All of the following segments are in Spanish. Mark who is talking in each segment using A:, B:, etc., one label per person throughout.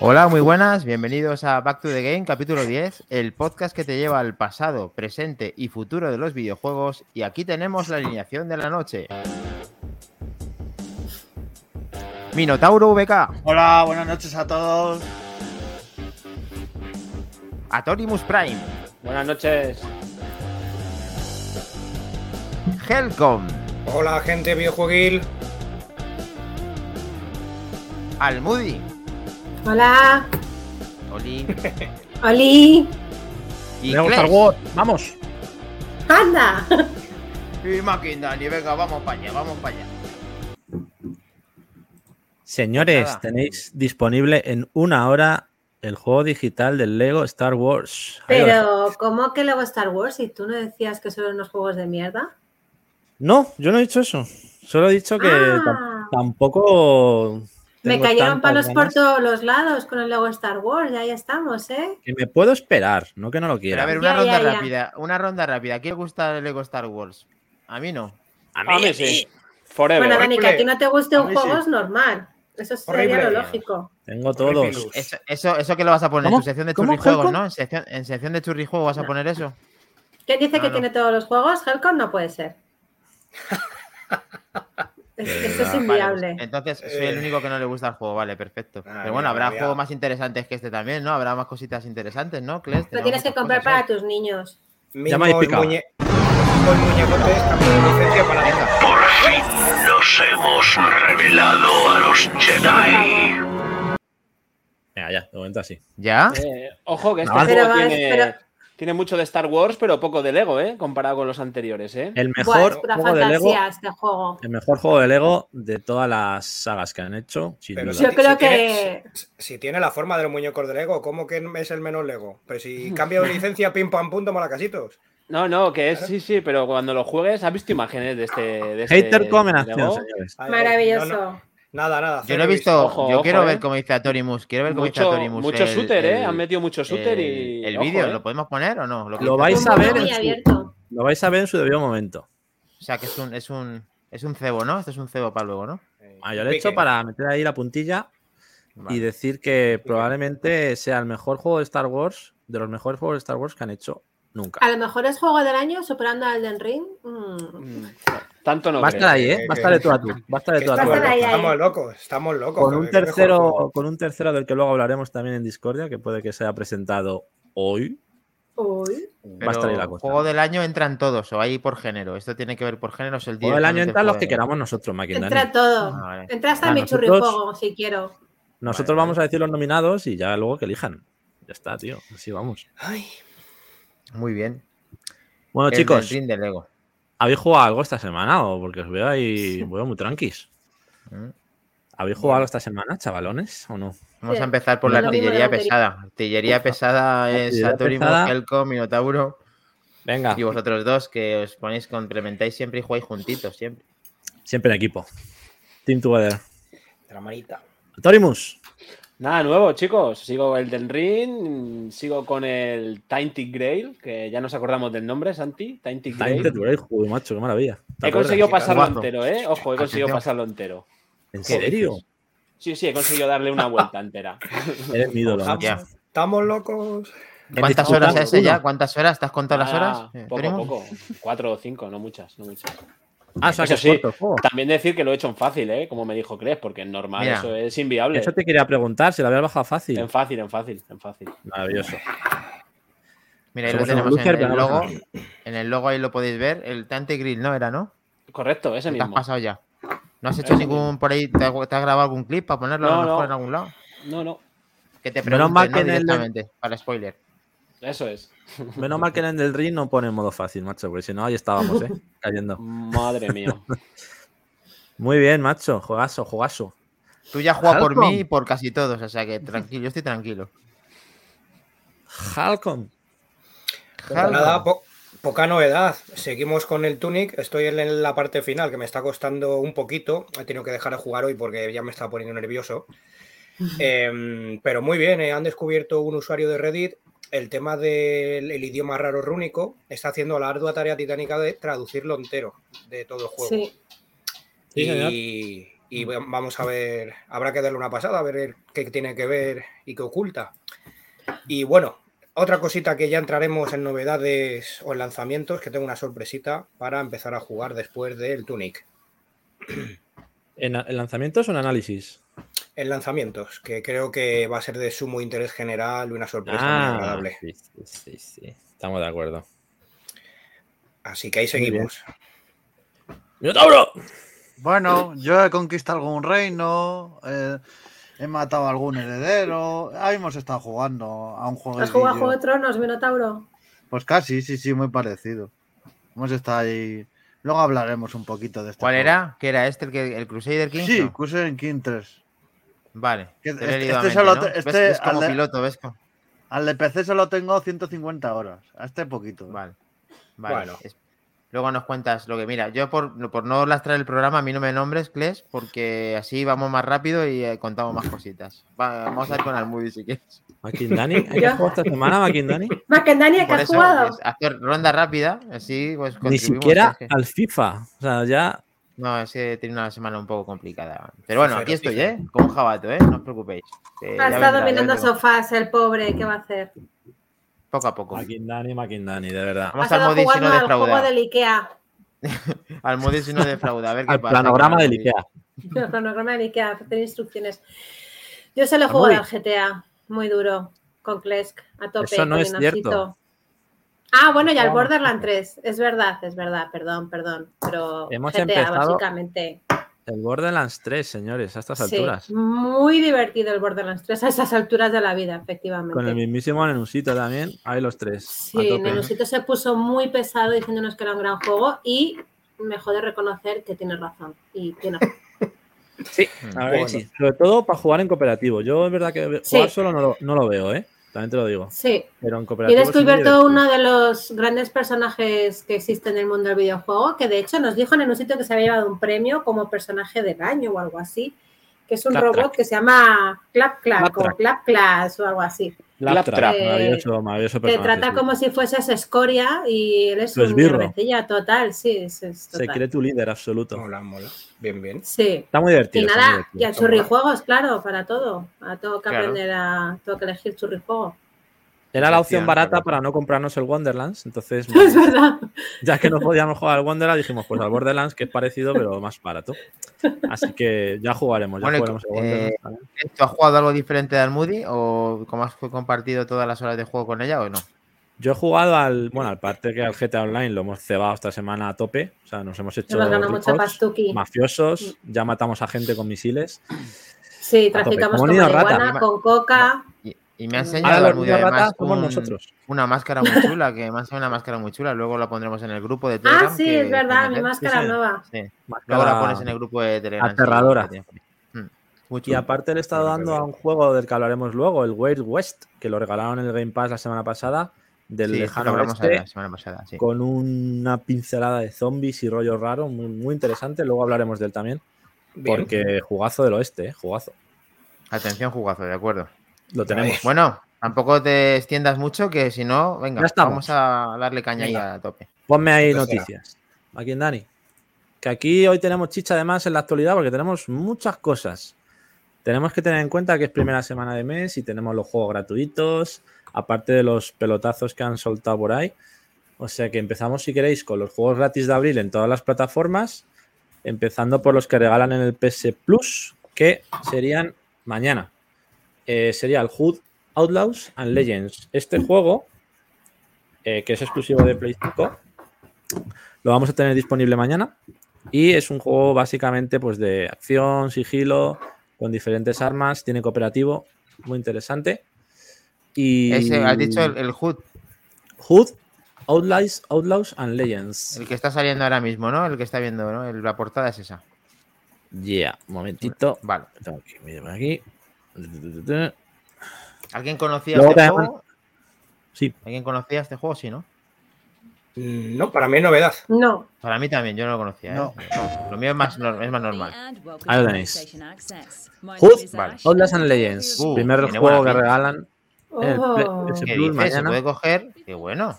A: Hola, muy buenas, bienvenidos a Back to the Game, capítulo 10, el podcast que te lleva al pasado, presente y futuro de los videojuegos. Y aquí tenemos la alineación de la noche. Minotauro VK,
B: Hola, buenas noches a todos.
A: Atorimus Prime,
C: Buenas noches.
A: Helcom,
D: Hola gente videojueguil.
A: Almudi,
E: Hola,
A: Oli
E: Oli,
A: y
F: Leo
A: Kles.
F: Star Wars, vamos.
E: anda.
A: Y Maquindani, venga, vamos para allá, vamos para allá.
F: Señores,
A: Nada.
F: tenéis disponible en una hora el juego digital del Lego Star Wars. Ahí lo dejo.
E: Pero, ¿cómo que luego Star Wars? ¿Y tú no decías que son unos juegos de mierda?
F: No, yo no he dicho eso. Solo he dicho que tam-
E: Ah,
F: tampoco.
E: me
F: tengo
E: cayeron
F: tantas
E: palos por
F: ganas.
E: todos los lados con el Lego Star Wars, ya ahí estamos, ¿eh?
F: Que me puedo esperar, no que no lo
A: Pero
F: quiera.
A: a ver, una
E: Ya,
A: ronda
E: ya, ya.
A: rápida, una ronda rápida. ¿A quién le gusta el Lego Star Wars? A mí no.
F: A
C: A mí sí. Forever.
E: Bueno, Dani, que a ti no te guste
B: A
E: un
B: mí
E: juego
B: sí.
E: es normal. Eso sería
D: Horrible.
E: lo lógico.
F: Tengo todos.
E: Pues
D: Refilus.
A: Eso, eso, eso que lo vas a poner
F: ¿Cómo?
A: en tu sección de
F: ¿Cómo,
A: churrijuegos,
F: Helcom?
A: ¿no? En sección, en sección de churrijuegos vas a
E: No.
A: poner eso.
E: ¿Quién dice
A: No,
E: que
A: no.
E: tiene todos los juegos? Helcom no puede ser. Es- Eso es
A: Ah, vale,
E: inviable.
A: pues, entonces soy el
D: Eh.
A: único que no le gusta el juego, vale, perfecto.
D: Ah,
A: Pero bueno,
D: mira,
A: habrá
D: mira.
A: juegos más interesantes que este también, ¿no? Habrá más cositas interesantes, ¿no, Cles?
E: Lo
A: Tenemos
E: tienes que
A: muchas
E: comprar
A: cosas, ¿eh?
E: para tus niños.
F: Llama y pica.
D: Con muñecotes, cambio de licencia para neta.
G: Nos hemos revelado a los Jedi.
F: Venga, ya, de momento así.
A: ¿eh? ¿Ya?
C: Eh, ojo que este
F: Pero
C: juego
E: vas,
C: tiene,
E: pero-
C: tiene mucho de Star Wars, pero poco de Lego, ¿eh? Comparado con los anteriores, ¿eh?
F: El
E: Buah,
F: mejor
E: es pura
F: juego de Lego.
E: fantasía este juego.
F: El mejor juego de Lego de todas las sagas que han hecho. sin
D: Pero
F: duda.
D: si,
E: Yo creo
D: si
E: que-
D: Tiene, si, si tiene la forma de los muñecos de Lego, ¿cómo que es el menos Lego? Pues si cambia de licencia, pim pam pum, toma la casitos.
C: No, no, que es sí, sí, pero cuando lo juegues, ¿has visto imágenes de este? De este
F: Hater come en acción,
C: Lego?
F: señores.
D: Ay,
E: Maravilloso.
D: no, no, nada, nada.
A: Yo
D: cero
A: no he visto,
C: Ojo,
A: yo
C: ojo,
A: quiero ver
C: eh.
A: cómo dice Atorimus, quiero ver cómo dice
C: Mucho,
A: Atorimus.
C: mucho
A: el-
C: shooter, ¿eh?
A: el-
C: Han metido mucho shooter y.
A: el- El
C: ojo,
A: vídeo,
C: ¿eh?
A: ¿lo podemos poner o no? que
F: Lo
A: dice
F: vais a
A: Atorimus.
E: Mundo
F: ver
E: muy
F: en su-
E: abierto.
F: Lo vais a ver en su debido momento.
A: O sea, que es un, es un, es un cebo, ¿no? Este es un cebo para luego, ¿no?
D: Eh,
F: Ah, yo lo he
D: pique.
F: hecho para meter ahí la puntilla
A: Vale.
F: y decir que probablemente sea el mejor juego de Star Wars, de los mejores juegos de Star Wars que han hecho nunca.
E: A lo mejor es juego del año superando a Elden Ring. Mm.
C: Mm, Tanto no.
F: Va a
C: creo.
F: estar ahí, ¿eh? Va a estar de tú a tú. Va a estar de
D: Que
F: tú a
D: estamos,
F: tú.
E: Basta de ahí, ahí.
D: estamos locos, estamos locos.
F: Con un
D: joder, qué mejor
F: tercero,
D: juego.
F: con un tercero del que luego hablaremos también en Discordia, que puede que sea presentado hoy.
E: Uy.
F: va a estar ahí
A: Pero
F: la cosa.
A: Juego del año entran todos, o ahí por género. Esto tiene que ver por género. Es el
F: Todo el año
A: directamente
F: entran los
A: juego
F: que
A: del
F: queramos nosotros,
E: Entra
F: Maquindani.
A: año.
E: todo.
A: Ah, vale.
E: Entra hasta
F: Ah,
E: mi
F: nosotros-
E: churrijuego si quiero.
F: Nosotros
A: Vale,
F: vamos a decir los nominados y ya luego que elijan. Ya está, tío. Así vamos.
D: Ay,
A: Muy bien.
F: Bueno,
A: El
F: chicos,
A: del ring de Lego.
F: ¿habéis jugado algo esta semana? O porque os veo ahí, veo muy tranquis.
A: Mm.
F: ¿Habéis jugado algo esta semana, chavalones? ¿O no?
A: Vamos
E: Sí.
A: a empezar por
E: No
A: la
E: es lo mismo
A: artillería
E: la lotería.
A: pesada. Artillería pesada es
F: Artillería
A: Saturimo,
F: pesada. Ah.
A: Helcom, Minotauro
F: Venga.
A: y vosotros dos que os ponéis, complementáis siempre y jugáis juntitos siempre.
F: Siempre en equipo. Team Together.
D: de la manita.
F: Torimus.
C: Nada nuevo, chicos. Sigo el del Ring, sigo con el Tainted Grail, que ya nos acordamos del nombre, Santi. Tainted Grail.
F: Tainted Grail. Joder, macho, qué maravilla. ¿Te
C: He
F: acuerdas?
C: conseguido pasarlo
A: Guapo.
C: entero, ¿eh? Ojo, he conseguido
A: Atención.
C: pasarlo entero.
F: ¿En serio?
C: Sí, sí, he conseguido darle una vuelta entera.
F: Eres mi ídolo. macho.
A: Ya.
D: Estamos locos.
A: ¿Cuántas
F: Discord,
A: horas es
F: uno.
A: ya? ¿Cuántas horas? ¿Te has contado las horas?
C: Ah,
A: eh,
C: Poco,
A: Torimo?
C: poco. Cuatro o cinco, no muchas, no muchas.
F: Ah, o sea, que
C: Eso
F: es
C: sí.
F: corto el juego.
C: También decir que lo he hecho en fácil, ¿eh? Como me dijo Cres, porque en normal
A: Mira,
C: eso es inviable.
F: Eso te quería preguntar, si lo habías bajado fácil.
C: En fácil, en fácil, en fácil.
F: Maravilloso.
A: Mira, ahí lo
F: Somos un
A: tenemos en
F: blooper,
A: el
F: pero
A: logo.
F: vamos
A: En el logo ahí lo podéis ver. El Tante Grill, ¿no? Era, ¿no?
C: Correcto, ese
A: Te has
C: mismo.
A: pasado ya. ¿No has hecho
C: Ese
A: ningún por ahí? ¿Te has te has grabado algún clip para ponerlo a
C: No,
A: lo mejor
C: no.
A: en algún lado?
C: No, no,
A: Que te
F: Menos
A: pregunten,
F: mal
A: ¿no?
F: que en el-
A: Directamente, para spoiler.
C: eso es.
F: Menos mal que en el del ring no pone modo fácil, macho, porque si no, ahí estábamos, ¿eh? Cayendo.
C: Madre mía.
F: Muy bien, macho. Jugaso, jugaso.
A: Tú ya juegas por
F: Falcon.
A: mí y por casi todos, o sea que tranquilo, yo estoy tranquilo.
F: Halcom.
D: Pues nada, po- poca novedad. Seguimos con el Tunic. Estoy en la parte final que me está costando un poquito. He tenido que dejar de jugar hoy porque ya me está poniendo nervioso. Em, pero muy bien, eh, han descubierto un usuario de Reddit. El tema del el idioma raro rúnico está haciendo la ardua tarea titánica de traducirlo entero de todo el juego.
E: Sí.
F: Sí, señor. Mm.
D: Y, y ve- vamos a ver, habrá que darle una pasada, a ver eh, qué tiene que ver y qué oculta. Y bueno, otra cosita que ya entraremos en novedades o en lanzamientos, que tengo una sorpresita para empezar a jugar después del Tunic.
F: ¿En, en lanzamientos o en análisis?
D: En lanzamientos, que creo que va a ser de sumo interés general y una sorpresa muy agradable.
F: Ah, sí, sí, sí, sí. Estamos de acuerdo.
D: Así que ahí
F: Muy bien.
D: seguimos.
F: ¡Minotauro!
B: Bueno, yo he conquistado algún reino, eh, he matado a algún heredero. Ahí hemos estado jugando a un juego.
E: ¿Has jugado a Juego de Tronos, Minotauro?
B: Pues casi, sí, sí, muy parecido. Hemos estado ahí. Luego hablaremos un poquito de este.
A: ¿Cuál
B: juego.
A: era? ¿Que era este el, que, el Crusader King?
B: Sí, Crusader King 3.
A: Vale.
B: Que
A: te lo he
B: este-
A: leído a
B: este
A: mente,
B: solo
A: ¿no?
B: te-
A: ¿Ves?
B: este
A: es como
B: al de-
A: piloto, ¿ves? co-
B: Al de PC solo tengo 150 horas. A este poquito.
A: Vale. vale.
D: Bueno.
A: Es- Luego nos cuentas lo que mira. Yo por, por no lastrar el programa, a mí no me nombres, Cles, porque así vamos más rápido y eh, contamos más cositas. Va- vamos a ir con el movie si quieres.
F: ¿Makindani? ¿Hay que
E: Ya.
F: jugar esta semana, Makindani?
E: Macandania, ¿qué
A: Por
E: has
A: eso,
E: jugado?
A: pues, hacer ronda rápida, así pues
F: Ni
A: contribuimos,
F: siquiera
A: es que-
F: al FIFA. O sea, ya.
A: No, es que tiene una semana un poco complicada. Pero bueno,
D: Fíjate,
A: aquí estoy,
D: fíjate.
A: ¿eh? Como un jabato, ¿eh? No os preocupéis. que
E: Ha
A: ya
E: estado
A: vendrá, ya
E: mirando
A: vendrá.
E: sofás el pobre, ¿qué va a hacer?
A: Poco a poco.
F: Makindani, Makindani, de verdad.
A: Vamos
E: ha
A: al
E: estado
A: Modis y no
E: jugando al juego
A: defraudar.
E: del Ikea.
A: Al Modis y no defrauda. A ver qué
F: Al
A: pasa.
F: planograma
A: con
F: del
A: Modis.
F: IKEA.
E: El cronograma del Ikea, hacer instrucciones. Yo solo
F: Ah,
E: juego
F: muy.
E: al GTA, muy duro, con Klesk, a tope.
F: Eso no
E: con
F: es
E: Inacito.
F: cierto.
E: Ah, bueno, y al
F: Vamos.
E: Borderland 3, es verdad, es verdad, perdón, perdón. Pero
F: Hemos
E: GTA,
F: empezado
E: básicamente.
F: El Borderlands 3, señores, a estas
E: Sí,
F: alturas.
E: muy divertido el Borderlands 3 a esas alturas de la vida, efectivamente.
F: Con el mismísimo Nenusito también. Ahí los tres. a
E: Sí,
F: tope.
E: Nenosito se puso muy pesado diciéndonos que era un gran juego y me jode reconocer que tiene razón y que no.
F: A ver,
D: Bueno.
F: sí. Sobre todo para jugar en cooperativo. Yo es verdad que jugar
E: Sí.
F: solo no lo, no lo veo, ¿eh? También te lo digo.
E: Sí,
F: Pero en
E: yo he
F: cooperativo. es muy
E: descubierto
F: divertido.
E: uno de los grandes personajes que existe en el mundo del videojuego, que de hecho nos dijo Nenosito que se había llevado un premio como personaje del año o algo así, que es un
F: Claptrack.
E: robot que se llama Clap Clap o
F: Claptrack.
E: Clap Clash o algo así.
F: Claptrap,
C: Claptrap.
F: maravilloso,
E: Te
F: maravilloso personaje,
E: trata
F: sí.
E: como si fueses escoria y eres
F: Lo
E: un
F: esbirro.
E: cervecilla total, sí, es, es
F: Se
E: total.
F: cree tu líder absoluto.
D: Mola, mola. Bien, bien.
E: Sí.
F: Está muy
E: Y
F: divertido. está muy
E: nada,
F: divertido.
E: y al
D: está muy
E: churrijuegos, claro, para todo. A tengo que
A: Claro.
E: aprender a. Tengo que elegir churrijuego.
F: Era la opción
A: Efectivamente,
F: barata
A: correcto.
F: para no comprarnos el Wonderlands. Entonces,
E: Es
F: bueno,
E: verdad.
F: ya que no podíamos jugar al Wonderlands, dijimos, pues al Borderlands, que es parecido, pero más barato. Así que ya jugaremos, ya
A: Bueno, y- Eh,
F: jugaremos al Wonderlands. también.
A: ¿Tú has jugado algo diferente al Moody? ¿O cómo has compartido todas las horas de juego con ella o no?
F: Yo he jugado al, bueno, al parte que al GTA Online lo hemos cebado esta semana a tope. O sea, nos hemos hecho
E: Hemos ganado mucha
F: ricos,
E: pastuqui.
F: mafiosos, ya matamos a gente con misiles.
E: Sí,
F: tope,
E: traficamos
F: como
E: con
F: niño rata.
E: marihuana, con coca.
A: Y, y me ha
E: Ahora
A: enseñado
F: Ahora
A: al
F: los
A: Moody
F: niños
A: además
F: ratas somos
A: un-
F: nosotros.
A: una máscara muy chula, que me ha enseñado una máscara muy chula. Luego la pondremos en el grupo de Telegram.
E: Ah, sí,
A: que-
E: es verdad,
A: que
E: mi
A: meter-
E: máscara
F: sí.
E: nueva.
A: sí.
F: Máscara-
A: Luego la pones en el grupo de Telegram. sí,
F: Aterradora.
A: que tienes por ahí. Mm. Muy
F: Y
A: chulo.
F: aparte le he estado
D: Bueno,
F: dando
D: pero-
F: a un juego del que hablaremos luego, el Wild West, que lo regalaron en el Game Pass la semana pasada, del
A: Sí, esto lo
F: lejano
A: hablamos
F: oeste,
A: la semana pasada. sí.
F: con una pincelada de zombies y rollo raro, muy, muy interesante. Luego hablaremos de él también,
D: Bien.
F: porque jugazo del oeste, eh, jugazo.
A: Atención, jugazo, de acuerdo.
F: Lo tenemos.
A: Bueno, tampoco te extiendas mucho, que si no, venga,
F: Ya estamos.
A: vamos a darle caña ahí
D: Venga.
A: a tope.
F: Ponme ahí
D: Lo que será.
F: noticias. Aquí en Dani. Que aquí hoy tenemos chicha además en la actualidad porque tenemos muchas cosas. Tenemos que tener en cuenta que es primera semana de mes y tenemos los juegos gratuitos, aparte de los pelotazos que han soltado por ahí. O sea que empezamos, si queréis, con los juegos gratis de abril en todas las plataformas, empezando por los que regalan en el PS Plus, que serían mañana. Eh, sería el Hood Outlaws and Legends. Este juego, eh, que es exclusivo de Play 5, lo vamos a tener disponible mañana. Y es un juego básicamente pues, de acción, sigilo, con diferentes armas, tiene cooperativo, muy interesante. Y
A: Ese, has dicho el, el HUD,
F: Hood, Outlaws, Outlaws and Legends.
A: el que está saliendo ahora mismo, ¿no? El que está viendo, ¿no? El- la portada es esa.
F: Yeah, un momentito.
A: Vale.
F: Tengo que irme por aquí.
A: ¿Alguien conocía
F: Luego
A: este
F: también-
A: juego?
F: Sí.
A: ¿Alguien conocía este juego? Sí, ¿no?
D: Mm, No, para mí es novedad.
E: No,
A: Para mí también, yo no lo conocía. ¿eh?
B: No.
A: Lo mío es más, nor- es más normal.
F: Ahí lo tenéis.
H: Hood,
A: Vale.
F: Outlaws and Legends.
A: Uh,
F: primer
A: tiene
F: juego
A: buena
F: que
A: pinta.
F: regalan.
E: Oh,
F: El Play- ese-
A: ¿Qué dices? Se
F: Plus mañana.
A: puede coger. Qué bueno.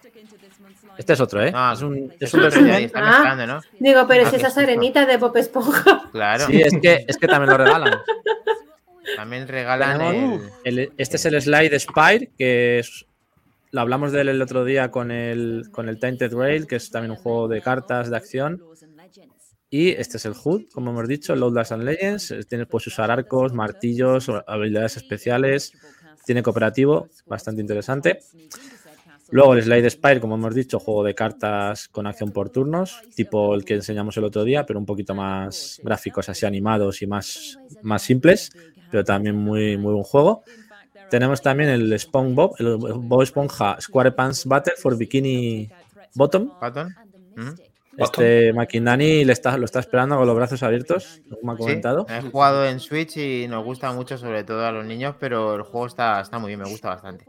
F: Este es otro, ¿eh?
A: Ah,
F: es un, es
A: Eso
F: un
A: lo
F: resumen.
A: tenía ahí, está mezclando, ¿no?
E: Digo, pero
A: Ah,
E: si
A: que
E: esas
A: sí,
E: arenitas de Pop Esponja.
A: Claro.
F: Ah. Sí, es que, es que también lo regalan.
A: También regalan
F: Tenemos-
A: el.
F: El- este es el slide Spire, que es- lo hablamos del el otro día con el, con el Tainted Rail, que es también un juego de cartas de acción. Y este es el HUD, como hemos dicho, el Outlast and Legends. Eh, Tienes, puedes usar arcos, martillos, o- habilidades especiales. Tiene cooperativo, bastante interesante. Luego el Slide Spire, como hemos dicho, juego de cartas con acción por turnos, tipo el que enseñamos el otro día, pero un poquito más gráficos, así animados y más, más simples, pero también muy, muy buen juego. Tenemos también el Spawn Bob, el Bob Esponja Square Pants Battle for Bikini Bottom.
A: Patton. ¿Mm?
F: Este McIndani le está, lo está esperando con los brazos abiertos, como ha
A: Sí,
F: comentado.
A: he jugado en Switch y nos gusta mucho, sobre todo a los niños, pero el juego está, está muy bien, me gusta bastante.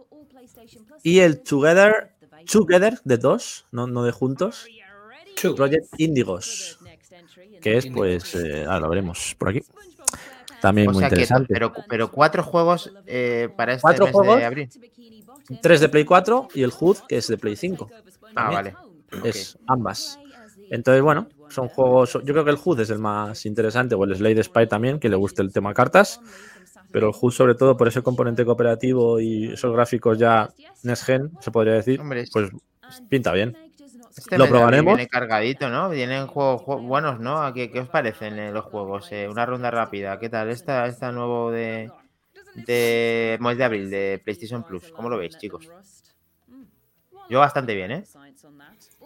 F: Y el Together, Together de dos, no, no de juntos, Project Indigos, que es pues, eh, ahora lo veremos por aquí. También
A: O
F: muy
A: sea que,
F: interesante.
A: pero, pero cuatro juegos eh, para este
F: ¿Cuatro
A: mes
F: juegos?
A: de abril.
F: Tres de Play 4 y el HUD, que es de Play 5.
A: Ah, vale.
F: Es ambas. Entonces, bueno, son juegos. Yo creo que el HUD es el más interesante, o el Slade Spy también, que le guste el tema cartas. Pero el HUD, sobre todo, por ese componente cooperativo y esos gráficos ya Next Gen, se podría decir,
A: Hombre, es-
F: pues pinta bien.
A: Este
F: lo
A: mes de abril
F: probaremos.
A: Viene cargadito, ¿no? Vienen juegos, jue- buenos, ¿no? ¿A qué, qué os parecen eh, los juegos? Eh, una ronda rápida. ¿Qué tal? Esta, esta nuevo de, de mes de abril de PlayStation Plus. ¿Cómo lo veis, chicos? Yo bastante bien, ¿eh?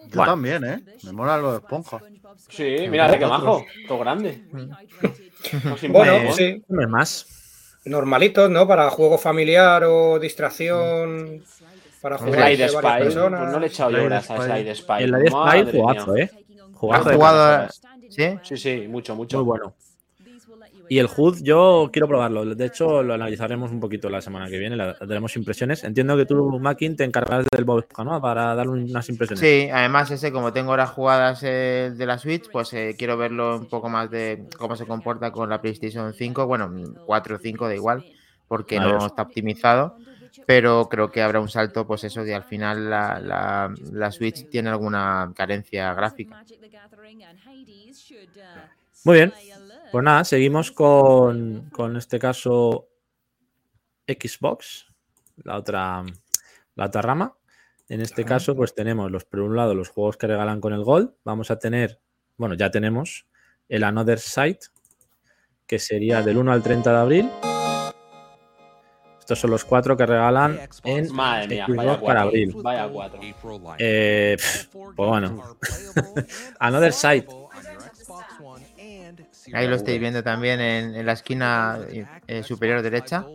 B: Yo también, ¿eh? Me mola lo de esponja.
C: Sí, mira, qué majo. Todo grande. No sin
D: Bueno,
C: pago, ¿eh?
D: sí,
F: No es más.
D: normalitos, ¿no? Para juego familiar o
F: Mm.
D: distracción, para jugar
A: Hombre,
C: Slide
D: entre varias
C: Spy.
D: personas.
C: Pues no le he echado yo
B: Slide
C: horas a
B: Spy.
C: Slide Spy.
F: El Slade Spy,
C: Madre
F: jugazo,
C: mía.
F: ¿eh? Jugazo
A: ¿Has
F: de
A: jugado
F: cartas.
A: a- ¿Sí?
C: Sí, sí, mucho, mucho.
F: Muy bueno. Y el HUD, yo quiero probarlo. De hecho, lo analizaremos un poquito la semana que viene, le daremos impresiones. Entiendo que tú, Makin, te encargarás del Bob Esponja, ¿no? Para dar unas impresiones.
A: Sí, además ese, como tengo horas jugadas eh, de la Switch, pues eh, quiero verlo un poco más de cómo se comporta con la PlayStation 5, bueno, mm, 4 o 5 da igual, porque
F: Vale.
A: no está optimizado, pero creo que habrá un salto, pues eso, que al final la, la- la Switch tiene alguna carencia gráfica.
F: Muy bien. Pues nada, seguimos con, con este caso Xbox, la otra, la otra rama. En este caso, pues tenemos los, por un lado, los juegos que regalan con el Gold. Vamos a tener, bueno, ya tenemos el Another Site, que sería del 1 al 30 de abril. Estos son los cuatro que regalan en
A: ¿eh?
C: Madre mía,
F: Xbox
C: vaya
F: para
C: cuatro.
F: abril.
C: Vaya cuatro.
F: Eh, pf, pues bueno. Another Side.
A: Ahí lo estáis viendo también en, en la esquina eh, superior derecha.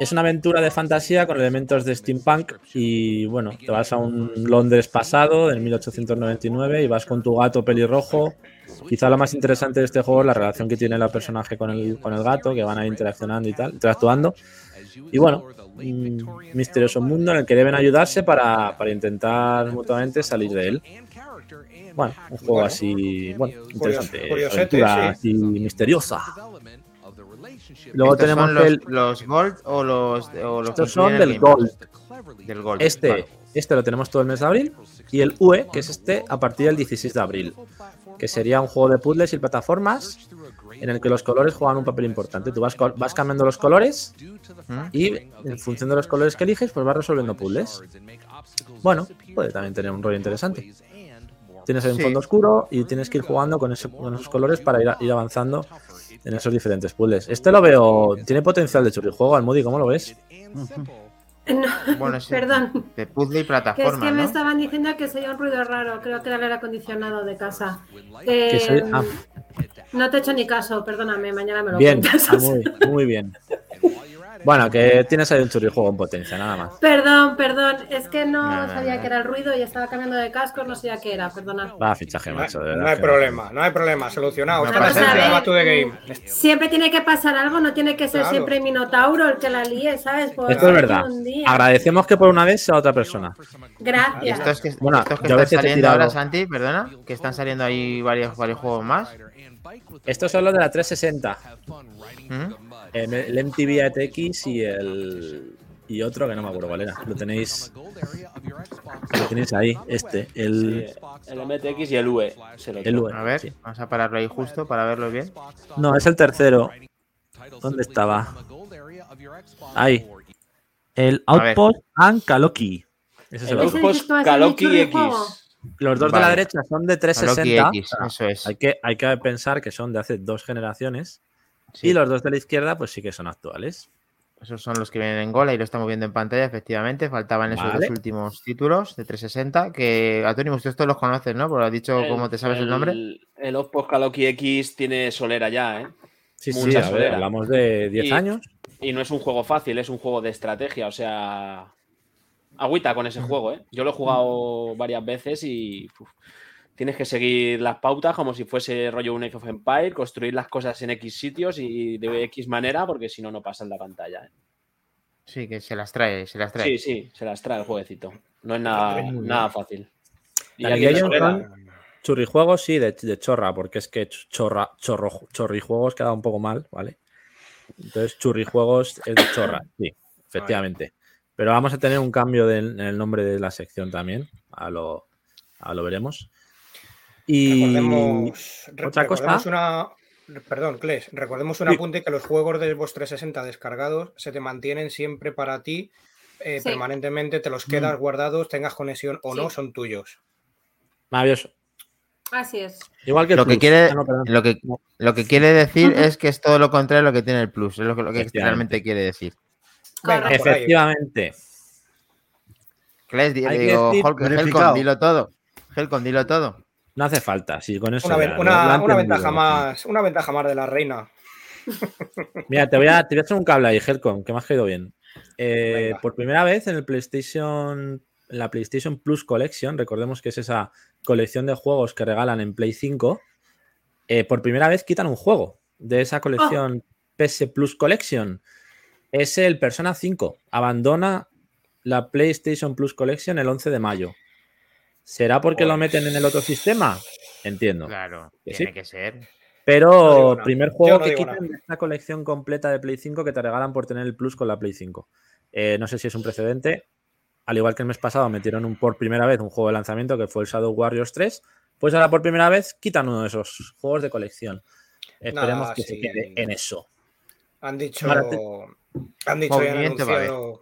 F: Es una aventura de fantasía con elementos de steampunk y bueno, te vas a un Londres pasado en 1899 y vas con tu gato pelirrojo. Quizá lo más interesante de este juego es la relación que tiene el personaje con el, con el gato, que van a ir interaccionando y tal, interactuando. Y bueno, un misterioso mundo en el que deben ayudarse para, para intentar mutuamente salir de él. Bueno, un juego
D: Bueno.
F: así, bueno, interesante,
D: curiosete,
F: aventura
D: sí.
F: así misteriosa. Luego
A: ¿Estos
F: tenemos
A: son los,
F: el,
A: los Gold o los, o los que
F: Estos son
A: incluyen el
F: del
A: Game Pass? Del Gold.
F: Este,
A: vale.
F: este lo tenemos todo el mes de abril. Y el UE, que es este, a partir del 16 de abril. Que sería un juego de puzzles y plataformas en el que los colores juegan un papel importante. Tú vas, co- vas cambiando los colores
A: ¿Mm?
F: y en función de los colores que eliges, pues vas resolviendo puzzles. Bueno, puede también tener un rollo interesante. Tienes ahí un
A: Sí.
F: fondo oscuro y tienes que ir jugando con, ese- con esos colores para ir, a- ir avanzando en esos diferentes puzzles. Este lo veo, tiene potencial de churrijuego, Almudi, ¿cómo lo ves?
E: No,
A: Bueno, sí.
E: Perdón.
A: De puzzle y
E: Que es
A: plataforma,
E: que me
A: ¿no?
E: estaban diciendo que se oía un ruido raro. Creo que era el aire acondicionado de casa. Eh,
F: Que se- ah.
E: No te he hecho ni caso, perdóname. Mañana me lo
F: Bien,
E: cuentas.
F: ah, muy, muy bien. Bueno, que tienes ahí un churrijuego en potencia, nada más.
E: Perdón, perdón. Es que no
A: Nada,
E: sabía
A: nada.
E: que era el ruido y estaba cambiando de casco. No sabía qué era, perdona.
F: Va, fichaje,
D: No,
F: macho, de
D: no
F: verdad
D: hay
F: que-
D: problema, no hay problema, solucionado.
A: No
D: Esta
A: pasa
D: es la
A: nada.
D: back to the game.
E: Siempre tiene que pasar algo. No tiene que ser
D: Claro.
E: siempre Minotauro el que la líe, ¿sabes? Por
F: Esto es verdad.
E: un día.
F: Agradecemos que por una vez sea otra persona.
A: Y
E: Gracias.
A: estos que,
F: Bueno,
A: estos que están
F: yo a ver si te he
A: saliendo
F: tirado.
A: ahora, Santi, perdona, Ah, que están saliendo ahí varios, varios juegos más.
F: Estos son los de la 360.
A: ¿Mm?
F: em, El MTV ATX y el... Y otro que no me acuerdo cuál era. Lo tenéis Lo tenéis ahí, este, el...
C: Sí, el MTX y el UE. es el otro.
F: El UE.
A: A ver,
F: sí.
A: vamos a pararlo ahí justo para verlo bien.
F: No, es el tercero. ¿Dónde estaba? Ahí. El
A: A ver.
F: Outpost and Kaloki. Ese es el
E: Ese
C: El
F: otro.
E: que
C: Outpost
E: esto hace
C: Kaloki
E: mucho de
C: X.
E: juego.
F: Los dos de la
A: Vale.
F: derecha son de
A: Loki
F: 360.
A: X, eso es.
F: Hay que, hay que pensar que son de hace dos generaciones.
A: Sí,
F: Y los dos de la izquierda, pues sí que son actuales.
A: Esos son los que vienen en gola y lo estamos viendo en pantalla, efectivamente. Faltaban esos
F: Vale.
A: dos últimos títulos de 360. Que, Antonio, usted todos los conoces, ¿no? Porque has dicho
C: El-
A: cómo te sabes el nombre.
C: El Outpost Kaloki X tiene solera ya, ¿eh?
F: Sí, sí,
C: Mucha
F: a ver,
C: solera.
F: hablamos de 10
C: Y-
F: años.
C: Y no es un juego fácil, es un juego de estrategia, o sea. Agüita con ese juego, ¿eh? Yo lo he jugado varias veces y. uf, tienes que seguir las pautas como si fuese rollo un Age of Empire, construir las cosas en X sitios y de X manera, porque si no, no pasa en la pantalla. ¿eh?
A: Sí, que se las trae, se las trae.
C: Sí, sí, se las trae el jueguecito. No es nada, nada fácil. Y
F: Aquí
C: aquí
F: hay
C: la
F: un
C: solera,
F: fan- Churrijuegos, sí, de, de chorra, porque es que ch- chorra, chorro, chorrijuegos queda un poco mal, ¿vale? Entonces, churrijuegos es de chorra, sí, efectivamente. Pero vamos a tener un cambio de- en el nombre de la sección también, a lo, a lo veremos. Y
D: Recordemos, re-
F: otra
D: recordemos
F: cosa.
D: una- Perdón, Kles, recordemos un
F: Sí.
D: apunte que los juegos de Xbox 360 descargados se te mantienen siempre para ti eh,
E: Sí.
D: permanentemente, te los
F: Mm.
D: quedas guardados, tengas conexión o
E: Sí.
D: no, son tuyos.
F: maravilloso.
E: Así es.
F: Igual que
A: Lo que
F: Plus.
A: quiere-
F: Ah, no, perdón.
A: Lo que, lo que quiere decir es que es todo lo contrario a lo que tiene el Plus. Es lo que, lo que
F: Efectivamente.
A: realmente quiere decir.
D: Venga,
E: Correcto.
D: por ahí.
F: Efectivamente.
A: Claes, di-
F: Hay que
A: digo,
F: decir
A: Hulk, Helcom,
B: verificado.
A: dilo todo. Helcom, dilo todo.
F: No hace falta, sí, con eso.
D: Una,
F: ya,
D: ven-
F: lo-
D: una-
F: lo han
D: una
F: entendido,
D: ventaja
F: lo han
D: más, una ventaja más de la reina.
F: Mira, te voy a, te voy a hacer un cable ahí, Helcom, que me has caído bien. Eh,
D: Venga.
F: por primera vez en el PlayStation, en la PlayStation Plus Collection, recordemos que es esa colección de juegos que regalan en Play 5, eh, por primera vez quitan un juego de esa colección PS Plus Collection. Es el Persona 5. Abandona la PlayStation Plus Collection el 11 de mayo. ¿Será porque lo
D: Joder.
F: meten en el otro sistema? Entiendo.
A: Claro,
F: Que
A: tiene
F: sí.
A: que ser.
D: No digo
F: Pero
D: nada.
F: primer
D: Yo
F: juego
D: no
F: que
D: digo
F: quitan
D: nada.
F: de esta colección completa de Play 5 que te regalan por tener el Plus con la Play 5. Eh, no sé si es un precedente. Al igual que el mes pasado metieron un, por primera vez un juego de lanzamiento que fue el Shadow Warriors 3, pues ahora por primera vez quitan uno de esos juegos de colección. Esperemos
D: Nada,
F: que
D: sí.
F: se quede en eso.
D: Han dicho,
F: Márate.
D: han dicho y han
A: Movimiento va a haber.
D: anunciado.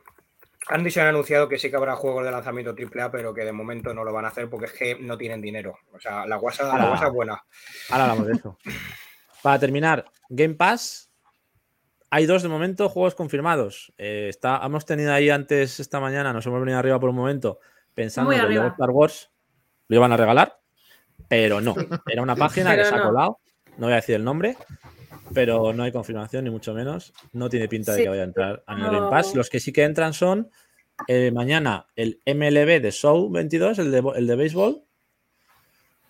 D: Han dicho y han anunciado que sí que habrá juegos de lanzamiento AAA, pero que de momento no lo van a hacer porque es que no tienen dinero. O sea, la guasa, la
F: Ah.
D: guasa es buena.
F: Ahora hablamos de eso. Para terminar, Game Pass. Hay dos de momento juegos confirmados. Eh, está, hemos tenido ahí antes esta mañana, nos hemos venido arriba por un momento pensando
E: Muy
F: que el Lego
E: arriba.
F: Star Wars lo iban a regalar, pero no. Era una página
E: Pero
F: que se ha
E: no.
F: colado, no voy a decir el nombre, pero no hay confirmación ni mucho menos. No tiene pinta de
E: Sí.
F: que vaya a entrar en el
E: No.
F: Game Pass. Los que sí que entran son eh, mañana el MLB de Show 22, el de, bo- el de béisbol.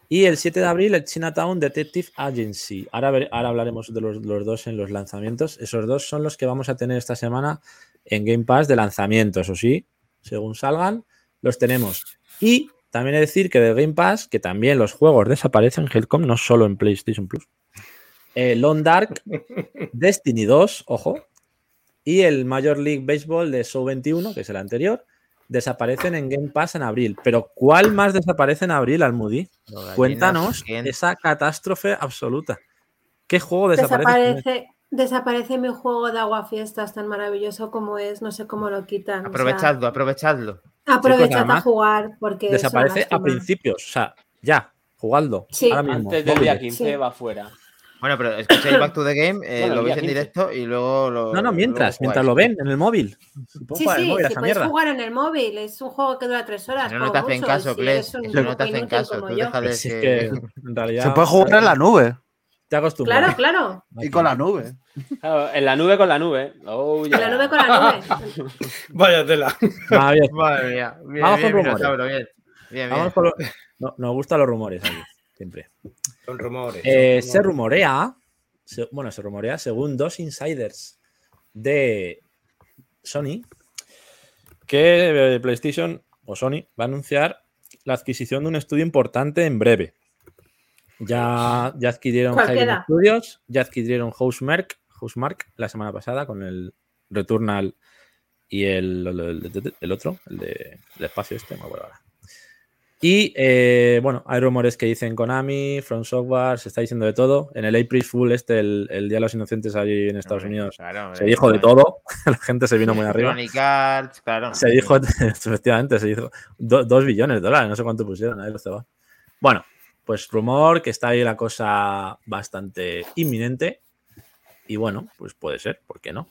F: Y el 7 de abril, el Chinatown Detective Agency. Ahora, ver- ahora hablaremos de los, los dos en los lanzamientos. Esos dos son los que vamos a tener esta semana en Game Pass de lanzamientos, o sí, según salgan, los tenemos. Y también he de decir que del Game Pass, que también los juegos desaparecen en Helcom, no solo en PlayStation Plus. Eh, Long Dark, Destiny 2, ojo, y el Major League Baseball de Show 21, que es el anterior, desaparecen en Game Pass en abril. Pero ¿cuál más desaparece en abril, Almudi?
A: Lo gallinas,
F: Cuéntanos
A: ¿quién?
F: esa catástrofe absoluta. ¿Qué juego desaparece?
E: Desaparece, desaparece mi juego de agua fiestas tan maravilloso como es, no sé cómo lo quitan. o sea,
A: Aprovechadlo, aprovechadlo.
F: Sí,
E: aprovechad
F: porque
E: a
F: además
E: jugar porque es una
F: Desaparece a
E: lástima.
F: principios, o sea, ya, jugadlo.
E: Sí.
F: ahora mismo,
C: Antes del día
F: móviles.
C: 15
E: Sí.
C: va fuera.
A: Bueno, pero escucháis Back to the Game, eh,
C: Bueno, el
A: lo veis
C: día
A: en
C: 15.
A: directo y luego lo.
F: No, no,
A: luego
F: mientras, mientras lo
A: jugáis.
F: ven en el móvil. Puedo
E: Sí,
F: jugar en el
E: sí,
F: móvil a
E: si
F: esa
E: puedes
F: mierda. Pues
E: jugar en el móvil, es un juego que dura tres horas.
A: Eso no te
E: como
A: hacen
E: mucho,
A: caso,
E: y si
A: Cles.
E: eres un
A: Eso no te
E: inútil
A: hacen caso.
E: como
A: Tú
E: yo.
A: déjales
F: Si Pues es que,
A: que.
F: en realidad,
B: Se puede jugar en la nube
F: Te acostumbras.
E: Claro, claro.
B: y con la nube.
C: Claro, en la nube con la nube. Oh,
E: En
C: yeah.
E: la nube con la nube.
D: Vaya tela.
F: Ah, bien,
A: Madre mía. Bien,
F: Vamos
A: bien,
F: con
A: Minotauro, bien. Bien, bien.
F: vamos con lo- no, nos gustan los rumores aquí, siempre.
D: Son rumores.
F: Eh,
D: son
F: se
D: rumores.
F: rumorea, se- bueno, se rumorea según dos insiders de Sony, que eh, PlayStation o Sony va a anunciar la adquisición de un estudio importante en breve. Ya, ya adquirieron
E: ¿Cuál
F: Hyben
E: queda?
F: Studios, ya adquirieron Housemark, Housemark la semana pasada con el Returnal y el, el- el- el otro, el de el espacio este, me acuerdo ahora. Y eh, bueno, hay rumores que dicen Konami, From Software, se está diciendo de todo. En el April Fool, este, el, el Día de los Inocentes allí en Estados
A: Hombre,
F: Unidos,
A: claro, hombre,
F: se dijo de
A: claro.
F: todo. La gente se vino muy arriba.
A: Electronic Arts, claro.
F: Se dijo, efectivamente, se dijo do- dos billones de dólares, no sé cuánto pusieron, ahí lo estaba. Bueno, pues rumor que está ahí la cosa bastante inminente. Y bueno, pues puede ser, ¿por qué no?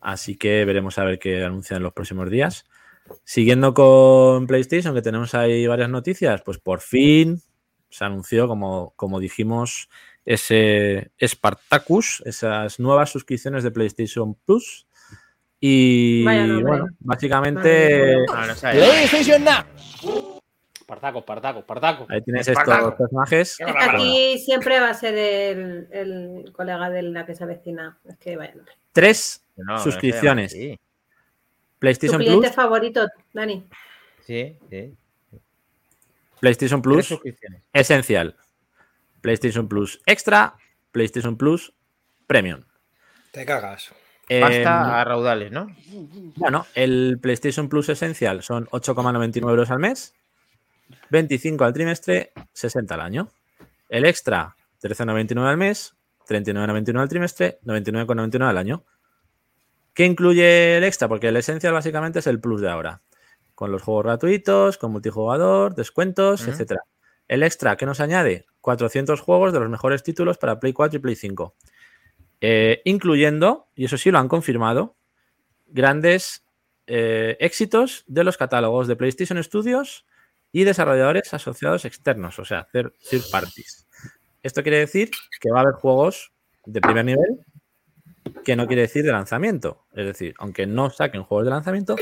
F: Así que veremos a ver qué anuncian en los próximos días. Siguiendo con PlayStation, que tenemos ahí varias noticias, pues por fin se anunció, como, como dijimos, ese Spartacus, esas nuevas suscripciones de PlayStation Plus. Y
E: Vaya nombre.
F: bueno, básicamente
A: No, no sabía.
H: PlayStation Now.
C: Partaco, Partaco, Partaco.
F: ahí tienes estos
D: Espartaco.
F: personajes.
E: Es que aquí siempre va a ser el, el colega de la que se avecina. Es que vaya. nombre.
F: Tres
A: No, no
F: suscripciones.
A: se llama
E: Tu
F: PlayStation
E: cliente
F: Plus,
E: favorito, Dani.
A: así. Sí, sí.
F: PlayStation
A: Tres
F: Plus
A: suscripciones.
F: Esencial, PlayStation Plus Extra, PlayStation Plus Premium.
D: Te cagas.
F: Em,
A: Basta a raudales, ¿no?
F: Bueno, el PlayStation Plus Essential son 8,99 euros al mes, 25 al trimestre, 60 al año. El extra, 13,99 al mes, 39,99 al trimestre, 99,99 al año. ¿Qué incluye el extra? Porque el Essential básicamente es el Plus de ahora, con los juegos gratuitos, con multijugador, descuentos,
A: Ujú.
F: etcétera. El extra, ¿qué nos añade? 400 juegos de los mejores títulos para Play 4 y Play 5. Eh, incluyendo, y eso sí lo han confirmado, grandes eh, éxitos de los catálogos de PlayStation Studios y desarrolladores asociados externos, o sea, third third parties. Esto quiere decir que va a haber juegos de primer nivel que no quiere decir de lanzamiento. Es decir, aunque no saquen juegos de lanzamiento,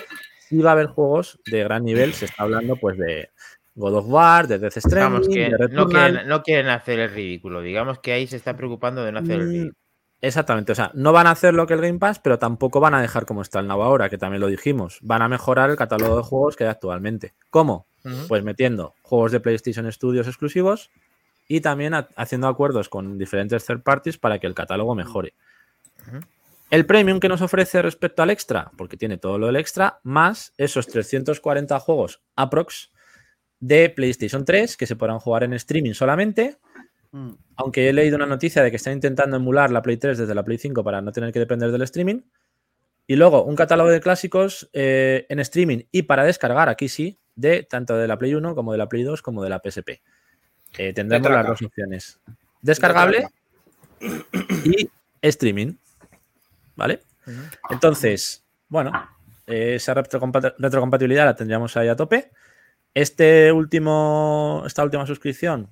F: sí va a haber juegos de gran nivel. Se está hablando pues de God of War, de Death Stranding,
A: Digamos que
F: de
A: no
F: Returnal.
A: quieren, no quieren hacer el ridículo. Digamos que ahí se está preocupando de no hacer el
F: Mm,
A: ridículo.
F: Exactamente, o sea, no van a hacer lo que el Game Pass, pero tampoco van a dejar como está el Now ahora, que también lo dijimos. Van a mejorar el catálogo de juegos que hay actualmente. ¿Cómo?
A: Ujú.
F: Pues metiendo juegos de PlayStation Studios exclusivos y también ha- haciendo acuerdos con diferentes third parties para que el catálogo mejore.
A: Ujú.
F: El premium que nos ofrece respecto al extra, porque tiene todo lo del extra, más esos 340 juegos aprox de PlayStation 3 que se podrán jugar en streaming solamente
B: Mm.
F: aunque he leído una noticia de que están intentando emular la Play 3 desde la Play 5 para no tener que depender del streaming. Y luego un catálogo de clásicos eh, en streaming y para descargar, aquí sí, de tanto de la Play 1 como de la Play 2 como de la PSP. Eh, tendremos
D: Tetraca.
F: las dos opciones. Descargable y streaming. ¿Vale?
A: Ujú.
F: Entonces, bueno, eh, esa retrocompat- retrocompatibilidad la tendríamos ahí a tope. Este último, esta última suscripción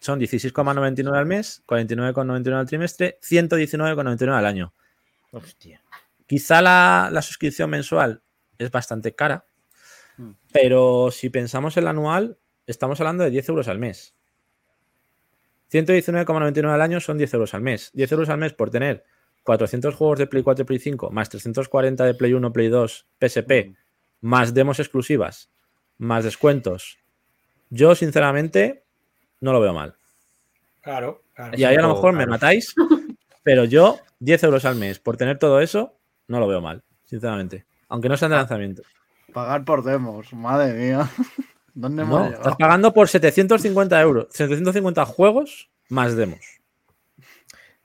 F: son 16,99 al mes, 49,99 al trimestre, 119,99 al año.
A: Hostia.
F: Quizá la, la suscripción mensual es bastante cara,
B: Mm.
F: pero si pensamos en la anual, estamos hablando de 10 euros al mes. 119,99 al año son 10 euros al mes. 10 euros al mes por tener 400 juegos de Play 4 y Play 5, más 340 de Play 1, Play 2, PSP, más demos exclusivas, más descuentos. Yo, sinceramente, no lo veo mal.
D: Claro, claro.
F: Y ahí a lo
A: poco
F: mejor me
A: caro.
F: matáis, pero yo 10 euros al mes por tener todo eso, no lo veo mal, sinceramente. Aunque no sean de
B: Ah,
F: lanzamiento.
B: Pagar por demos, madre mía. ¿Dónde hemos
F: No,
B: llegado?
F: estás pagando por 750 euros, 750 juegos más demos.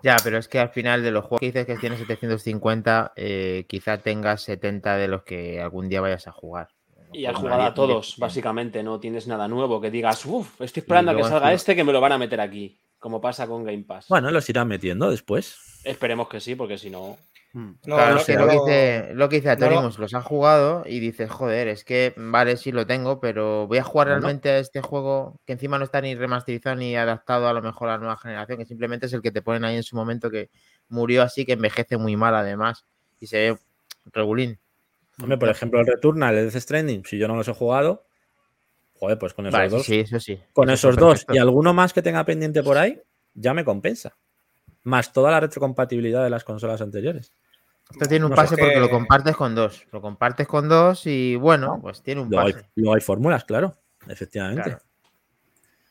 A: Ya, pero es que al final de los juegos que dices que tienes 750, eh, quizá tengas 70 de los que algún día vayas a jugar.
C: Y has
A: Pues
C: jugado
A: nadie-
C: a todos, básicamente. No tienes nada nuevo que digas, uff, estoy esperando
A: Y
C: a que
A: luego
C: salga
A: encima-
C: este que me lo van a meter aquí. Como pasa con Game Pass.
F: Bueno, los irán metiendo después.
C: Esperemos que sí, porque si no.
B: Mm.
D: No,
A: claro,
D: no,
A: es que
D: no-
A: lo que dice, lo que dice Atorimus,
D: no
A: los han jugado y dices, joder, es que vale, sí lo tengo, pero voy a jugar
F: Bueno.
A: realmente a este juego que encima no está ni remasterizado ni adaptado a lo mejor a la nueva generación, que simplemente es el que te ponen ahí en su momento que murió así, que envejece muy mal además y se ve regulín.
F: Hombre, por ejemplo, el Returnal, el Death Stranding, si yo no los he jugado, joder, pues con esos
A: Vale,
F: dos,
A: sí, eso sí.
F: con
A: eso
F: esos
A: está
F: dos y
A: perfecto.
F: alguno más que tenga pendiente por ahí, ya me compensa. Más toda la retrocompatibilidad de las consolas anteriores.
A: Esto tiene un
F: No sé.
A: pase porque lo
D: Que-
A: compartes con dos. Lo compartes con dos y bueno, pues tiene un
F: Luego hay,
A: pase.
F: luego hay fórmulas, claro, efectivamente.
A: Claro.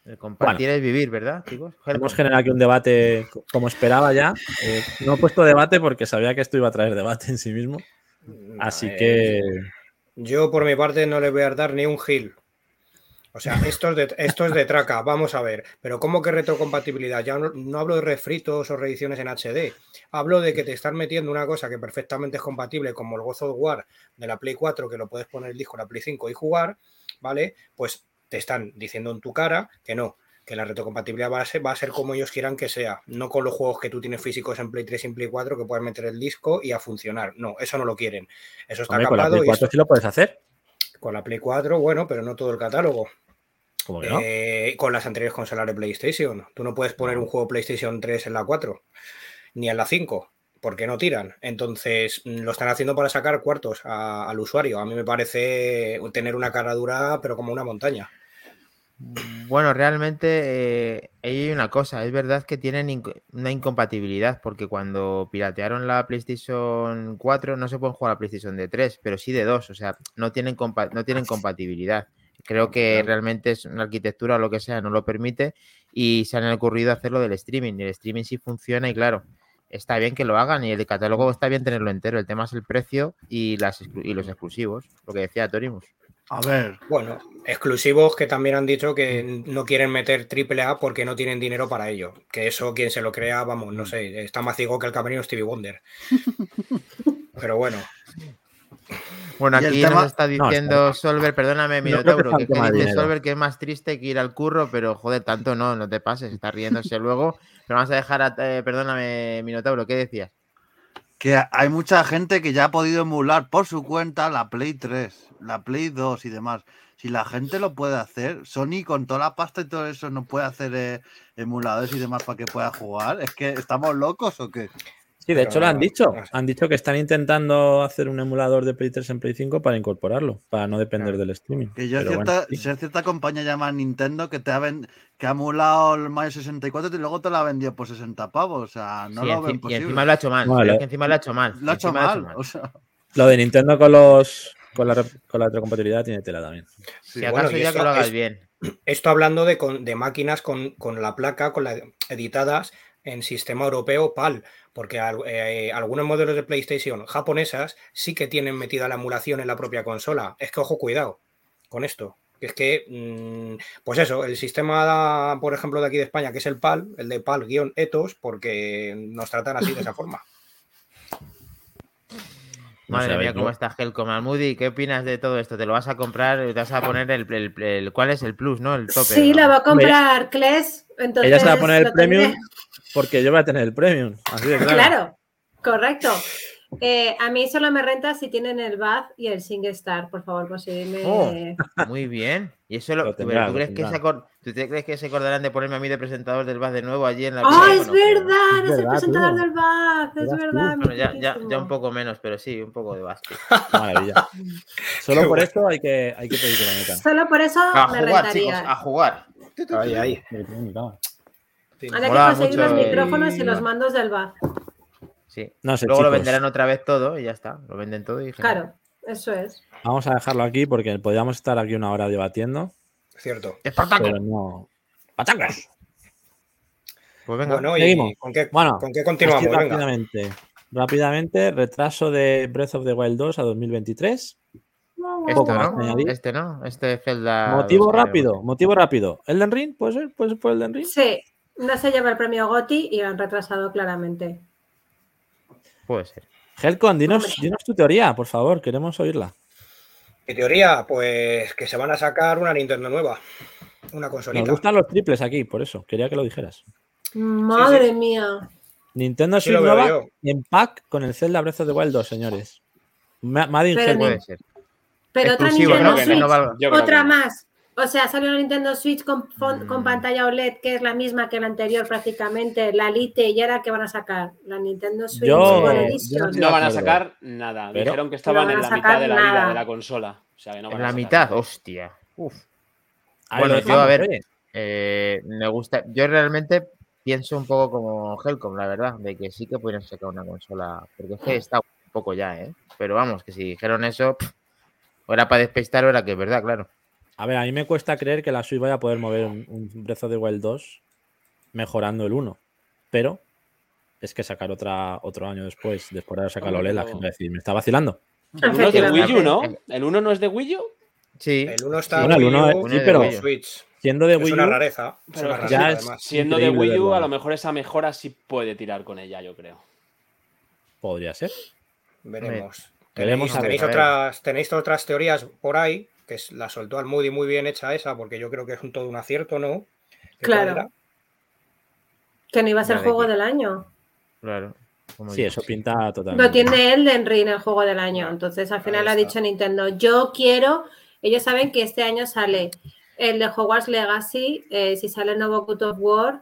A: El compartir es vivir, ¿verdad, chicos?
F: Hemos
A: Helcom.
F: generado aquí un debate co- como esperaba ya. Eh, no he puesto debate porque sabía que esto iba a traer debate en sí mismo. Así
D: Eh,
F: que
D: Yo, por mi parte, no le voy a dar ni un gil. O sea, esto es, de, esto es de traca, vamos a ver. Pero ¿cómo que retrocompatibilidad? Ya no, no hablo de refritos o reediciones en HD. Hablo de que te están metiendo una cosa que perfectamente es compatible, como el Gozo War de la Play 4, que lo puedes poner el disco en la Play 5 y jugar, ¿vale? Pues te están diciendo en tu cara que no, que la retrocompatibilidad va a, ser, va a ser como ellos quieran que sea, no con los juegos que tú tienes físicos en Play 3 y en Play 4 que puedes meter el disco y a funcionar. No, eso no lo quieren. Eso está
F: Hombre, con la
D: capado
F: Play
D: y
F: 4
D: eso-
F: sí lo puedes hacer.
D: con la Play 4, bueno, pero no todo el catálogo.
F: ¿Cómo que no?
D: Eh, con las anteriores consolas de PlayStation. Tú no puedes poner un juego PlayStation 3 en la 4, ni en la 5, porque no tiran. Entonces, mm, lo están haciendo para sacar cuartos a- al usuario. A mí me parece tener una cara dura, pero como una montaña.
A: Mm, Bueno, realmente eh, ahí hay una cosa, es verdad que tienen inc- una incompatibilidad, porque cuando piratearon la PlayStation 4 no se pueden jugar a PlayStation de 3, pero sí de 2, o sea, no tienen, compa- no tienen compatibilidad. Creo que realmente es una arquitectura o lo que sea, no lo permite, y se han ocurrido hacerlo del streaming, y el streaming sí funciona y claro, está bien que lo hagan y el catálogo está bien tenerlo entero, el tema es el precio y, las exclu- y los exclusivos, lo que decía Torimus.
B: A ver,
D: Bueno, exclusivos que también han dicho que no quieren meter AAA porque no tienen dinero para ello. Que eso, quien se lo crea, vamos, no sé, está más ciego que el camerino Stevie Wonder. Pero bueno,
A: Bueno,
B: Y el
A: aquí
B: tema-
A: nos está
F: está
A: diciendo Solver, perdóname,
F: No creo que
A: Minotauro,
F: sea
A: que,
F: un
A: que
F: tema de
A: dice
F: dinero.
A: Solver que es más triste que ir al curro, pero joder, tanto no, no te pases, está riéndose luego. Pero vamos a dejar a. eh, perdóname, Minotauro, ¿qué decías?
B: que hay mucha gente que ya ha podido emular por su cuenta la Play 3, la Play 2 y demás. Si la gente lo puede hacer, Sony con toda la pasta y todo eso no puede hacer eh, emuladores y demás para que pueda jugar. Es que estamos locos o qué.
F: Sí, de hecho lo han dicho.
D: no sé.
F: Han dicho que están intentando hacer un emulador de Play 3 en Play 5 para incorporarlo, para no depender del streaming.
B: Que yo
F: Pero
B: cierta,
F: bueno, sí.
B: si hay cierta compañía llamada Nintendo que te ha ven- que ha emulado el Mario 64 y luego te la ha vendido por 60 pavos. O sea, no
A: Sí,
B: lo
A: enci-
B: ven
A: y
B: posible.
A: encima lo ha hecho mal.
F: Vale.
A: pero es que encima lo ha hecho mal.
B: Lo ha hecho
A: encima lo
B: mal. O sea,
F: Lo de Nintendo con los con la, re- con la retrocompatibilidad tiene tela también.
B: sí.
A: si
D: bueno,
A: acaso
D: y
A: ya
D: esto
A: que lo hagas
D: es-
A: bien.
D: esto hablando de, con- de máquinas con, con la placa, con la editadas en sistema europeo PAL, porque al- eh, algunos modelos de PlayStation japonesas sí que tienen metida la emulación en la propia consola. Es que ojo, cuidado con esto. que Es que, mm, pues eso, el sistema, por ejemplo, de aquí de España, que es el PAL, el de PAL-ETOS, porque nos tratan así de esa forma.
F: No
A: Madre
F: sé, a ver,
A: mía, cómo
F: yo-
A: está Helcom Almudi. ¿Qué opinas de todo esto? ¿Te lo vas a comprar? ¿Te vas a poner el. el- el- ¿Cuál es el plus, no? El tope.
E: Sí,
A: ¿no?
E: la va a comprar Kles. Entonces
F: Ella se va a poner el
E: lo tendré.
F: premium porque yo voy a tener el premium. Así de claro.
E: Claro, correcto. Eh, a mí solo me renta si tienen el Bath y el Single Star, por favor, conseguirme.
A: Oh. Muy bien. Y eso lo,
F: Lo
A: tú-
F: tendrá,
A: ¿tú,
F: lo
A: crees que se
F: tendrá.
A: acor- ¿tú te crees que se acordarán de ponerme a mí de presentador del VAS de nuevo allí en la
E: ¡Ah,
A: Bueno,
E: es
A: no creo.
E: verdad!
F: Es
E: Es, el
F: verdad,
E: presentador
F: tío.
E: del Bath, es
F: Eras tú.
E: verdad.
A: Bueno, ya, ya, ya un
E: poco.
A: poco menos, pero sí, un poco de básquet.
F: Maravilla. Solo
D: Qué
F: por
D: bueno.
F: esto hay que, hay que pedir que la metan.
E: Solo por eso
A: A
E: me
A: jugar, chicos,
E: rentaría.
A: a jugar.
D: Ahí, ahí.
F: Me lo tengo en mi cama.
E: Ahora hay que
A: Mola
E: conseguir
A: mucho
E: los
A: el-
E: micrófonos y los mandos del Bath.
A: Sí.
F: No sé,
A: Luego lo
F: chicos.
A: venderán otra vez todo y ya está. Lo venden todo y genial.
E: Claro, eso es.
F: Vamos a dejarlo aquí porque podríamos estar aquí una hora debatiendo,
D: Cierto.
A: ¡Espartaco!
F: pero no. ¡Patacos!
A: Pues venga.
D: Bueno,
F: seguimos.
D: ¿y con qué,
F: Bueno, pues
D: con qué
F: Así
D: continuamos? Venga.
F: rápidamente. Rápidamente, retraso de Breath of the Wild 2 a 2023.
A: este,
F: poco más que
A: no,
F: añadir.
A: este no, este Zelda.
F: motivo
A: dos, creo.
F: rápido, motivo rápido. ¿Elden Ring? ¿Puede ser? ¿Puede ser por Elden Ring?
E: Sí, no se lleva el premio Gotti y lo han retrasado claramente.
A: Puede ser.
F: Helcon, dinos, dinos tu teoría, por favor, queremos oírla.
D: Mi teoría, pues que se van a sacar una Nintendo nueva. Una consolita.
F: Nos gustan los triples aquí, por eso, quería que lo dijeras.
E: Madre mía.
F: Nintendo
D: Sí,
F: Switch
D: lo veo
F: nueva
D: yo.
F: en pack con el Zelda Breath of the Wild 2, señores. Ma- Madin
E: Pero
F: Helcon.
A: Puede ser.
E: Pero otra
A: Exclusivo,
E: Nintendo
A: ¿no? Que
E: Switch,
A: no valga.
C: Yo creo
E: otra
C: que no.
E: más. O sea, salió la Nintendo Switch con, fon- con
A: Mm.
E: pantalla OLED, que es la misma que la anterior prácticamente, la Lite, y ahora que van a sacar la Nintendo Switch
F: Yo-
E: Gold
F: yo
E: Edition.
F: estoy de
C: No van a
F: acuerdo.
C: sacar nada.
F: Pero-
C: Dijeron que estaban
E: No van
C: en
E: a
C: la
E: sacar
C: mitad de la vida
E: nada.
C: de la consola. O sea, que no van
A: En
C: a
A: la
C: sacar
A: mitad,
C: nada.
A: hostia. Uf.
F: Ahí
A: Bueno,
F: lo
A: yo,
F: dejamos,
A: a ver,
F: oye.
A: Eh, me gusta. Yo realmente pienso un poco como Helcom, la verdad, de que sí que pudieran sacar una consola. Porque es
E: Mm.
A: que está un poco ya, ¿eh? Pero vamos, que si dijeron eso, pff, o era para despistar o era que es verdad, claro.
F: A ver, a mí me cuesta creer que la Switch vaya a poder mover un, un Breath of the Wild 2 mejorando el 1. Pero es que sacar otra, otro año después, después de sacar la OLED, la gente va a decir, me está vacilando.
C: El uno es de
E: Efectivamente.
C: Wii U, ¿no? El uno no es de Wii U.
A: Sí.
D: El 1 está
F: Bueno, el
D: Wii
F: uno
D: U,
F: es-
A: sí,
D: y
A: pero-
D: en Switch.
F: Siendo de
D: Es
F: Wii
D: una
F: U,
D: rareza. Es
C: Pero
D: una
C: ya
D: rareza,
F: es-
D: además.
C: Siendo de
F: Increíble
C: Wii U,
F: verlo.
C: a lo mejor esa mejora sí puede tirar con ella, yo creo.
F: podría ser.
D: Veremos.
F: Veremos
D: Tenéis,
F: a ver,
D: tenéis
A: a ver.
D: otras, tenéis otras teorías por ahí, que es- la soltó al Moody muy bien hecha esa, porque yo creo que es un todo un acierto, ¿no? ¿Qué
E: Claro.
D: tal era?
E: Que no iba a ser
A: Vale,
E: juego
A: que-
E: del año.
A: Claro. como
F: Sí,
A: yo.
F: eso pinta totalmente.
E: Lo tiene Elden Ring en juego del año. Entonces, al final ha
D: está.
E: dicho Nintendo, yo quiero, ellos saben que este año sale el de Hogwarts Legacy, eh, si sale el nuevo God of War,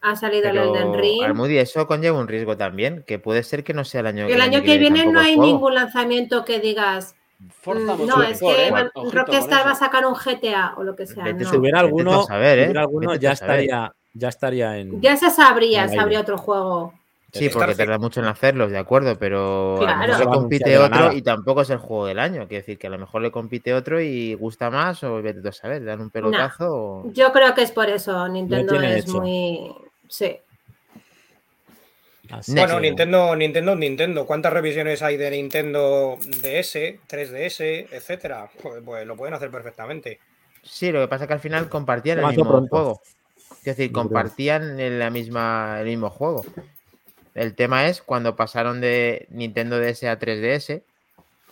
E: ha salido el Elden
A: Pero,
E: Ring.
A: Almudi, eso conlleva un riesgo también, que puede ser que no sea el año
E: el año que viene no
A: tampoco el
E: hay
A: juego.
E: ningún lanzamiento que digas, mm,
C: Forza
E: no, es
C: Motorsport,
E: que
C: ¿eh?
E: van-
C: Ojito con
E: Rockstar
C: eso.
E: va a sacar un GTA o lo que sea.
A: Vete
E: no.
F: Si hubiera
A: Vete tú a
F: alguno,
A: saber,
F: si
A: ¿eh?
F: hubiera alguno
A: Vete tú a
F: ya,
A: saber.
F: estaría, ya estaría en.
E: Ya se sabría,
F: Al
E: se
F: aire.
E: habría otro juego.
A: Sí, porque
D: Starfield.
A: tarda mucho en hacerlos, de acuerdo, pero a
E: Claro.
A: lo mejor
E: Se
A: le
F: va a
A: compite
F: anunciar de la
A: otro
F: nada.
A: y tampoco es el juego del año. Quiero decir que a lo mejor le compite otro y gusta más o vete tú a saber, dan un pelotazo o...
E: Yo creo que es por eso. Nintendo
F: tiene
E: es
F: hecho.
E: muy. Sí.
F: Así
A: Next.
D: Bueno,
F: que-
D: Nintendo, Nintendo, Nintendo. ¿Cuántas revisiones hay de Nintendo DS, 3DS, etcétera? Joder, Pues lo pueden hacer perfectamente.
A: Sí, lo que pasa es que al final compartían el
F: Demasiado
A: mismo
F: pronto.
A: juego. Es decir,
F: creo.
A: compartían el- la misma, el mismo juego. El tema es cuando pasaron de Nintendo DS a 3DS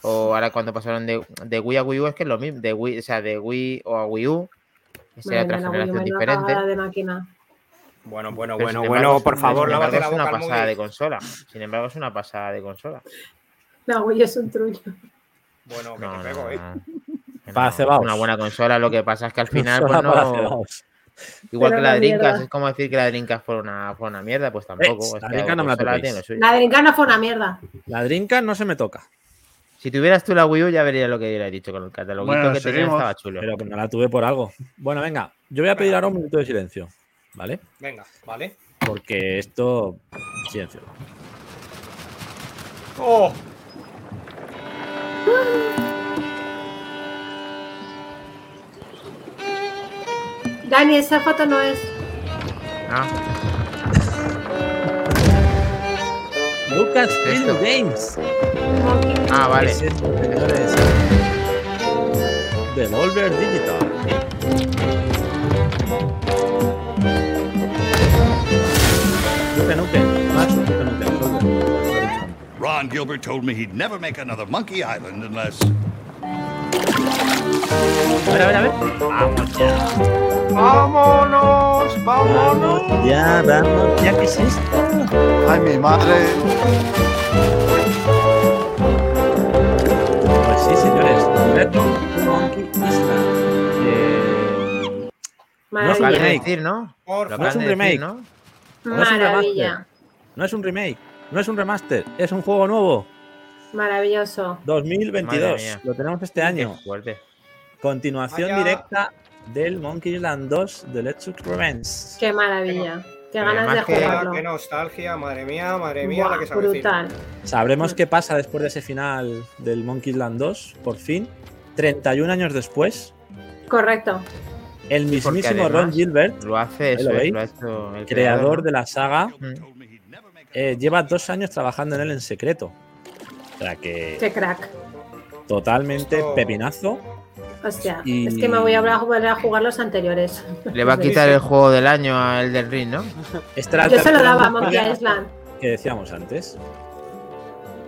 A: o ahora cuando pasaron de, de Wii a Wii U es que es lo mismo. De Wii, o sea, de Wii o a Wii U es
E: Madre
A: otra
E: mía, la Wii U,
A: generación
E: menuda
A: diferente.
E: cagada de máquina.
D: Bueno, bueno,
A: Pero,
D: bueno,
A: sin
D: bueno,
A: embargo,
D: por
A: es-
D: favor,
A: sin
D: lávate la
A: embargo,
D: boca
A: Es
D: al
A: una pasada
D: Moody.
A: de consola. Sin embargo, es una pasada de consola.
E: La Wii U es un truño.
D: Bueno, que
A: No,
D: te
A: no,
D: pego, ¿eh?
A: no, no.
F: Para
A: No, es
F: cebaos.
A: Una buena consola, lo que pasa es que al final,
F: Solo
A: pues
F: para
A: no.
F: cebaos.
A: Igual
E: Pero
A: que la
E: una
A: de Drinkas,
E: mierda.
A: es como decir que la de Drinkas fue una, fue una mierda, pues tampoco.
F: Eh, la
A: es que
F: Drinkas no me la
A: consola
F: toquéis.
A: tiene lo suyo.
E: La de Rincana fue una mierda.
F: La drinka no se me toca,
A: Si tuvieras tú la Wii U, ya verías lo que hubiera dicho con el cataloguito
B: Bueno,
A: que tenía,
B: seguimos.
A: estaba chulo.
F: pero no la tuve por algo. Bueno, venga, yo voy a pedir ahora un minuto de silencio, ¿vale?
D: Venga, vale.
F: Porque esto. Silencio.
D: ¡Oh!
E: Dani, esa foto no es.
A: Ah,
F: Lucas
A: Esto.
F: Games.
A: ah, vale.
F: Es esto, señores. Devolver Digital. Nuke, nuke, macho, nuke, nuke, resuelve.
H: Ron Gilbert told me he'd never make another Monkey Island unless.
F: A ver, a ver, a ver. Vamos ya.
B: ¡Vámonos! ¡Vámonos!
F: Vamos ya, vamos ya, ¿qué es esto?
B: ¡Ay, mi madre!
F: Pues sí, señores. Reto Monkey Island. Eh,
A: Lo
F: Vale,
A: acabas de
E: Maravilla.
F: remake.
A: decir, ¿no?
D: Por
A: Lo
F: es
A: acabas
F: un
A: de decir,
F: remake.
A: ¿no?
F: no es un
E: Maravilla.
F: no es un remake, no es un remaster, es un juego nuevo.
E: Maravilloso.
F: 2022.
A: mía.
F: Lo tenemos este año.
A: Qué fuerte.
F: Continuación
D: Vaya.
F: directa del Monkey Island 2 de Let's Revenge.
E: Qué maravilla. Qué
A: Pero
E: ganas de
A: además que-
E: jugarlo.
D: qué nostalgia, madre mía, madre mía, la
E: Buah,
D: que se
E: brutal.
F: Sabremos qué pasa después de ese final del Monkey Island 2, por fin. 31 años después,
E: Correcto.
F: el
A: porque
F: mismísimo Ron
A: además-
F: Gilbert,
A: Lo hace
F: Ahí lo
A: eso, es,
F: veis.
A: lo ha hecho el
F: creador
A: ¿no?
F: de la saga,
A: Mm.
F: eh, lleva dos años trabajando en él en secreto. O sea que
E: Qué crack.
F: totalmente
D: Esto-
F: pepinazo.
E: Hostia,
F: Y-
E: es que me voy a volver a jugar los anteriores.
A: Le va a quitar el juego del año a Elden Ring, ¿no?
F: Esta era la
E: Yo se lo
F: tercera
E: daba a
F: entrega.
E: Monkey Island.
F: que decíamos antes.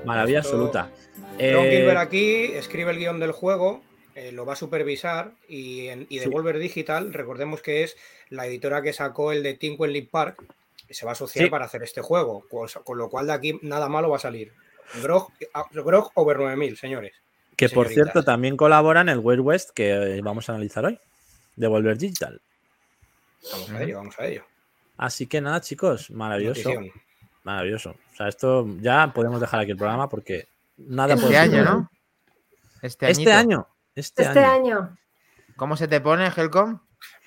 F: Maravilla
D: Esto-
F: absoluta.
D: Ron
F: Eh,
D: Gilbert aquí escribe el guión del juego, eh, lo va a supervisar y, en, y
F: Sí.
D: Devolver Digital, recordemos que es la editora que sacó el de Tinkerly Park, y se va a asociar
F: Sí.
D: para hacer este juego, cosa- con lo cual de aquí nada malo va a salir. Grog, ah, Grog over 9000, señores.
F: que por
D: señoritas.
F: cierto también colabora en el Wild West que eh, vamos a analizar hoy, de Volver Digital.
D: Vamos a ello, vamos a ello.
F: Así que nada, chicos, maravilloso.
D: Notición.
F: Maravilloso. O sea, esto ya podemos dejar aquí el programa porque nada
A: Este
F: puede ser
A: año,
F: mejor.
A: ¿no? Este,
F: Este
A: añito.
F: año. Este,
E: Este
F: año.
E: año.
A: ¿Cómo se te pone, Helcom?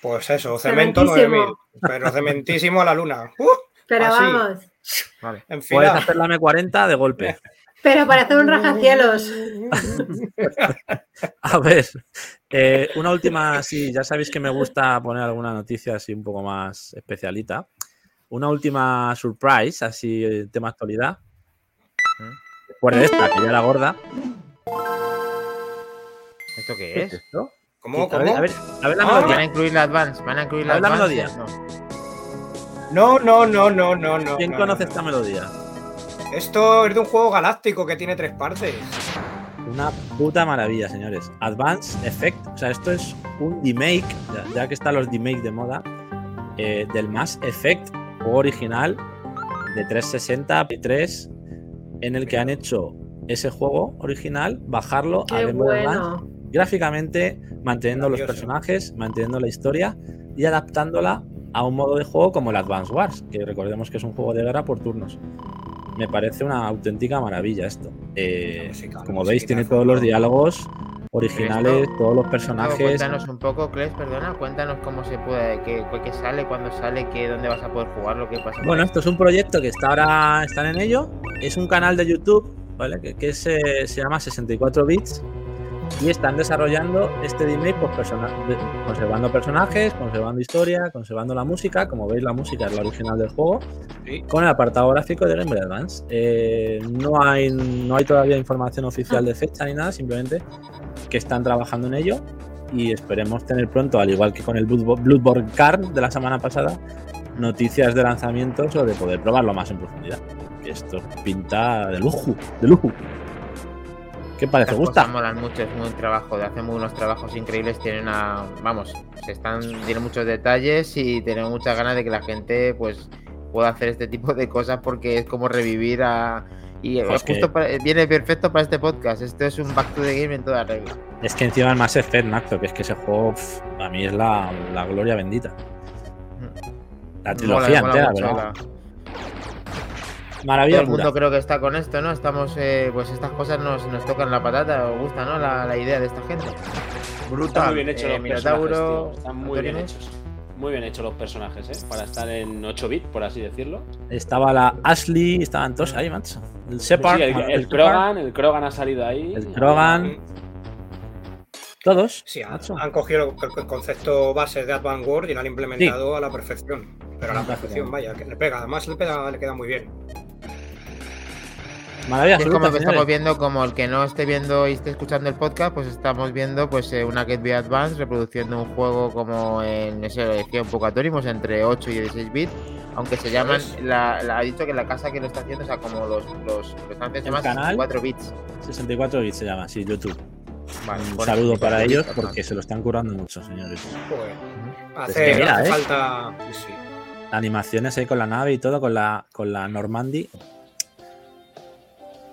D: Pues eso, cemento
E: Cementísimo.
D: 9000, pero cementísimo a la luna. ¡Uh!
F: Ah,
E: Pero
D: Así.
E: vamos.
A: Vale.
D: En
F: Puedes
D: final,
F: hacer la M40 de golpe.
E: Pero para hacer un rajacielos.
F: A ver, eh, una última, sí, ya sabéis que me gusta poner alguna noticia así un poco más especialita. Una última surprise, así eh, tema actualidad. Recuerda esta, que ya era gorda.
A: ¿Esto qué
F: ¿Qué es
A: es?
F: Este. esto?
D: ¿Cómo?
F: A ver,
D: ¿Cómo?
F: a ver, a ver la
D: Ah.
A: Van a
F: melodía.
A: incluir la Advance, van a incluir la
F: A ver la
A: Advance.
F: melodía.
A: No.
D: No, no, no, no, no, no.
F: ¿Quién
D: no,
F: conoce
D: no,
F: esta
D: no.
F: melodía?
D: Esto es de un juego galáctico que tiene tres partes.
F: Una puta maravilla, señores. Advanced Effect, o sea, esto es un remake, ya, ya que están los remake de moda, eh, del Mass Effect, juego original de 360 y 3, en el que han hecho ese juego original, bajarlo a
E: Qué
F: Game Boy Advance,
E: bueno.
F: gráficamente, manteniendo los
D: Maravilloso.
F: personajes, manteniendo la historia y adaptándola a un modo de juego como el Advance Wars, que recordemos que es un juego de guerra por turnos. Me parece una auténtica maravilla esto. Eh,
D: La música, la
F: como
D: musiquita
F: veis, tiene
D: de
F: todos
D: fondo.
F: los diálogos originales, todos los
A: Luego,
F: personajes.
A: cuéntanos un poco, Kles, perdona, cuéntanos cómo se puede, qué, qué sale, cuándo sale, qué, dónde vas a poder jugarlo, qué pasa. por
F: Bueno,
A: ahí.
F: esto es un proyecto que está ahora están en ello. Es un canal de YouTube, ¿vale? Que, que es, eh, se llama 64 bits. Y están desarrollando este remake pues, persona- de- conservando personajes, conservando historia, conservando la música. Como veis, la música es la original del juego. Con el apartado gráfico de Game Boy Advance. Eh, no, hay, no hay todavía información oficial de fecha ni nada, simplemente que están trabajando en ello. Y esperemos tener pronto, al igual que con el Bloodbo- Bloodborne Card de la semana pasada, noticias de lanzamientos o de poder probarlo más en profundidad. Esto pinta de lujo, de lujo. ¿Qué parece?
A: Estas
F: ¿Gusta?
A: cosas molan mucho, es muy un trabajo, de- hacen unos trabajos increíbles, tienen una, vamos, se están, tienen muchos detalles y tienen muchas ganas de que la gente pues pueda hacer este tipo de cosas porque es como revivir a y eh,
F: Pues que-
A: justo para- viene perfecto para este podcast. Esto es un back to the game en toda regla.
F: Es que encima el Mass Effect, Nacho, que es que ese juego pf, a mí es la, la gloria bendita. La
A: Mola,
F: trilogía
A: mola
F: entera,
A: mucho,
F: ¿verdad?
A: la-
F: Maravilla
A: Todo el
F: pura.
A: mundo creo que está con esto, ¿no? Estamos, eh, pues estas cosas nos, nos tocan la patata, os gusta, ¿no? La, la idea de esta gente.
C: Están
B: Brutal.
C: muy bien hechos
A: eh,
C: los
A: Minotauro,
C: personajes, tío. Están muy bien
A: Antonio.
C: hechos. Muy bien hechos los personajes, ¿eh? Para estar en 8 bits, por así decirlo.
F: Estaba la Ashley, estaban todos ahí, macho. El Shepard,
C: Sí, el,
F: bueno,
C: el
F: Shepard,
C: Krogan, el Krogan ha salido ahí.
F: El Krogan. todos.
D: Sí, han,
F: macho.
D: han cogido el, el concepto base de Advanced World y lo han implementado a la perfección. Pero a la
F: Fantástico.
D: perfección, vaya, que le pega. Además, le, pega, le queda muy bien.
F: Maravilla
A: Es
F: absoluta,
A: como que estamos
F: señores.
A: viendo, como el que no esté viendo y esté escuchando el podcast, pues estamos viendo pues eh, una Get Be Advance reproduciendo un juego como en ese lo decía un poco Atónimos, entre 8 y 16 bits, aunque se llaman,
F: Pues
A: la, la- ha dicho que la casa que lo está haciendo, o sea, como los, los, los están
F: El
A: más
F: canal.
A: 4 bits.
F: 64 bits se llama, sí, YouTube.
A: Vale,
F: Un
A: por
F: saludo
A: eso,
F: para
A: por
F: ellos
A: eso,
F: porque se lo están currando mucho, señores.
D: Joder. Hace,
F: que mira,
D: hace
F: ¿eh?
D: falta. sí, sí.
F: Animaciones ahí con la nave y todo, con la, con la Normandy.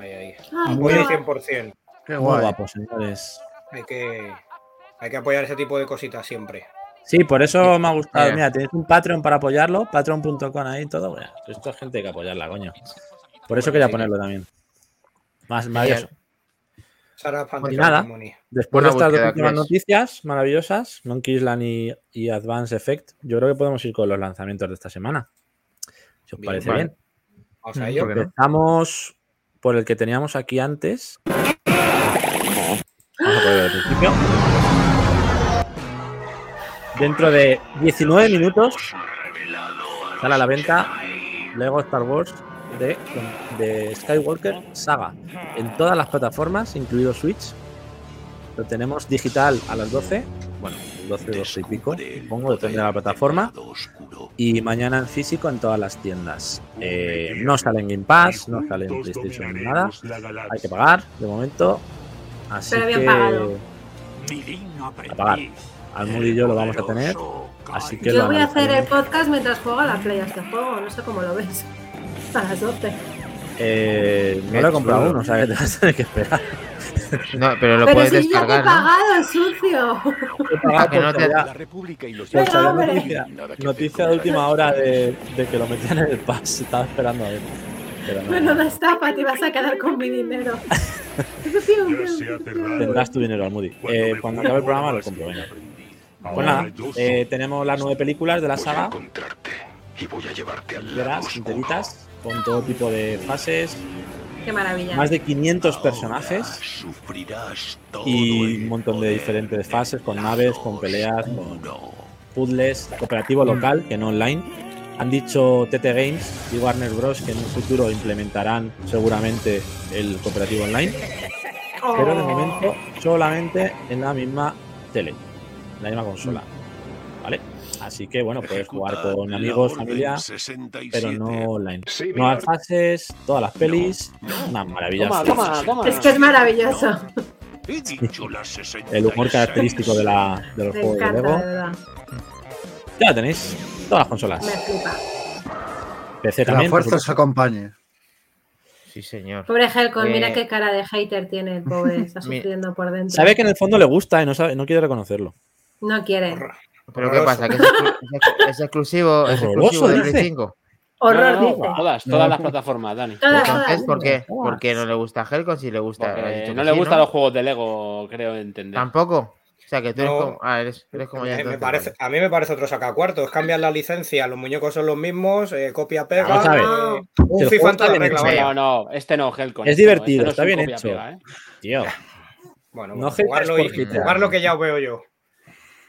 D: Ahí, ahí.
E: Ay,
D: Voy
E: qué
D: al
E: guay.
D: 100%.
B: Qué
F: Muy
B: guay.
F: guapo, señores.
D: Hay que, hay que apoyar ese tipo de cositas siempre.
F: Sí, por eso me ha gustado.
A: Mira.
F: Mira, tenéis un Patreon para apoyarlo, patreon.com ahí y todo. Bueno, esto es gente que apoyarla, coño. Por eso quería ponerlo también. Más maravilloso.
D: Sara Fantasy
F: Pues nada.
D: Money.
F: Después
A: Buena
F: de estas dos
A: búsqueda,
F: últimas
A: Chris.
F: noticias maravillosas, Monkey Island y, y Advance Effect, yo creo que podemos ir con los lanzamientos de esta semana. Si os
D: Bien,
F: parece
D: vale.
F: bien.
D: Vamos a ello.
B: ¿Por qué no?
F: Empezamos por el que teníamos aquí antes. Vamos a ponerlo al principio. Dentro de 19 minutos sale a la venta Lego Star Wars de, de Skywalker Saga en todas las plataformas, incluido Switch. Lo tenemos digital a las 12, bueno, 12, 12 y pico, supongo, depende de la plataforma. Y mañana en físico en todas las tiendas. Eh, no sale en Game Pass, no sale en PlayStation ni nada. Hay que pagar de momento. Así
E: Pero habían
F: que
E: pagado.
F: a pagar. Al Moody y yo lo vamos a tener. Así que
E: Yo
F: lo
E: voy a hacer el
F: analizaremos.
E: podcast mientras juego a la playa este juego, no sé cómo lo ves. A las 12.
F: Eh, no lo he comprado aún, o sea que te vas a tener que esperar.
A: No, pero lo
E: Pero
A: puedes
E: si yo te he
A: descargar, ¿no?
E: pagado, sucio.
A: Ah, que no te-
F: Ya-
G: República y los
F: Pues
E: Pero,
F: salió
E: hombre.
F: noticia, noticia de última hora de, de que lo metían en el pass. Estaba esperando a ver. Pero no,
E: Menuda estafa, te vas a quedar con mi dinero.
F: Tendrás tu dinero al Moody. Eh, cuando acabe el programa lo compro. venga. Pues nada, eh, tenemos las nueve películas de la saga,
G: encontrarte y voy a llevarte al
F: enteras, enteritas, con todo tipo de fases,
E: Qué maravilla.
F: más de 500 personajes y un montón de diferentes fases, con naves, con peleas, con puzzles, cooperativo local, que no online. Han dicho TT Games y Warner Bros. que en un futuro implementarán seguramente el cooperativo online,
E: Oh.
F: pero de momento solamente en la misma tele. la misma consola. ¿Vale? Así que bueno, puedes jugar
G: Ejecuta
F: con
G: la
F: amigos,
G: orden
F: familia,
G: 67.
F: pero no online.
G: Sí,
F: Nuevas fases, todas las pelis, una maravilla.
C: Toma, toma, toma.
E: Oh. Es que es maravilloso.
G: He dicho las 66.
F: El humor característico de, la, de los
E: Me
F: juegos de
E: encanta, de
F: Lego.
E: verdad.
F: Ya la tenéis. Todas las consolas.
E: Me flipa.
F: PC
B: Que la
F: también. por
B: fuerza os acompañe.
A: Sí, señor.
E: Pobre Helcon, mira
A: Eh,
E: qué cara de hater tiene el pobre. Está
A: mi-
E: sufriendo por dentro.
F: supuesto. Sabe que en el fondo le gusta y no, sabe- no quiere reconocerlo.
E: No quiere.
A: Pero ¿qué pasa? ¿Que es, exclu- es ex- es exclusivo, es
F: Horroroso, ¿eh?
A: exclusivo de Play
F: dice.
A: 5?
E: Horror,
C: No, no, no,
E: dice.
C: Todas, todas las plataformas, Dani.
E: Todas, todas.
A: Entonces, ¿por qué? ¿Por qué no le gusta a Helcon si le gusta?
C: Porque
A: has dicho
C: no
A: que
C: le
A: sí,
C: gustan los juegos de Lego, creo entender.
A: ¿Tampoco? O sea, que tú eres
D: No. Eh,
A: como. Ah, eres, eres como
D: Me-
A: yo,
D: me
A: entonces,
D: parece-
A: vale.
D: a mí me parece otro sacacuartos. Cambian la licencia, los muñecos son los mismos, eh, copia, pega.
F: Vamos a
E: ver.
D: eh,
F: Si
D: un
F: el
D: FIFA
F: juego
D: en
F: está
D: toda
F: bien
D: regla,
F: hecho.
D: vaya.
C: No, no, este no, Helcon.
F: Es
C: este no,
F: divertido,
C: este
F: está
C: no es un
F: bien hecho.
C: copia-pega, ¿eh?
F: Tío.
D: Bueno,
F: No
D: bueno,
F: haters
D: jugarlo,
F: por
D: y,
F: haters.
D: jugarlo que ya os veo yo.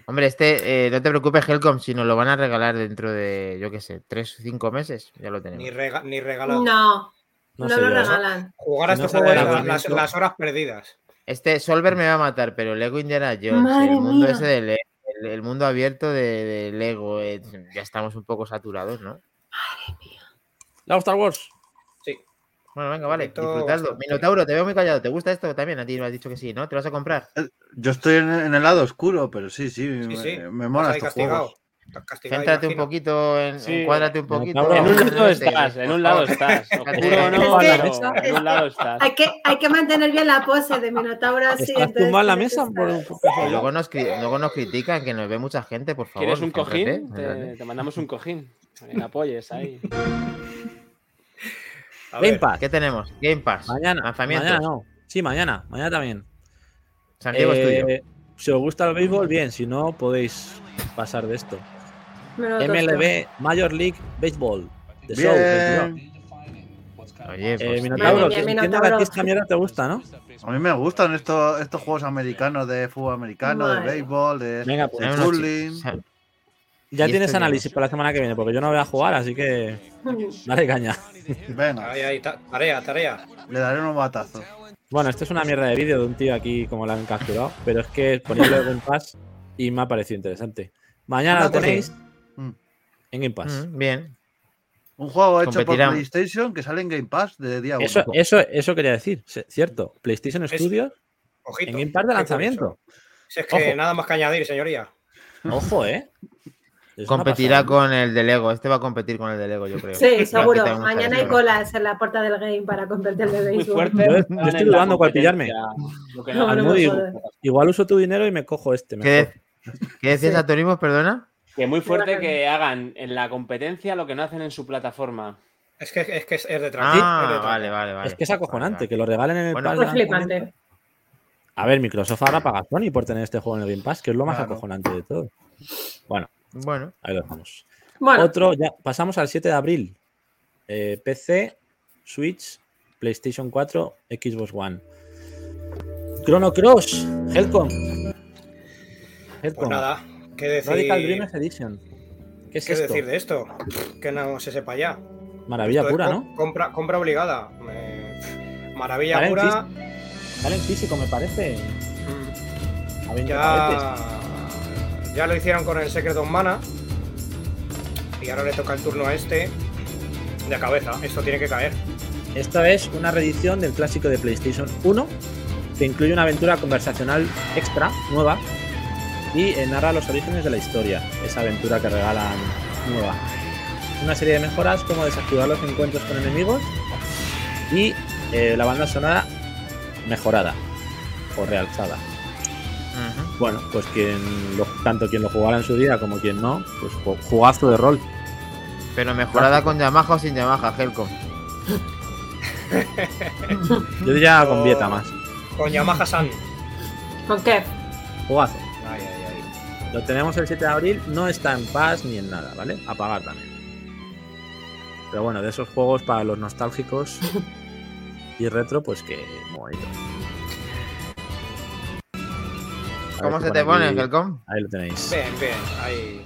A: Hombre, este, eh, no te preocupes, Helcom, si nos lo van a regalar dentro de, yo qué sé, tres o cinco meses, ya lo
D: Ni,
A: tenemos.
D: rega- ni regalado.
E: No, no,
F: No sé
E: lo
F: yo, ¿eh?
E: regalan.
D: Jugar a
F: Si
D: este
F: no
D: juego es
F: se da
D: la-
F: el
D: las,
F: momento.
D: las horas perdidas.
A: Este Solver me va a matar, pero Lego Indiana Jones,
E: Madre
A: el mundo
E: mía.
A: ese de Le- el, el mundo abierto de, de Lego, eh, ya estamos un poco saturados, ¿no?
F: Lego Star Wars.
A: Bueno, venga, vale,
D: Poquito
A: disfrutadlo.
D: bastante.
A: Minotauro, te veo muy callado. ¿Te gusta esto también? A ti me has dicho que sí, ¿no? ¿Te lo vas a comprar?
B: Yo estoy en, en el lado oscuro, pero sí, sí,
D: Sí,
B: me,
D: sí.
B: me
D: Estás
B: mola
D: ahí
B: estos juegos.
D: castigado. Estás castigado,
A: Céntrate un
D: imagino.
A: poquito, en,
C: Sí.
A: encuádrate un poquito.
F: Minotauro.
C: En un lado
A: Sí,
C: estás, en un lado estás. Os
A: Fíjate.
C: juro, no,
E: Es que-
C: pero en un lado estás.
E: Hay que, hay que mantener bien la pose de Minotauro así.
F: Ah, ¿Estás
E: entonces
F: tumbado en la
E: tienes
F: mesa?
E: que
F: Por
E: estar-
F: un poco?
A: Y luego nos, cri- luego nos critican que nos ve mucha gente, por favor.
C: ¿Quieres un cojín?
A: céntrate, céntrate.
C: Te, te mandamos un cojín. Para que me apoyes ahí.
D: A ver,
F: Game Pass.
A: ¿Qué tenemos? Game Pass.
F: Mañana.
A: Lanzamientos.
F: Mañana no. Sí, mañana. Mañana también.
A: Santiago
F: Eh,
A: Studio.
F: Si os gusta el béisbol, bien. Si no, podéis pasar de esto.
E: me lo toco.
F: MLB Major League Baseball. The Show.
B: Bien.
F: 22.
A: Oye, pues,
F: Eh,
A: tío,
F: Minotauro,
E: Madre mía,
F: entiendo que a ti
E: Minotauro.
F: esta mierda te gusta, ¿no?
B: A mí me gustan estos, estos juegos americanos de fútbol americano, de
E: Vale.
B: béisbol, de,
F: Venga,
B: de
F: pues.
A: tenemos unos
B: curling.
A: chi- sa-
F: Ya
A: y
F: tienes
A: esto
F: análisis
A: tenemos.
F: para la semana que viene, porque yo no voy a jugar, así que dale caña.
B: Venga,
D: ahí, ahí, ta- tarea, tarea.
B: le daré unos batazos.
F: Bueno, esto es una mierda de vídeo de un tío aquí como lo han capturado, pero es que ponerlo en Game Pass y me ha parecido interesante. Mañana lo
B: Una cosa.
F: tenéis
B: Mm.
F: en Game Pass.
A: Mm, bien.
B: Un juego hecho
A: Competirán.
B: por PlayStation que sale en Game Pass de día 1.
F: Eso, eso, eso quería decir, se- cierto. PlayStation
D: Es-
F: Studios
D: Ojito.
F: en Game Pass de
D: ojito
F: lanzamiento.
D: Si es que
F: Ojo.
D: nada más que añadir, señoría.
F: Ojo, ¿eh? Es una
A: Competirá
F: pasada.
A: con el de Lego. Este va a competir con el de Lego, yo creo. Lo
E: Sí,
A: que
E: seguro.
A: tengo muchas
E: Mañana hay
A: ganas.
E: colas en la puerta del game para competir de
C: Muy
E: béisbol.
C: fuerte.
F: Yo- yo
C: Están
F: estoy
C: en la
F: dudando cuál pillarme.
C: competencia, lo que
E: No,
C: no-
E: no
F: Muy
E: me
F: bien.
E: jodas.
F: Igual uso tu dinero y me cojo este.
A: ¿Qué,
F: Mejor.
A: de- qué decías, Atorismo? Perdona.
C: Que muy fuerte
E: Hagan.
C: que hagan en la competencia lo que no hacen en su plataforma.
D: Es que es, que es es de trato. es de
A: Ah,
D: trato.
A: vale, vale, vale.
F: Es que es acojonante
A: Vale,
F: que lo regalen en el
A: Bueno,
F: Pass de
E: Fue
F: lanzamiento.
E: flipante.
F: A ver, Microsoft ahora paga a Sony por tener este juego en el Game Pass, que es lo más
B: Claro.
F: acojonante de todo. Bueno,
A: vale. Bueno,
F: ahí lo dejamos.
E: Bueno,
F: Otro, ya pasamos al 7 de abril. Eh, PC, Switch, PlayStation 4, Xbox One. Chrono Cross, Helcom.
D: Pues
F: Helcom.
D: nada, ¿qué decir,
F: Radical Dreamers Edition. ¿Qué es
D: qué
F: esto?
D: decir de esto? Que no se sepa ya.
F: Maravilla
D: Esto es
F: pura,
D: co-
F: ¿no?
D: Compra, compra obligada. Eh, pff, maravilla
F: Vale,
D: pura.
F: Sale en físico, me parece.
D: Mm,
F: A 20 pavetes.
D: Ya, ya lo hicieron con el Secret of Mana. Y ahora le toca el turno a este. De cabeza, esto tiene que caer.
F: Esta es una reedición del clásico de PlayStation 1, que incluye una aventura conversacional extra, nueva, y eh, narra los orígenes de la historia, esa aventura que regalan nueva. Una serie de mejoras como desactivar los encuentros con enemigos y eh, la banda sonora mejorada o realzada.
A: ujú.
F: Bueno, pues quien lo- tanto quien lo jugara en su día como quien no, pues ju- jugazo de rol.
A: pero mejorada con Yamaha o sin Yamaha, Helcom.
F: Yo diría con
D: Oh.
F: Vieta más.
D: Con Yamaha San.
E: ¿con qué?
F: Jugazo.
D: Ay, ay, ay.
F: Lo tenemos el 7 de abril, no está en paz ni en nada, ¿vale? A pagar también. Pero bueno, de esos juegos para los nostálgicos y retro, pues que muy bonito. A
A: ¿Cómo
F: ver si
A: se te pone,
F: aquí-
A: Helcom?
F: Ahí lo tenéis.
D: Bien, bien, ahí.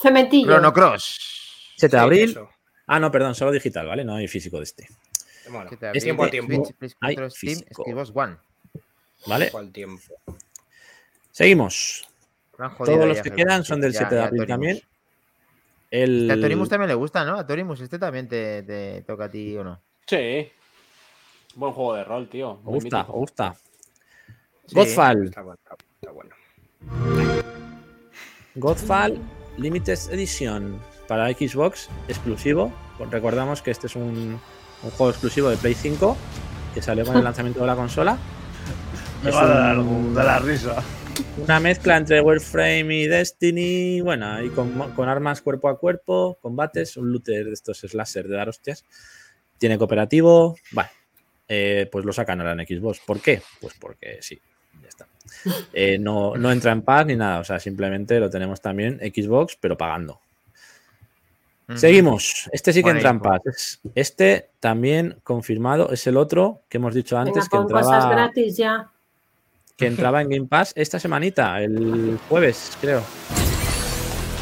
E: Cementillo.
A: Chrono Cross.
F: 7 de
D: Sí,
F: abril.
D: eso.
F: Ah, no, perdón, solo digital, ¿vale? No hay físico de este.
D: Mola.
A: Siete de
F: Es
A: abril,
D: tiempo a
A: Switch,
D: tiempo.
A: Play
F: Hay
A: 4, Steam,
F: físico.
A: Xbox One.
F: ¿Vale?
D: Tiempo al tiempo.
F: Seguimos.
A: Lo han jodido
F: Todos
A: ahí
F: los
A: a
F: que
A: Helmut,
F: quedan
A: sí,
F: son del
A: ya-
F: 7 de
A: ya
F: abril
A: Torimus.
F: también.
A: Este A
F: El,
A: Torimus también le gusta, ¿no? A Torimus este también te, te toca a ti o no.
C: Sí. Buen juego de rol, tío.
F: Me
C: Muy
F: gusta, me
C: mítico.
F: gusta.
A: Sí.
F: Godfall,
D: Está bueno, está bueno.
F: Godfall Limited Edition para Xbox exclusivo. Recordamos que este es un, un juego exclusivo de Play 5 que salió con el lanzamiento de la consola.
B: Me
F: Es
B: va a dar
F: un-
B: algo de la risa.
F: Una mezcla entre Warframe y Destiny, bueno, y con, mo- con armas cuerpo a cuerpo, combates, un looter de estos slasher de dar hostias. Tiene cooperativo, vale. Eh, pues lo sacan ahora en Xbox. ¿Por qué? Pues porque sí, ya está. Eh, no, no entra en paz ni nada, o sea, simplemente lo tenemos también Xbox, pero pagando.
A: Ujú.
F: Seguimos. Este sí que
A: Buena
F: entra en
A: info.
F: paz. Es- Este también confirmado es el otro que hemos dicho
E: Venga,
F: antes que
E: con cosas
F: entraba,
E: gratis ya.
F: que entraba en Game Pass esta semanita, el jueves, creo.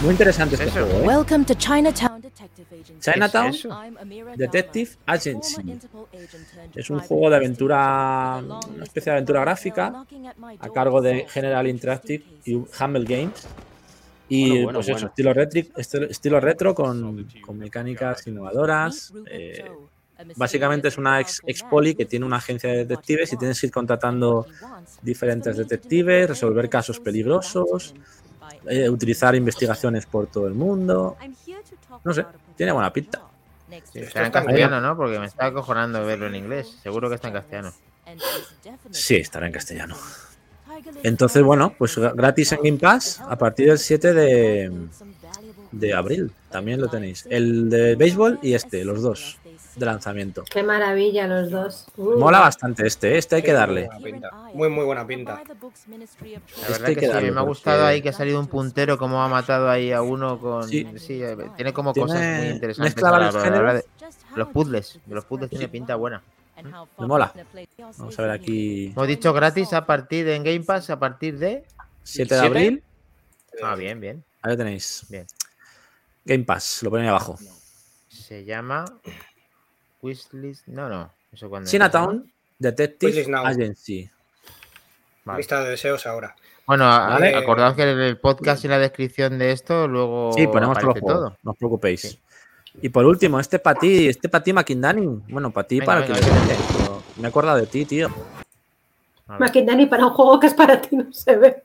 F: Muy interesante este
A: Eso.
F: juego, ¿eh?
I: Welcome to Chinatown Detective Agency.
F: Chinatown
A: eso?
I: I'm Amira
F: Detective
I: Dharma,
F: Agency.
I: former Interpol agent turned
F: Es un
I: private
F: juego de
I: investigator
F: aventura,
I: with a long
F: una
I: list
F: especie
I: of
F: de aventura
I: files
F: gráfica
I: knocking at my
F: a
I: door
F: cargo
I: to
F: de
I: solve
F: General
I: interesting
F: Interactive y
I: cases.
F: Humble Games. Y
C: Bueno, bueno,
F: pues eso,
C: bueno.
F: estilo, retri- estil- estilo retro con, con mecánicas innovadoras.
I: Meet Rupert
F: eh,
I: Joe, a
F: básicamente es una ex,
I: mysterious and
F: ex
I: powerful
F: poli
I: man
F: que
I: who
F: tiene una
I: sees
F: agencia de
I: what he
F: detectives y
I: wants.
F: tienes que ir
I: contratando
F: contratando
I: diferentes detectives, resolver casos peligrosos,
F: eh, utilizar investigaciones por todo el mundo.
I: No sé, tiene buena pinta.
A: Sí, Está en castellano, ¿no? Porque me está acojonando verlo en inglés. Seguro que está en castellano.
I: Sí, estará en castellano.
F: Entonces, bueno, pues gra- gratis en Game Pass a partir del 7 de, de abril. También lo tenéis. El de béisbol y este, los dos de lanzamiento.
E: Qué maravilla los dos. Uh,
F: Mola bastante este, ¿eh? este hay que darle.
D: Buena pinta. Muy, muy buena pinta.
A: La
F: Este
A: verdad
F: hay
A: que
F: que
A: sí,
F: darle,
A: me ha
F: porque-
A: gustado ahí que ha salido un puntero, como ha matado ahí a uno con...
F: Sí.
A: Sí, eh, tiene como cosas
F: Tiene-
A: muy interesantes.
F: mezcla
A: a la-
F: varios
A: a la hora de-
F: géneros.
A: los puzzles, los puzzles tiene pinta buena.
F: Me mola. Vamos a ver aquí.
A: Hemos dicho gratis a partir de en Game Pass, a partir de...
F: 7 de
C: ¿Siete?
F: abril,
A: Ah, bien, bien.
F: ahí lo tenéis.
A: Bien.
F: Game Pass, lo ponen ahí abajo.
A: Se llama... Quizlist... No, no. Eso cuando...
F: Chinatown Detective
D: Release now.
F: Agency.
A: Vale.
D: Lista de deseos ahora.
A: Bueno, a-
D: Vale.
A: acordaos que en el podcast y la descripción de esto luego
F: Sí, ponemos todos los
A: aparece
F: juegos,
A: Oh, todo.
F: no os preocupéis.
A: Sí.
F: Y por último, este para ti, este para ti, Maquindani. Bueno, para ti,
A: Venga,
F: para el
A: venga,
F: que
A: venga.
F: lo juegue, pero Me he acordado de ti, tío.
A: A ver.
E: Maquindani para un juego que es para ti no se ve.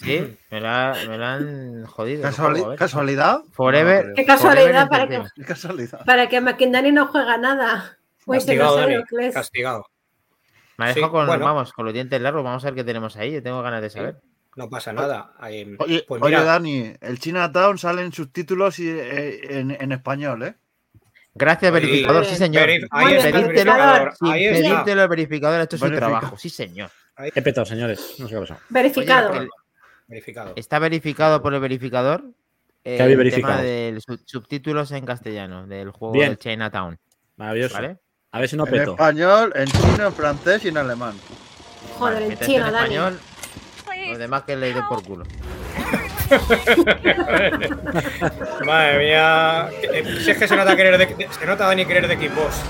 A: Sí, me la, me la han jodido. el
B: Casuali-
A: juego, a ver.
B: ¿Casualidad?
A: Forever.
B: No lo
E: Qué
B: creo.
E: casualidad
A: Forever
E: para que,
A: Entertainment.
B: Es casualidad.
E: para que Maquindani no juega nada. Uy, se nos
D: Castigado,
E: ha ido
D: Dani.
E: Kles.
D: Castigado.
A: Me ha dejado
D: Sí,
A: con,
D: bueno.
A: vamos, con los dientes largos. Vamos a ver qué tenemos ahí. Yo tengo ganas de saber.
D: No pasa nada. Eh,
B: Oye,
D: pues
B: oye,
D: mira,
B: Dani, el Chinatown sale en subtítulos y, eh, en, en español, ¿eh?
A: Gracias,
D: Oye,
A: verificador. Sí,
E: verif-
A: señor.
D: verif-
E: ahí está el
A: Pedírtelo-
E: verificador,
A: sí,
D: ahí está.
A: pedírtelo al verificador. Esto es un
B: Verifica.
A: trabajo. Sí, señor.
F: He petado, señores. No sé qué ha pasado.
E: Verificado.
A: Oye,
D: verificado.
A: Está verificado por el verificador. eh,
F: habéis
A: el tema
F: verificado?
A: de subtítulos en castellano del juego
F: Bien.
A: de Chinatown.
F: Maravilloso.
A: ¿Vale?
F: A ver si no
B: En
F: peto.
B: español, en chino, en francés y en alemán.
E: Joder,
A: Vale,
E: el
A: mientras esté
E: chino,
A: en
E: Dani.
A: español, los demás que le den por culo.
D: Madre mía. Eh, Si es que se nota, querer de, de- se nota Dani querer de Xbox.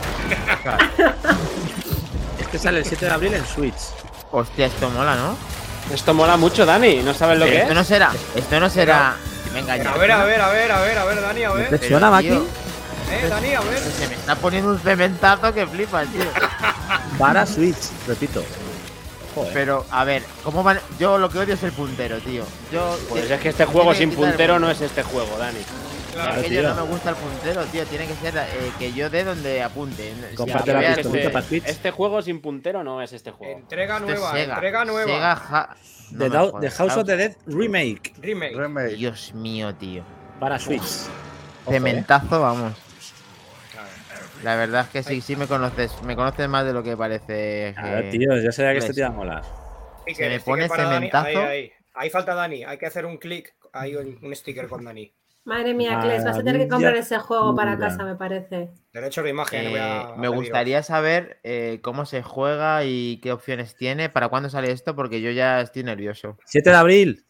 F: Este sale el 7 de abril en Switch.
A: Hostia, esto mola, ¿no?
C: Esto mola mucho, Dani. ¿No sabes lo que
A: Esto
C: es?
A: no será. Esto no será. Me engañas.
D: A ver, a ver, a ver, a ver, a ver, Dani, a ver.
F: ¿Te suena,
A: Pero,
F: Maki?
A: tío,
D: Eh, Dani, a ver.
A: Se me está poniendo un cementazo que flipas, tío.
F: Para Switch, repito. Joder.
A: Pero, a ver, ¿cómo van? Yo lo que odio es el puntero, tío. Yo. eh,
C: Pues
A: te-
C: es que este
A: te
C: juego
A: tiene
C: sin
A: que quitar el
C: puntero no
A: puntero.
C: es este juego, Dani.
A: Es
F: Claro,
A: que yo
F: tío.
A: no me gusta el puntero, tío. Tiene que ser eh, que yo dé donde apunte. Si
F: Comparte
A: que
F: la
A: vea que
F: pistolita
A: se-
F: para Switch.
C: Este juego sin puntero no es este juego.
D: Entrega
A: esto es
D: nueva, eh.
A: Sega.
D: entrega nueva.
A: Sega Ja- no
F: The,
A: me
F: Dou-
A: jodas,
F: The House of the Dead Remake
D: Remake.
B: Remake.
A: Dios mío, tío.
F: para Switch. Ojo, eh.
A: Cementazo, vamos. La verdad es que sí, sí me conoces. Me conoces más de lo que parece.
F: A ver,
A: eh,
F: tío, ya sabía que este
A: Pues.
F: te iba a molar.
D: Sticker,
A: me
D: sticker
A: pone
D: para Dani.
A: cementazo.
D: Ahí, ahí. Ahí falta Dani. Hay que hacer un clic. Hay un, un sticker con Dani.
E: Madre mía, Kles, vas a tener que comprar ese juego para
F: Maravilla.
E: casa, me parece.
D: Derecho de imagen. voy a-
A: Eh,
D: a
A: me
D: pediros.
A: gustaría saber eh, cómo se juega y qué opciones tiene, para cuándo sale esto, porque yo ya estoy nervioso.
F: 7 de abril.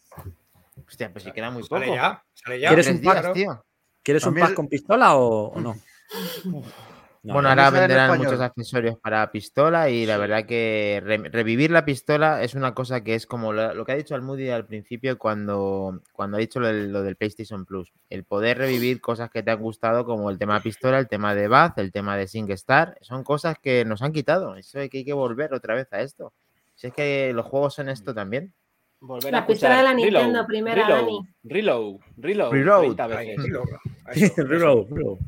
A: Hostia, pues si queda muy poco.
D: Sale ya. Sale ya.
F: ¿Quieres
A: Tres
F: un
A: días,
F: pack,
A: tío.
F: ¿Quieres un
B: También-
F: pack con pistola o, o no? No,
A: bueno,
F: no.
A: ahora
B: sale en
A: venderán
B: español.
A: muchos accesorios para pistola y la verdad que re- revivir la pistola es una cosa que es como lo, lo que ha dicho Almudi al principio cuando, cuando ha dicho lo del, lo del PlayStation Plus. El poder revivir cosas que te han gustado como el tema pistola, el tema de Bath, el tema de SingStar, son cosas que nos han quitado. Eso hay que, hay que volver otra vez a esto. Si es que los juegos son esto también.
C: Volver
E: La
C: a escuchar.
E: pistola de la Nintendo,
C: Reload,
E: primera,
C: reload,
E: Dani.
C: Reload, reload,
B: Reload.
C: 30
D: Ahí,
C: veces.
D: sí, loco. A eso, a eso.
F: Reload, reload.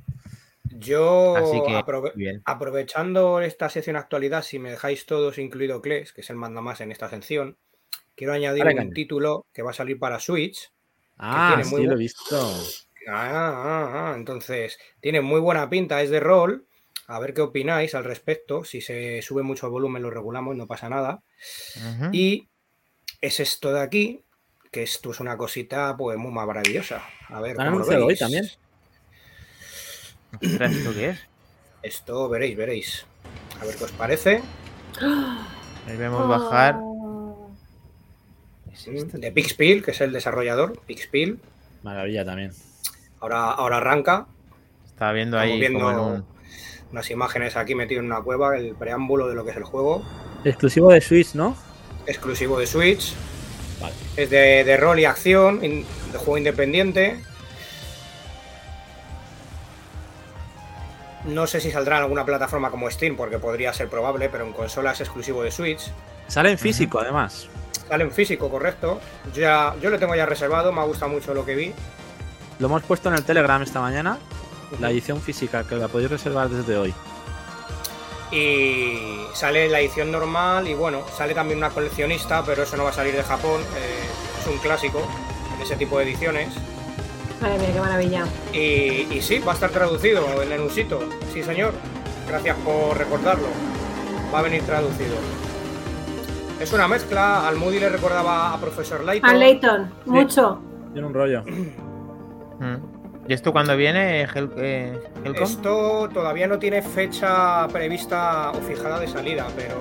D: Yo
A: Así que,
D: aprove-
A: bien.
D: aprovechando esta sección actualidad, si me dejáis todos, incluido Kles, que es el mandamás en esta sección, quiero añadir
F: Ahora
D: un
F: caña.
D: título que va a salir para Switch.
F: Ah,
D: tiene
F: sí,
D: muy
F: lo he
D: buen-
F: visto.
D: Ah, ah, ah, entonces, tiene muy buena pinta, es de rol. A ver qué opináis al respecto. Si se sube mucho el volumen, lo regulamos, no pasa nada.
A: Ujú.
F: Mm.
D: Y es esto de aquí, que esto es una cosita pues muy maravillosa. A ver,
F: ¿Lo han
D: cómo lo
F: anunciado hoy
D: veis.
F: también?
A: Ostras, ¿esto qué es?
D: Esto veréis, veréis. A ver qué os parece.
A: Ahí vemos bajar.
E: Oh.
F: este
D: Mm, De Pixpil, que es el desarrollador. Pixpil.
F: Maravilla también.
D: Ahora, ahora arranca.
A: Estaba viendo
D: Estamos
A: ahí como en
D: viendo-
A: un...
D: Unas imágenes aquí metido en una cueva, el preámbulo de lo que es el juego.
F: Exclusivo de Switch, ¿no?
D: exclusivo de Switch.
F: Vale.
D: Es de, de rol y acción, in- de juego independiente. No sé si saldrá en alguna plataforma como Steam, porque podría ser probable, pero en consola es exclusivo de Switch.
F: Sale en físico, además.
D: Sale en físico, correcto. Yo Ya, yo lo tengo ya reservado, me ha gustado mucho lo que vi.
F: Lo hemos puesto en el Telegram esta mañana. La edición física, que la podéis reservar desde hoy.
D: Y sale la edición normal y bueno, sale también una coleccionista, pero eso no va a salir de Japón. eh, es un clásico en ese tipo de ediciones.
E: Madre mía, qué maravilla.
D: Y, y sí, va a estar traducido en el usito. Sí, señor. Gracias por recordarlo. Va a venir traducido. Es una mezcla. Al Moody le recordaba a Profesor Layton.
E: A Leighton, mucho.
F: Tiene un rollo.
A: Mm. ¿Y esto cuándo viene, Hel eh, Helcom?
D: Esto todavía no tiene fecha prevista o fijada de salida, pero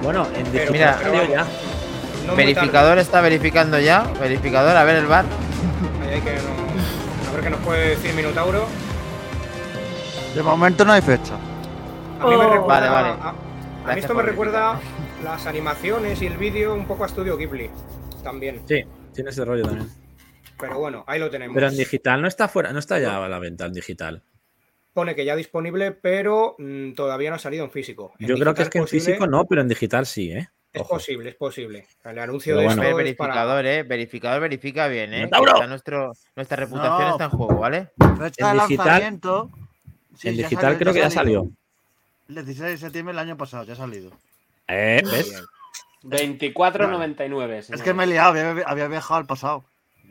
F: Bueno, en
D: Pero
F: digital
A: mira,
F: salió ya.
D: no muy tarde.
A: Verificador está verificando ya. Verificador, a ver el bar.
D: Ahí hay que no- A ver qué nos puede decir Minotauro.
B: De momento no hay fecha.
D: A mí me
E: Oh.
A: Vale,
D: recuerda.
A: vale.
D: a- a mí
A: Gracias
D: esto me
A: por
D: recuerda las animaciones y el vídeo un poco a Studio Ghibli también.
F: Sí, tiene ese rollo también.
D: Pero bueno, ahí lo tenemos.
F: Pero en digital no está fuera, no está ya a la venta en digital.
D: pone que ya disponible, pero mm, todavía no ha salido en físico. En
F: Yo creo
D: digital
F: que es que en
D: posible-
F: físico no, pero en digital sí, ¿eh?
D: Es
F: Ojo.
D: posible, es posible. El anuncio
F: Pero
D: de
F: bueno.
A: A ver,
D: esto es para...
A: verificador, eh. Verificador verifica bien, eh. que
F: ¡Minotauro!
A: está nuestro, nuestra reputación
B: No.
A: está en juego, ¿vale?
B: Fecha
F: En
B: de
F: digital-
B: lanzamiento. Sí,
F: en
B: ya
F: digital
B: salió,
F: creo que ya salió.
B: El 16 de septiembre del año pasado, ya ha salido.
F: Eh, ¿ves?
C: 24,99.
B: Es que me he liado, había, había viajado al pasado.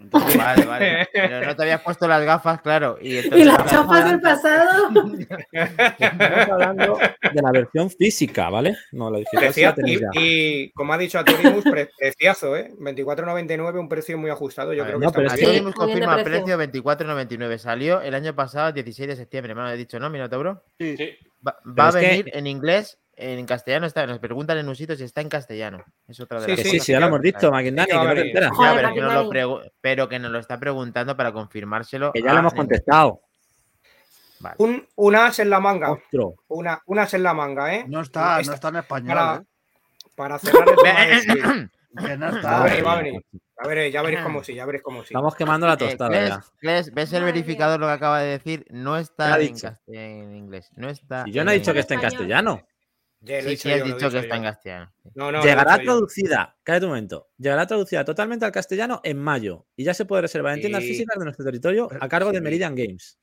A: Vale, vale. Pero no te habías puesto las gafas, claro. Y,
E: ¿Y
A: entonces-
E: las chapas del pasado?
F: Estamos hablando de la versión física, ¿vale? No, la digital sí la
D: Decía-
F: tenéis ya.
D: y, y, como ha dicho Atorimus, pre- preciazo, ¿eh? 24.99, un precio muy ajustado. Yo
A: A
D: creo
A: ver,
D: que
F: no,
D: está muy
F: pero es
D: bien.
F: que-
A: Atorimus
E: Muy bien de
A: confirma el
E: precio.
A: precio 24.99. Salió el año pasado, 16 de septiembre. Me lo he dicho, ¿no, Minotauro?
C: Sí.
A: Va, va a
F: es que-
A: venir en inglés, en castellano está. Nos preguntan en un sitio si está en castellano. Es otra de
D: Sí,
A: las
F: Que
A: cosas
F: sí, sí, ya lo hemos dicho,
D: Sí
F: McIndani,
D: que
F: que
D: va a
F: no te
D: venir.
F: enteras.
A: Ya,
E: Joder,
A: pero, que nos lo
E: Maquinari.
A: pregu- pero que nos lo está preguntando para confirmárselo.
F: Que ya
A: a
F: lo
D: Ah,
F: hemos
A: Nene.
F: contestado.
A: Vale.
D: Un, un as en la manga.
F: Ostro.
D: Una, un as en la manga, ¿eh?
B: No está,
D: Esta-
B: no está en español.
D: para,
B: ¿eh?
D: para cerrar el tema de Switch.
B: Que no
D: Va a
B: está.
D: venir, va a venir. A ver, ya veréis cómo sí, ya veréis cómo sí.
F: Estamos quemando la
A: Eh,
F: tostada
A: Cles-
F: ya.
A: Cles, ¿ves el
E: Madre
A: verificador lo que acaba de decir? No
F: Ya
A: está
F: ha
A: en,
F: dicho.
A: cast- en inglés. No está.
F: Y yo no he
A: en
F: dicho que
A: inglés.
F: esté en castellano.
D: Ya lo he
A: Sí,
D: dicho
A: sí, has
D: yo, lo he
A: dicho que
D: dicho
A: está en
D: yo.
A: castellano.
D: No, no, lo he
F: Llegará
D: dicho yo.
F: traducida, cállate un momento, llegará traducida totalmente al castellano en mayo y ya se puede reservar en tiendas
D: Sí. Eh,
F: físicas de nuestro territorio a cargo de Meridian Games.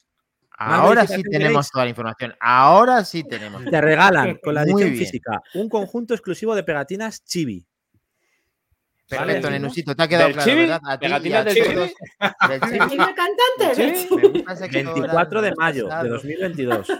F: Más
A: Ahora sí
F: verificación
A: tenemos
F: tenéis.
A: toda la información. Ahora sí tenemos.
F: Te regalan con la
A: Muy
F: edición
A: bien.
F: física un conjunto exclusivo de pegatinas chibi.
A: Perfecto,
C: Vale.
A: Nenusito. Te ha quedado
C: ¿Del
A: claro,
C: chibi?
A: ¿verdad? A ti y a
C: ¿Pegatinas del
A: todos. Del
E: ¿Y
A: chibi.
E: el cantante?
C: Sí.
A: Me gusta ese colorado,
F: 24 de
A: me
F: mayo
A: gusta
F: de
A: ese
F: 2022.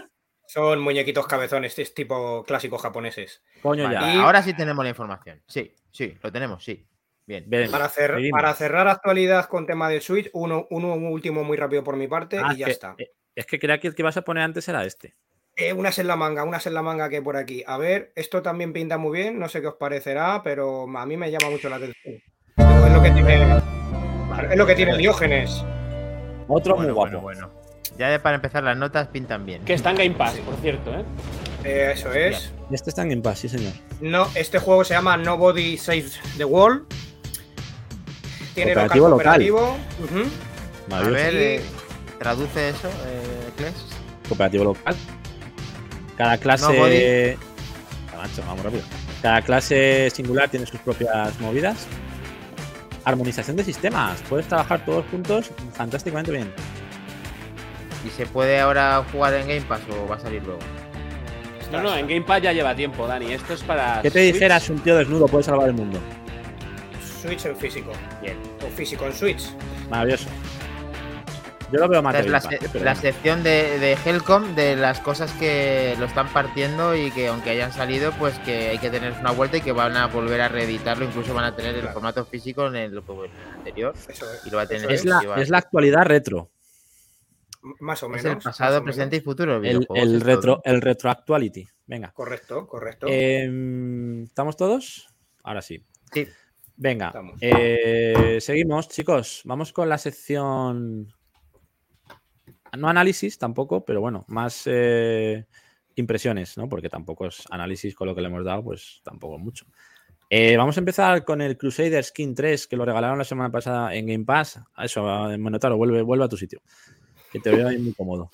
D: Son muñequitos cabezones, es tipo clásicos japoneses.
F: Coño
A: Vale,
F: ya.
D: Y-
A: Ahora sí tenemos la información. Sí, sí, lo tenemos, sí. Bien.
F: Veremos.
D: Para, cer-
F: Seguimos.
D: para cerrar actualidad con tema del Switch, uno, uno último muy rápido por mi parte
F: Ah,
D: este y ya
F: que-
D: está.
F: eh, Es que creía que el que vas a poner antes era este.
D: Eh, unas en la manga, unas en la manga que hay por aquí. A ver, esto también pinta muy bien, no sé qué os parecerá, pero a mí me llama mucho la atención. Es lo que tiene, es lo que tiene Diógenes.
F: Otro
A: Bueno,
F: muy guapo.
A: bueno, bueno. Ya de- para empezar, las notas pintan bien.
C: Que está en Game Pass, por cierto, ¿eh?
D: Eh, eso es.
F: Este está en Game Pass, sí, señor.
D: No, este juego se llama Nobody Saves the World. Tiene
F: Cooperativo
D: local
F: local.
D: cooperativo. Ujú.
A: A
F: Maravilloso.
A: ver,
D: Sí.
A: eh, traduce eso, eh, Kles.
F: Cooperativo local. Cada clase.
A: No, body.
F: Ah, macho, vamos rápido. Cada clase singular tiene sus propias movidas. Armonización de sistemas. Puedes trabajar todos juntos fantásticamente bien.
A: ¿Y se puede ahora jugar en Game Pass o va a salir luego?
C: No, no, en Game Pass ya lleva tiempo, Dani. Esto es para.
F: ¿Qué te
C: Switch.
F: dijeras un tío desnudo puede salvar el mundo?
D: Switch en físico. Bien. O físico en Switch.
F: Maravilloso. Yo lo veo más
A: Esta es
F: de
A: la,
F: Game Pass,
A: se-
F: pero
A: la
F: bueno.
A: sección de, de Helcom de las cosas que lo están partiendo y que aunque hayan salido, pues que hay que tener una vuelta y que van a volver a reeditarlo, incluso van a tener el formato físico en el, en el anterior
D: Eso es.
A: y lo va a tener.
F: es,
A: en
F: la,
A: festival.
F: es la actualidad retro.
D: M- Más o
A: Es
D: menos.
A: el
D: más
A: pasado,
D: o
A: presente
D: menos.
A: y futuro. de
F: El,
A: videojuegos,
F: el
A: es todo.
F: retro, el retro actuality. Venga.
D: Correcto, correcto.
F: Eh, Em, ¿Estamos todos? Ahora sí.
A: Sí.
F: Venga.
D: Estamos.
F: eh, seguimos, chicos. Vamos con la sección. No análisis tampoco, pero bueno, más eh, impresiones, ¿no? Porque tampoco es análisis con lo que le hemos dado, pues tampoco mucho. Eh, vamos a empezar con el Crusader Skin 3, que lo regalaron la semana pasada en Game Pass. Eso, Monotaro, vuelve, vuelve a tu sitio. Que te veo ahí muy cómodo.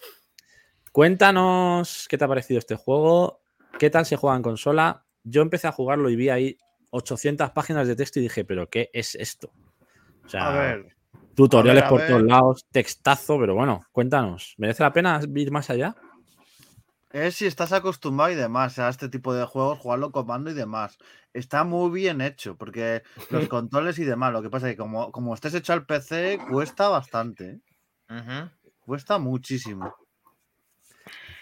F: Cuéntanos qué te ha parecido este juego, qué tal se juega en consola. Yo empecé a jugarlo y vi ahí 800 páginas de texto y dije, pero ¿qué es esto? O sea,
B: A ver,
F: tutoriales
B: a ver, a
F: por
B: ver.
F: todos lados, textazo, pero bueno, cuéntanos. ¿Merece la pena ir más allá?
B: es si estás acostumbrado y demás a este tipo de juegos, jugarlo con mando y demás. Está muy bien hecho, porque los controles y demás, lo que pasa es que como, como estés hecho al PC, cuesta bastante. ¿eh?
A: Ujú.
B: Cuesta muchísimo.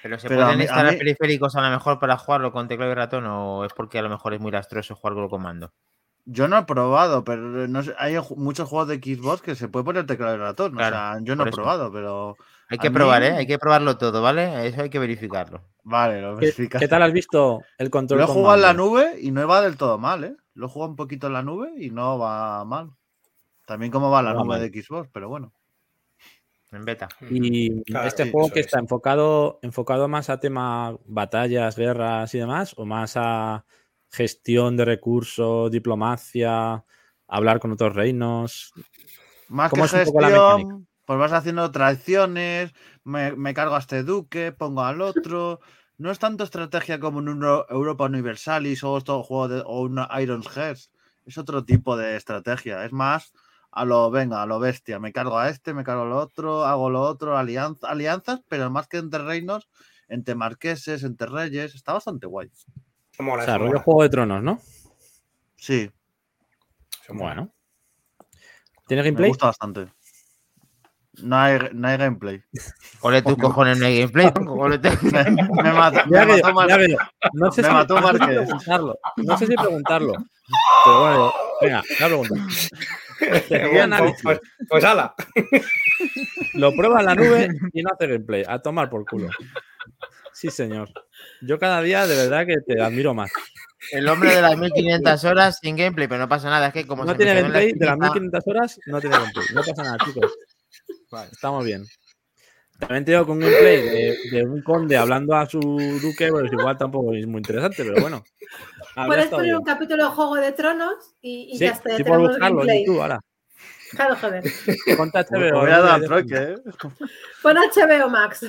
A: Pero se
B: Pero a
A: pueden
B: mí- a
A: instalar
B: mí-
A: periféricos a lo mejor para jugarlo con teclado y ratón o es porque a lo mejor es muy lastroso jugarlo con mando.
B: Yo no he probado, pero no sé, hay ju- muchos juegos de Xbox que se puede poner teclado y ratón.
A: Claro,
B: o sea, yo no
A: por
B: he
A: eso.
B: probado, pero
A: Hay
B: A
A: que probar,
B: mí-
A: ¿eh? Hay que probarlo todo, ¿vale? Eso hay que verificarlo.
B: vale, lo
F: ¿Qué,
B: verificas.
F: qué tal has visto el control?
B: Lo he
F: con
B: jugado en la
F: mando?
B: nube y no va del todo mal, ¿eh? Lo he jugado un poquito en la nube y no va mal. También como va la
F: No va
B: nube
F: mal.
B: de Xbox, pero bueno.
A: En beta.
F: Y
D: Claro,
F: este
D: sí,
F: juego
D: eso
F: que
D: es.
F: está enfocado, enfocado más a tema batallas, guerras y demás, o más a gestión de recursos, diplomacia, hablar con otros reinos.
B: Más
F: ¿Cómo
B: que
F: es un poco la
B: gestión,
F: mecánica?
B: pues vas haciendo tracciones, me, me cargo a este duque, pongo al otro. No es tanto estrategia como en un Euro- Europa Universalis o otro juego de, o un Iron Hearts. Es otro tipo de estrategia. Es más a lo venga, a lo bestia. Me cargo a este, me cargo al otro, hago lo otro, alianza, alianzas, pero más que entre reinos, entre marqueses, entre reyes. Está bastante guay.
D: Mola,
F: O sea,
D: eso
F: rollo
D: mola,
F: Juego de Tronos, ¿no?
B: Sí,
D: eso mola.
F: Bueno. ¿Tienes
B: me
F: gameplay?
B: gusta bastante. No hay, no hay gameplay.
A: Ole tus cojones en el gameplay. tronco, ole tú.
B: Me, me mata-
F: Ya
B: me
F: veo,
B: mató Mar-
F: ya veo. No sé
B: me
F: si
B: mató
F: no sé si
B: Márquez.
F: preguntarlo. No sé si preguntarlo. Pero bueno, venga, la pregunta. Sección
D: Bien, pues,
F: análisis. Ah.
D: pues, pues ala.
F: Lo prueba en la nube y no hace gameplay. A tomar por culo. Sí, señor. Yo cada día de verdad que te admiro más.
A: El hombre de las 1500 horas sin gameplay, pero no pasa nada. Es que como
F: No
A: se me
F: tiene
A: quedó en la
F: gameplay, de las
A: espinita-
F: 1500 horas no tiene gameplay. No pasa nada, chicos. Estamos bien. También te digo que un gameplay de, de un conde hablando a su duque, pues igual tampoco es muy interesante, pero bueno. Habría
E: Puedes
F: estado
E: poner
F: bien.
E: un capítulo de Juego de Tronos y, y
F: Sí,
E: ya está. Ya
F: sí, puedo
E: tenemos
F: buscarlo en
E: gameplay.
F: YouTube este ahora.
E: Claro, joder.
F: Ponte
B: Me
F: HBO,
B: voy a
F: ¿no?
B: dar
F: Ya-
B: troque, ¿eh?
E: Pon HBO Max.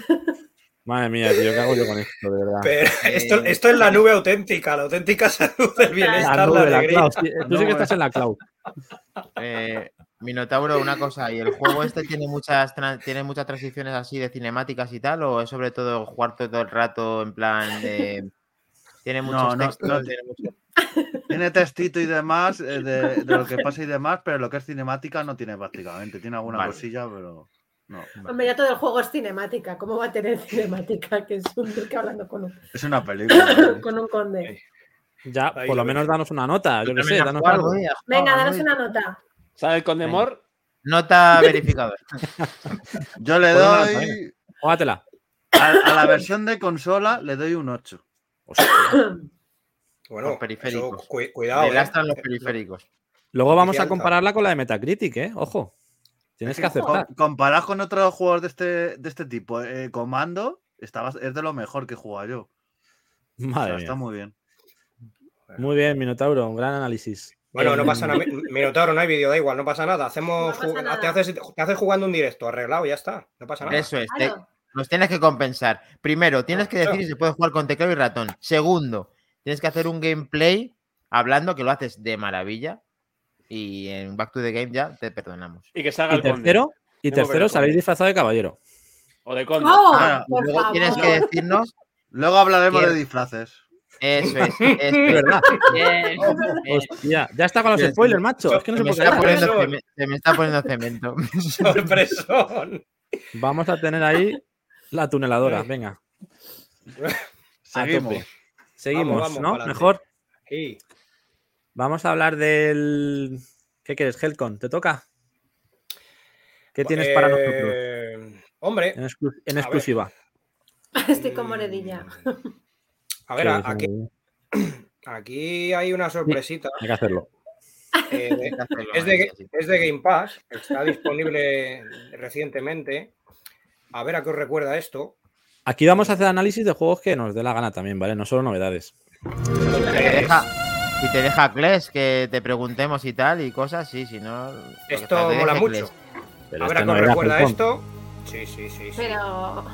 F: Madre mía, tío, ¿qué hago yo con esto, de verdad?
D: Pero esto, esto es la nube auténtica, la auténtica salud del bienestar, la,
F: La nube, Ah, la
D: alegría.
F: cloud. sí, Tú sí que estás en la cloud.
A: Eh, Minotauro, una cosa, ¿y el juego este tiene muchas tran- tiene muchas transiciones así de cinemáticas y tal? ¿O es sobre todo jugar todo el rato en plan de. Tiene
B: No,
A: muchos
B: no,
A: textos,
B: no.
A: tiene mucho-
B: Tiene textito y demás eh, de, de lo que pasa y demás, pero lo que es cinemática no tiene prácticamente. Tiene alguna
A: Vale.
B: cosilla, pero no.
E: Hombre, ya todo el juego es cinemática. ¿Cómo va a tener cinemática? Que es un duque hablando con un,
B: Es una película.
E: con un conde.
F: Ya,
D: Ahí
F: por lo
D: lo
F: menos danos una nota, yo qué sé,
A: Venga,
F: danos
A: jugar,
D: eh.
F: algo.
A: voy a jugar,
E: Venga, danos
A: voy.
E: una nota.
C: ¿Sabe el Conde
A: Venga.
C: Mor?
A: Nota verificadora.
B: Yo le
F: Pues nada,
B: doy.
F: Júgatela.
B: A, a la versión de consola le doy un 8.
F: Hostia.
D: Bueno,
A: Los periféricos.
D: eso, cu- cuidado.
A: Le
D: eh.
A: lastran los periféricos.
F: Luego vamos a
D: Confianza.
F: compararla con la de Metacritic, ¿eh? Ojo. Tienes que aceptar.
B: Comparado con otros juegos de este, de este tipo, eh, Comando estaba, es de lo mejor que he jugado yo. O sea,
F: Madre
B: está
F: mía.
B: muy bien.
F: Muy bien, Minotauro, un gran análisis.
D: Bueno,
F: Eh,
D: no pasa nada. Mi- Minotauro, no hay vídeo, da igual, no pasa nada. Hacemos,
E: No pasa
D: ju-
E: nada.
D: Te, haces, te haces jugando un directo, arreglado, ya está. No pasa nada.
A: Eso es. te-
E: Claro.
A: Nos tienes que compensar. Primero, tienes que decir si se puede jugar con teclado y ratón. Segundo, tienes que hacer un gameplay hablando que lo haces de maravilla. Y en Back to the Game ya te perdonamos.
C: Y que salga
F: Y
C: el conde.
F: tercero, y
C: Tengo que ver
F: tercero,
C: el
F: os habéis
C: conde.
F: disfrazado de caballero.
C: O de conde.
E: ¡Oh!
B: Ah,
A: Y
E: por
A: luego tienes
E: favor.
A: que decirnos.
B: Luego hablaremos
A: Quiero-
B: de disfraces.
A: Eso es. eso
F: Es
A: es.
F: verdad.
A: Bien, bien.
F: Hostia, ya está con los
A: Sí, sí.
F: spoilers, macho. Es que no
A: Se
F: se
A: me está
F: puede callar.
A: poniendo
D: Eso.
A: ceme- se me está poniendo cemento.
D: Sorpresón.
F: Vamos a tener ahí la tuneladora. Venga, a
B: Seguimos.
F: tope. Seguimos,
D: vamos,
F: ¿no?
D: pa'lante.
F: Mejor.
D: Sí.
F: Vamos a hablar del. ¿Qué quieres, Helcon? ¿Te toca? ¿Qué tienes para nosotros? Eh,
D: nosotros? Hombre,
F: En, exclu- en
D: eh, a ver.
F: exclusiva.
E: Estoy con moredilla.
D: a ver,
F: Sí,
D: a-
F: sí,
D: aquí, aquí hay una sorpresita.
F: Hay que hacerlo.
D: eh, de- es, de, es de Game Pass, está disponible recientemente. A ver a qué os recuerda esto.
F: Aquí vamos a hacer análisis de juegos que nos dé la gana también, ¿vale? No solo novedades.
A: Te
D: Eh,
A: deja- si te deja Kles, que te preguntemos y tal y cosas, sí, si no. lo que
D: Esto
A: te deje
D: mola
A: Kles.
D: mucho.
F: Pero
D: A ver
F: este
D: a qué
F: no
D: os
F: era
D: recuerda
F: Helcon.
D: esto. Sí, sí, sí. sí,
E: Pero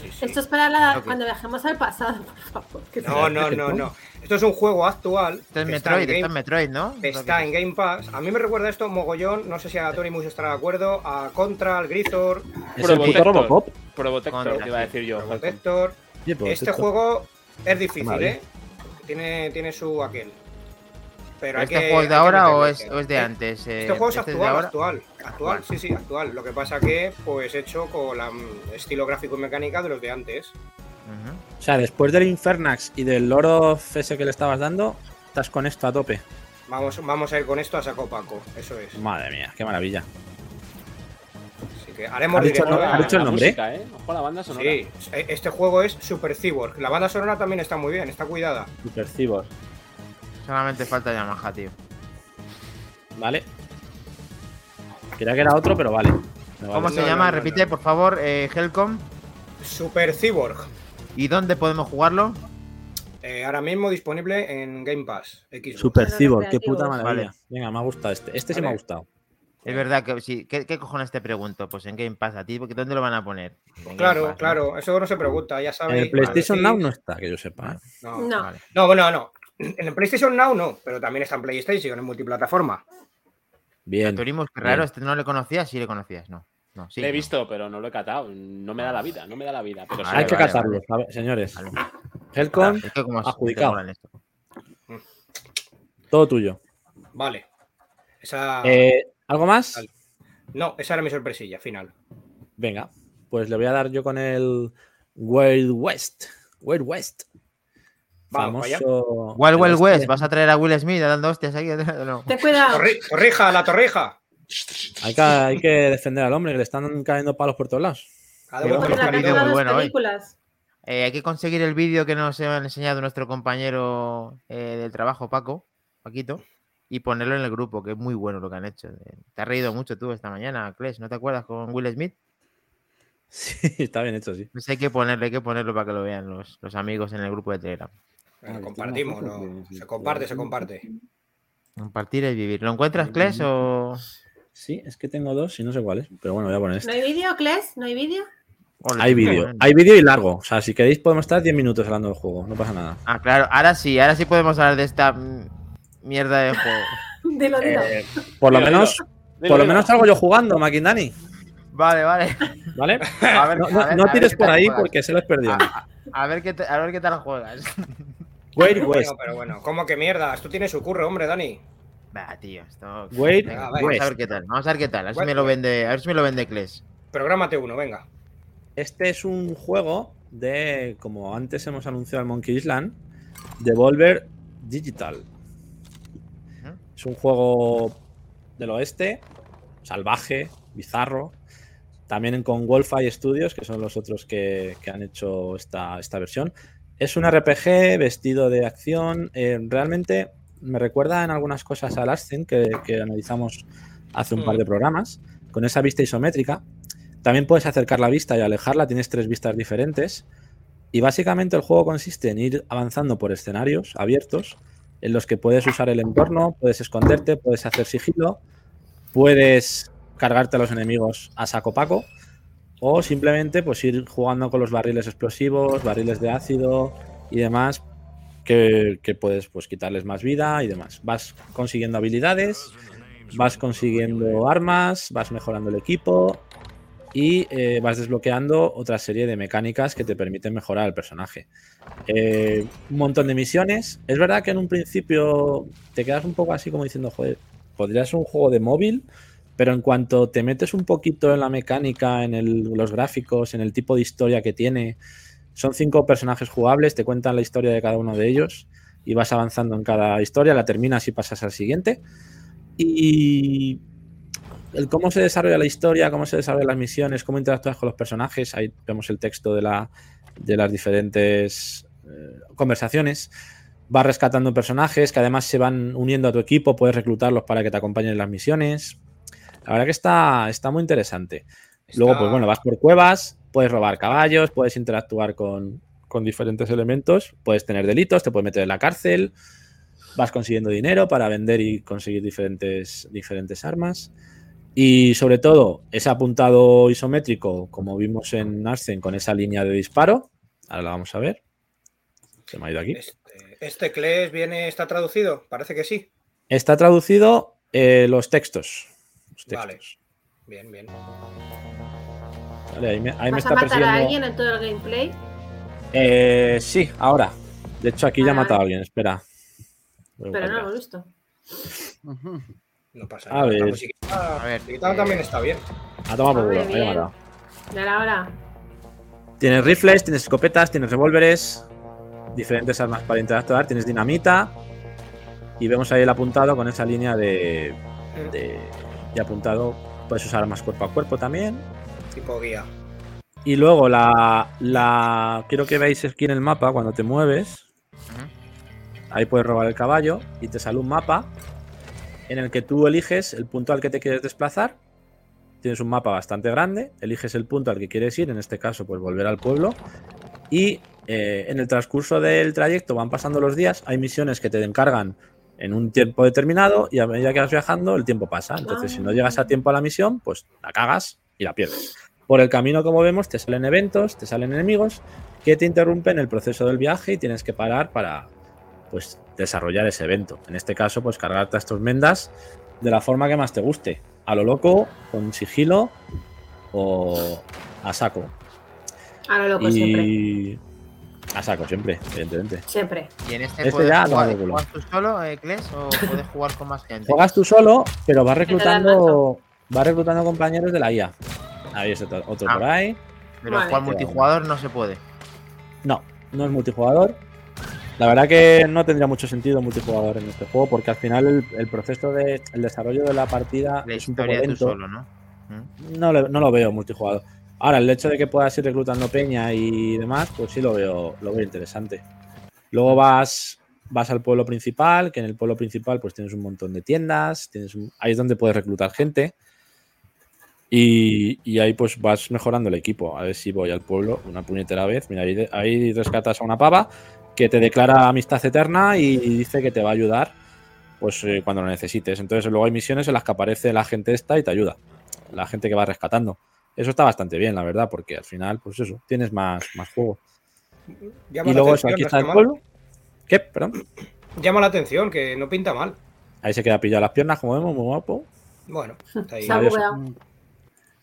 D: sí, sí.
E: esto es para la-
A: Ok.
E: cuando viajemos al pasado, por favor. que
D: No, no, no, no. Esto es un juego actual.
A: Esto es
D: que
A: Metroid,
D: Game-
A: esto es Metroid, ¿no?
D: Está en Game Pass. A mí me recuerda esto mogollón. No sé si a Tony Mush estará de acuerdo. A Contra, al Grisor,
F: Es el puto
C: Protector.
F: Robocop.
C: Probotector,
A: Contra,
C: te iba a
A: sí,
C: decir yo.
A: Probotector.
D: Vector.
F: Oye, pues,
D: Este
F: esto-
D: juego es difícil,
F: Maravilla.
D: ¿eh? Tiene, tiene su aquel. Pero hay
A: ¿Este
D: que-
A: juego es de
D: hay que
A: ahora o
D: meterle,
A: es,
D: ¿eh?
A: o es de antes? eh?
D: Este juego es
A: ¿Este de
D: actual,
A: ahora?
D: actual, actual,
A: Actual.
D: sí, sí, actual. Lo que pasa que, pues, hecho con el estilo gráfico y mecánica de los de antes.
A: Ujú.
F: O sea, después del Infernax y del Lord of ese que le estabas dando, estás con esto a tope.
D: Vamos, vamos a ir con esto a saco Paco, eso es.
F: Madre mía, qué maravilla.
D: Así que haremos
F: ¿Has
D: directo,
F: dicho el nombre?
D: ¿eh?
F: ¿Has dicho el nombre?
C: música, ¿eh? Ojo a la banda sonora.
D: Sí, e- este juego es Super Cyborg. La banda sonora también está muy bien, está cuidada.
F: Supercibos.
A: Solamente falta Yamaha, tío.
F: Vale. Creía que era otro, pero vale. Me vale.
A: ¿Cómo se
D: No,
A: llama?
D: no, no,
A: Repite,
D: no.
A: por favor, eh, Helcom.
D: Super Cyborg,
A: ¿Y dónde podemos jugarlo?
D: eh, ahora mismo disponible en Game Pass. Xbox.
F: Super Cyborg,
E: Pero
F: qué
E: los
F: puta
E: creativos.
F: maravilla. Venga, me ha gustado este. Este sí me ha
D: Vale.
F: gustado.
A: Es verdad que sí. ¿Qué, qué cojones te pregunto? Pues en Game Pass, a ti, porque ¿dónde lo van a poner? En Game
D: Claro,
A: Pass, ¿no?
D: claro, eso no se pregunta, ya
F: En
D: sabéis.
F: el PlayStation
D: Sí.
F: Now no está, que yo sepa. ¿eh?
D: No.
E: No,
A: Vale.
D: No, bueno, no. En el PlayStation Now no, pero también está en PlayStation, en multiplataforma.
F: Bien.
A: Turismo, qué raro,
F: Bien.
A: este no le conocías, sí le conocías, no. No, sí.
C: Le he
A: no.
C: visto, pero no lo he catado. No me da la vida, no me da la vida. Pero sí,
A: Vale,
F: Ah, Hay que
A: vale,
F: catarlos, a ver, señores.
A: Vale.
F: Helcom,
A: Es que como se-
F: adjudicado.
A: se molan esto.
F: todo tuyo.
D: Vale. Esa.
F: Eh, ¿Algo más?
D: Vale. No, esa era mi sorpresilla, final.
F: Venga, pues le voy a dar yo con el Wild West. Wild West.
D: Vamos para allá.
F: Famoso.
A: Wild
F: el
A: Wild
F: este-
A: West, vas a traer a Will Smith dando hostias aquí. No.
E: Ten cuidado.
D: Torri- ¡Torrija, la torrija!
F: Hay que, hay que defender al hombre, que le están cayendo palos por todos lados.
D: Ha
A: Pero
D: devuelto
A: bueno,
D: los
A: la
E: Porque
A: vídeo
E: la
D: cariños.
A: muy
E: muy
A: bueno hoy.
E: películas.
A: Eh, hay que conseguir el vídeo que nos ha enseñado nuestro compañero eh, del trabajo, Paco, Paquito, y ponerlo en el grupo, que es muy bueno lo que han hecho. Eh, Te has reído mucho tú esta mañana, Clash, ¿no te acuerdas con Will Smith?
F: Sí, está bien hecho, sí.
A: Pues hay que ponerlo, hay que ponerlo para que lo vean los, los amigos en el grupo de Telegram.
D: Bueno, Eh, compartimos, ¿no? Se comparte, se comparte.
A: Compartir es vivir. ¿Lo encuentras, Clash, o,
F: Sí, es que tengo dos y no sé cuál es. Pero bueno, voy a poner
E: ¿No
F: este.
E: hay vídeo, Cles? ¿No hay vídeo?
A: o lo
F: Hay
A: tienes
F: vídeo.
A: online?
F: Hay vídeo y largo. O sea, si queréis podemos estar 10 minutos hablando del juego. No pasa nada.
A: Ah, claro, ahora sí, ahora sí podemos hablar de esta mm, mierda de juego.
E: Dilo, dilo.
F: Eh, por lo
C: Dilo,
F: menos,
C: dilo,
F: por lo
C: dilo.
F: menos salgo yo jugando, Maquindani.
A: Vale, vale.
F: ¿Vale?
A: A ver,
F: No,
A: a
F: no-
A: ver-
F: no
A: a ver
F: tires
A: qué
F: por
A: tal
F: ahí
A: juegas. Ah.
F: porque se lo perdiendo.
A: A, a- a ver qué te- a ver qué tal juegas.
F: Wild West.
D: Bueno, pero bueno, ¿cómo que mierdas? Tú tienes su curro, hombre, Dani.
A: Va, tío, esto.
F: Wait,
A: Venga,
D: wait.
A: vamos a ver qué tal. Vamos a ver qué tal. A ver si
D: Wait,
A: me lo
D: wait.
A: vende, a ver si me lo vende Kles.
D: Prográmate uno, venga.
F: Este es un juego de, como antes hemos anunciado en Monkey Island, Devolver Digital. Es un juego del oeste, salvaje, bizarro. También con Wolfeye Studios, que son los otros que, que han hecho esta, esta versión. Es un RPG vestido de acción. eh, realmente me recuerda en algunas cosas al Ascent que, que analizamos hace un par de programas. con esa vista isométrica. También puedes acercar la vista y alejarla, tienes tres vistas diferentes. Y básicamente el juego consiste en ir avanzando por escenarios abiertos en los que puedes usar el entorno, puedes esconderte, puedes hacer sigilo, puedes cargarte a los enemigos a saco paco o simplemente pues ir jugando con los barriles explosivos, barriles de ácido y demás que, que puedes pues quitarles más vida y demás. Vas consiguiendo habilidades, vas consiguiendo armas, vas mejorando el equipo y eh, vas desbloqueando otra serie de mecánicas que te permiten mejorar el personaje. Eh, un montón de misiones. Es verdad que en un principio te quedas un poco así como diciendo, joder, podría ser un juego de móvil, pero en cuanto te metes un poquito en la mecánica, en el- los gráficos, en el tipo de historia que tiene, son cinco personajes jugables, te cuentan la historia de cada uno de ellos y vas avanzando en cada historia, la terminas y pasas al siguiente. Y el cómo se desarrolla la historia, cómo se desarrollan las misiones, cómo interactúas con los personajes. Ahí vemos el texto de, la, de las diferentes eh, conversaciones. Vas rescatando personajes que además se van uniendo a tu equipo, puedes reclutarlos para que te acompañen en las misiones. La verdad que está, está muy interesante. Luego, pues bueno, vas por cuevas, puedes robar caballos, puedes interactuar con, con diferentes elementos, puedes tener delitos, te puedes meter en la cárcel, vas consiguiendo dinero para vender y conseguir diferentes, diferentes armas. Y sobre todo, ese apuntado isométrico, como vimos en Arsen, con esa línea de disparo. Ahora la vamos a ver. Se me ha ido aquí.
D: ¿Este Cles viene, está traducido? Parece que sí.
F: Está traducido eh, los textos. Los
D: Vale.
F: textos.
D: Bien, bien.
F: Vale, ahí me, ahí me
E: ¿Vas a
F: está
E: matar a
F: persiguiendo.
E: alguien en todo el gameplay?
F: Eh, sí, ahora. De hecho, aquí ya ha
E: Vale,
F: matado a alguien. Espera. Voy a
E: Ah. Pero no
F: guardar.
E: lo he visto.
B: Ujú.
D: No pasa
F: A
D: nada. La
F: ver.
D: musiquita,
A: A ver, eh,
D: la musiquita también está bien.
F: Ah, toma por
E: Hombre,
F: culo, ahí ha
E: bien.
F: matado.
E: Ya la hora.
F: Tienes rifles, tienes escopetas, tienes revólveres, diferentes armas para interactuar, tienes dinamita. Y vemos ahí el apuntado con esa línea de,
D: Mm,
F: de, de apuntado. Puedes usar armas cuerpo a cuerpo también.
D: Tipo guía.
F: Y luego la, la. Quiero que veáis aquí en el mapa cuando te mueves. Ahí puedes robar el caballo y te sale un mapa en el que tú eliges el punto al que te quieres desplazar. Tienes un mapa bastante grande, eliges el punto al que quieres ir, en este caso, pues volver al pueblo. Y eh, en el transcurso del trayecto van pasando los días, hay misiones que te encargan en un tiempo determinado y a medida que vas viajando el tiempo pasa. Entonces, si no llegas a tiempo a la misión, pues la cagas y la pierdes. Por el camino, como vemos, te salen eventos, te salen enemigos que te interrumpen el proceso del viaje y tienes que parar para, pues desarrollar ese evento. En este caso, pues cargarte a estos mendas de la forma que más te guste. A lo loco, con sigilo o a saco.
E: A lo loco siempre.
F: Y a saco siempre, evidentemente.
E: Siempre.
A: ¿Y en este,
F: Este
A: puedes
F: ya,
A: jugar,
F: no, no, no.
A: juegas tú solo, eh, Kles, o puedes jugar con más gente?
F: Juegas tú solo, pero vas
E: te dan
F: reclutando, vas reclutando compañeros de la IA. Ahí es otro, otro
A: Ah.
F: por ahí.
A: Pero
E: Vale.
A: jugar multijugador no se puede.
F: No, no es multijugador. La verdad que no tendría mucho sentido multijugador en este juego, porque al final el, el proceso de el desarrollo de la partida
A: La
F: es un poco
A: historia tú
F: lento.
A: solo, ¿no? ¿Mm?
F: no, lo- no lo veo multijugador. Ahora, el hecho de que puedas ir reclutando peña y demás, pues sí lo veo, lo veo interesante. Luego vas, vas al pueblo principal, que en el pueblo principal pues tienes un montón de tiendas, tienes un- ahí es donde puedes reclutar gente. Y, y ahí pues vas mejorando el equipo. A ver si voy al pueblo una puñetera vez. Mira, ahí, ahí rescatas a una pava que te declara amistad eterna y dice que te va a ayudar pues eh, cuando lo necesites. Entonces luego hay misiones en las que aparece la gente esta y te ayuda la gente que va rescatando. Eso está bastante bien, la verdad, porque al final, pues eso, tienes más, más juego.
D: Llama
F: Y
D: la
F: luego eso,
D: atención,
F: aquí
D: no
F: está el
D: mal.
F: pueblo. ¿Qué? Perdón.
D: Llama la atención, que no pinta mal.
F: Ahí se queda pillado las piernas, como vemos, muy guapo.
D: Bueno, está ahí.
E: Se ha
F: Maravilloso.
E: bugueado.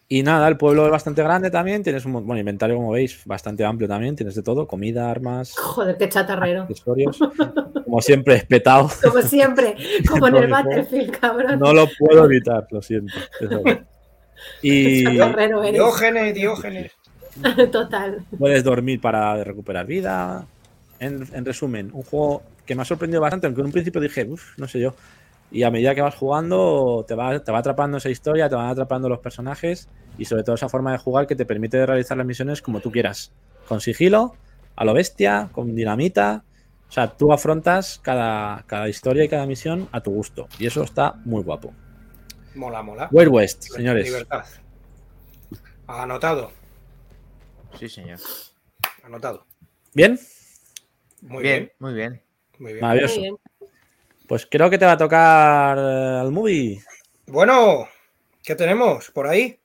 F: Y nada, el pueblo es bastante grande también. Tienes un mon- bueno, inventario, como veis, bastante amplio también. Tienes de todo: comida, armas,
E: Joder, qué chatarrero.
F: accesorios. Como siempre, espetado.
E: Como siempre. Como en
F: Todo
E: el
F: el juego.
E: Battlefield, cabrón.
F: No lo puedo evitar, lo siento. Es verdad.
E: Qué
F: Y
E: chatarrero eres.
D: Diógenes, Diógenes.
E: Total.
F: puedes dormir para recuperar vida. En, en resumen, un juego que me ha sorprendido bastante, aunque en un principio dije, uff, no sé yo. Y a medida que vas jugando, te va, te va atrapando esa historia, te van atrapando los personajes y sobre todo esa forma de jugar que te permite realizar las misiones como tú quieras. Con sigilo, a lo bestia, con dinamita. O sea, tú afrontas cada, cada historia y cada misión a tu gusto. Y eso está muy guapo.
D: Mola, mola.
F: Wild West, señores.
D: Libertad. Anotado,
A: Sí, señor.
D: anotado.
F: ¿Bien?
D: Muy
A: bien,
D: bien,
A: muy bien.
D: muy bien.
F: Maravilloso.
E: Muy bien.
F: Pues creo que te va a tocar eh, al movie.
D: Bueno, ¿qué tenemos por ahí?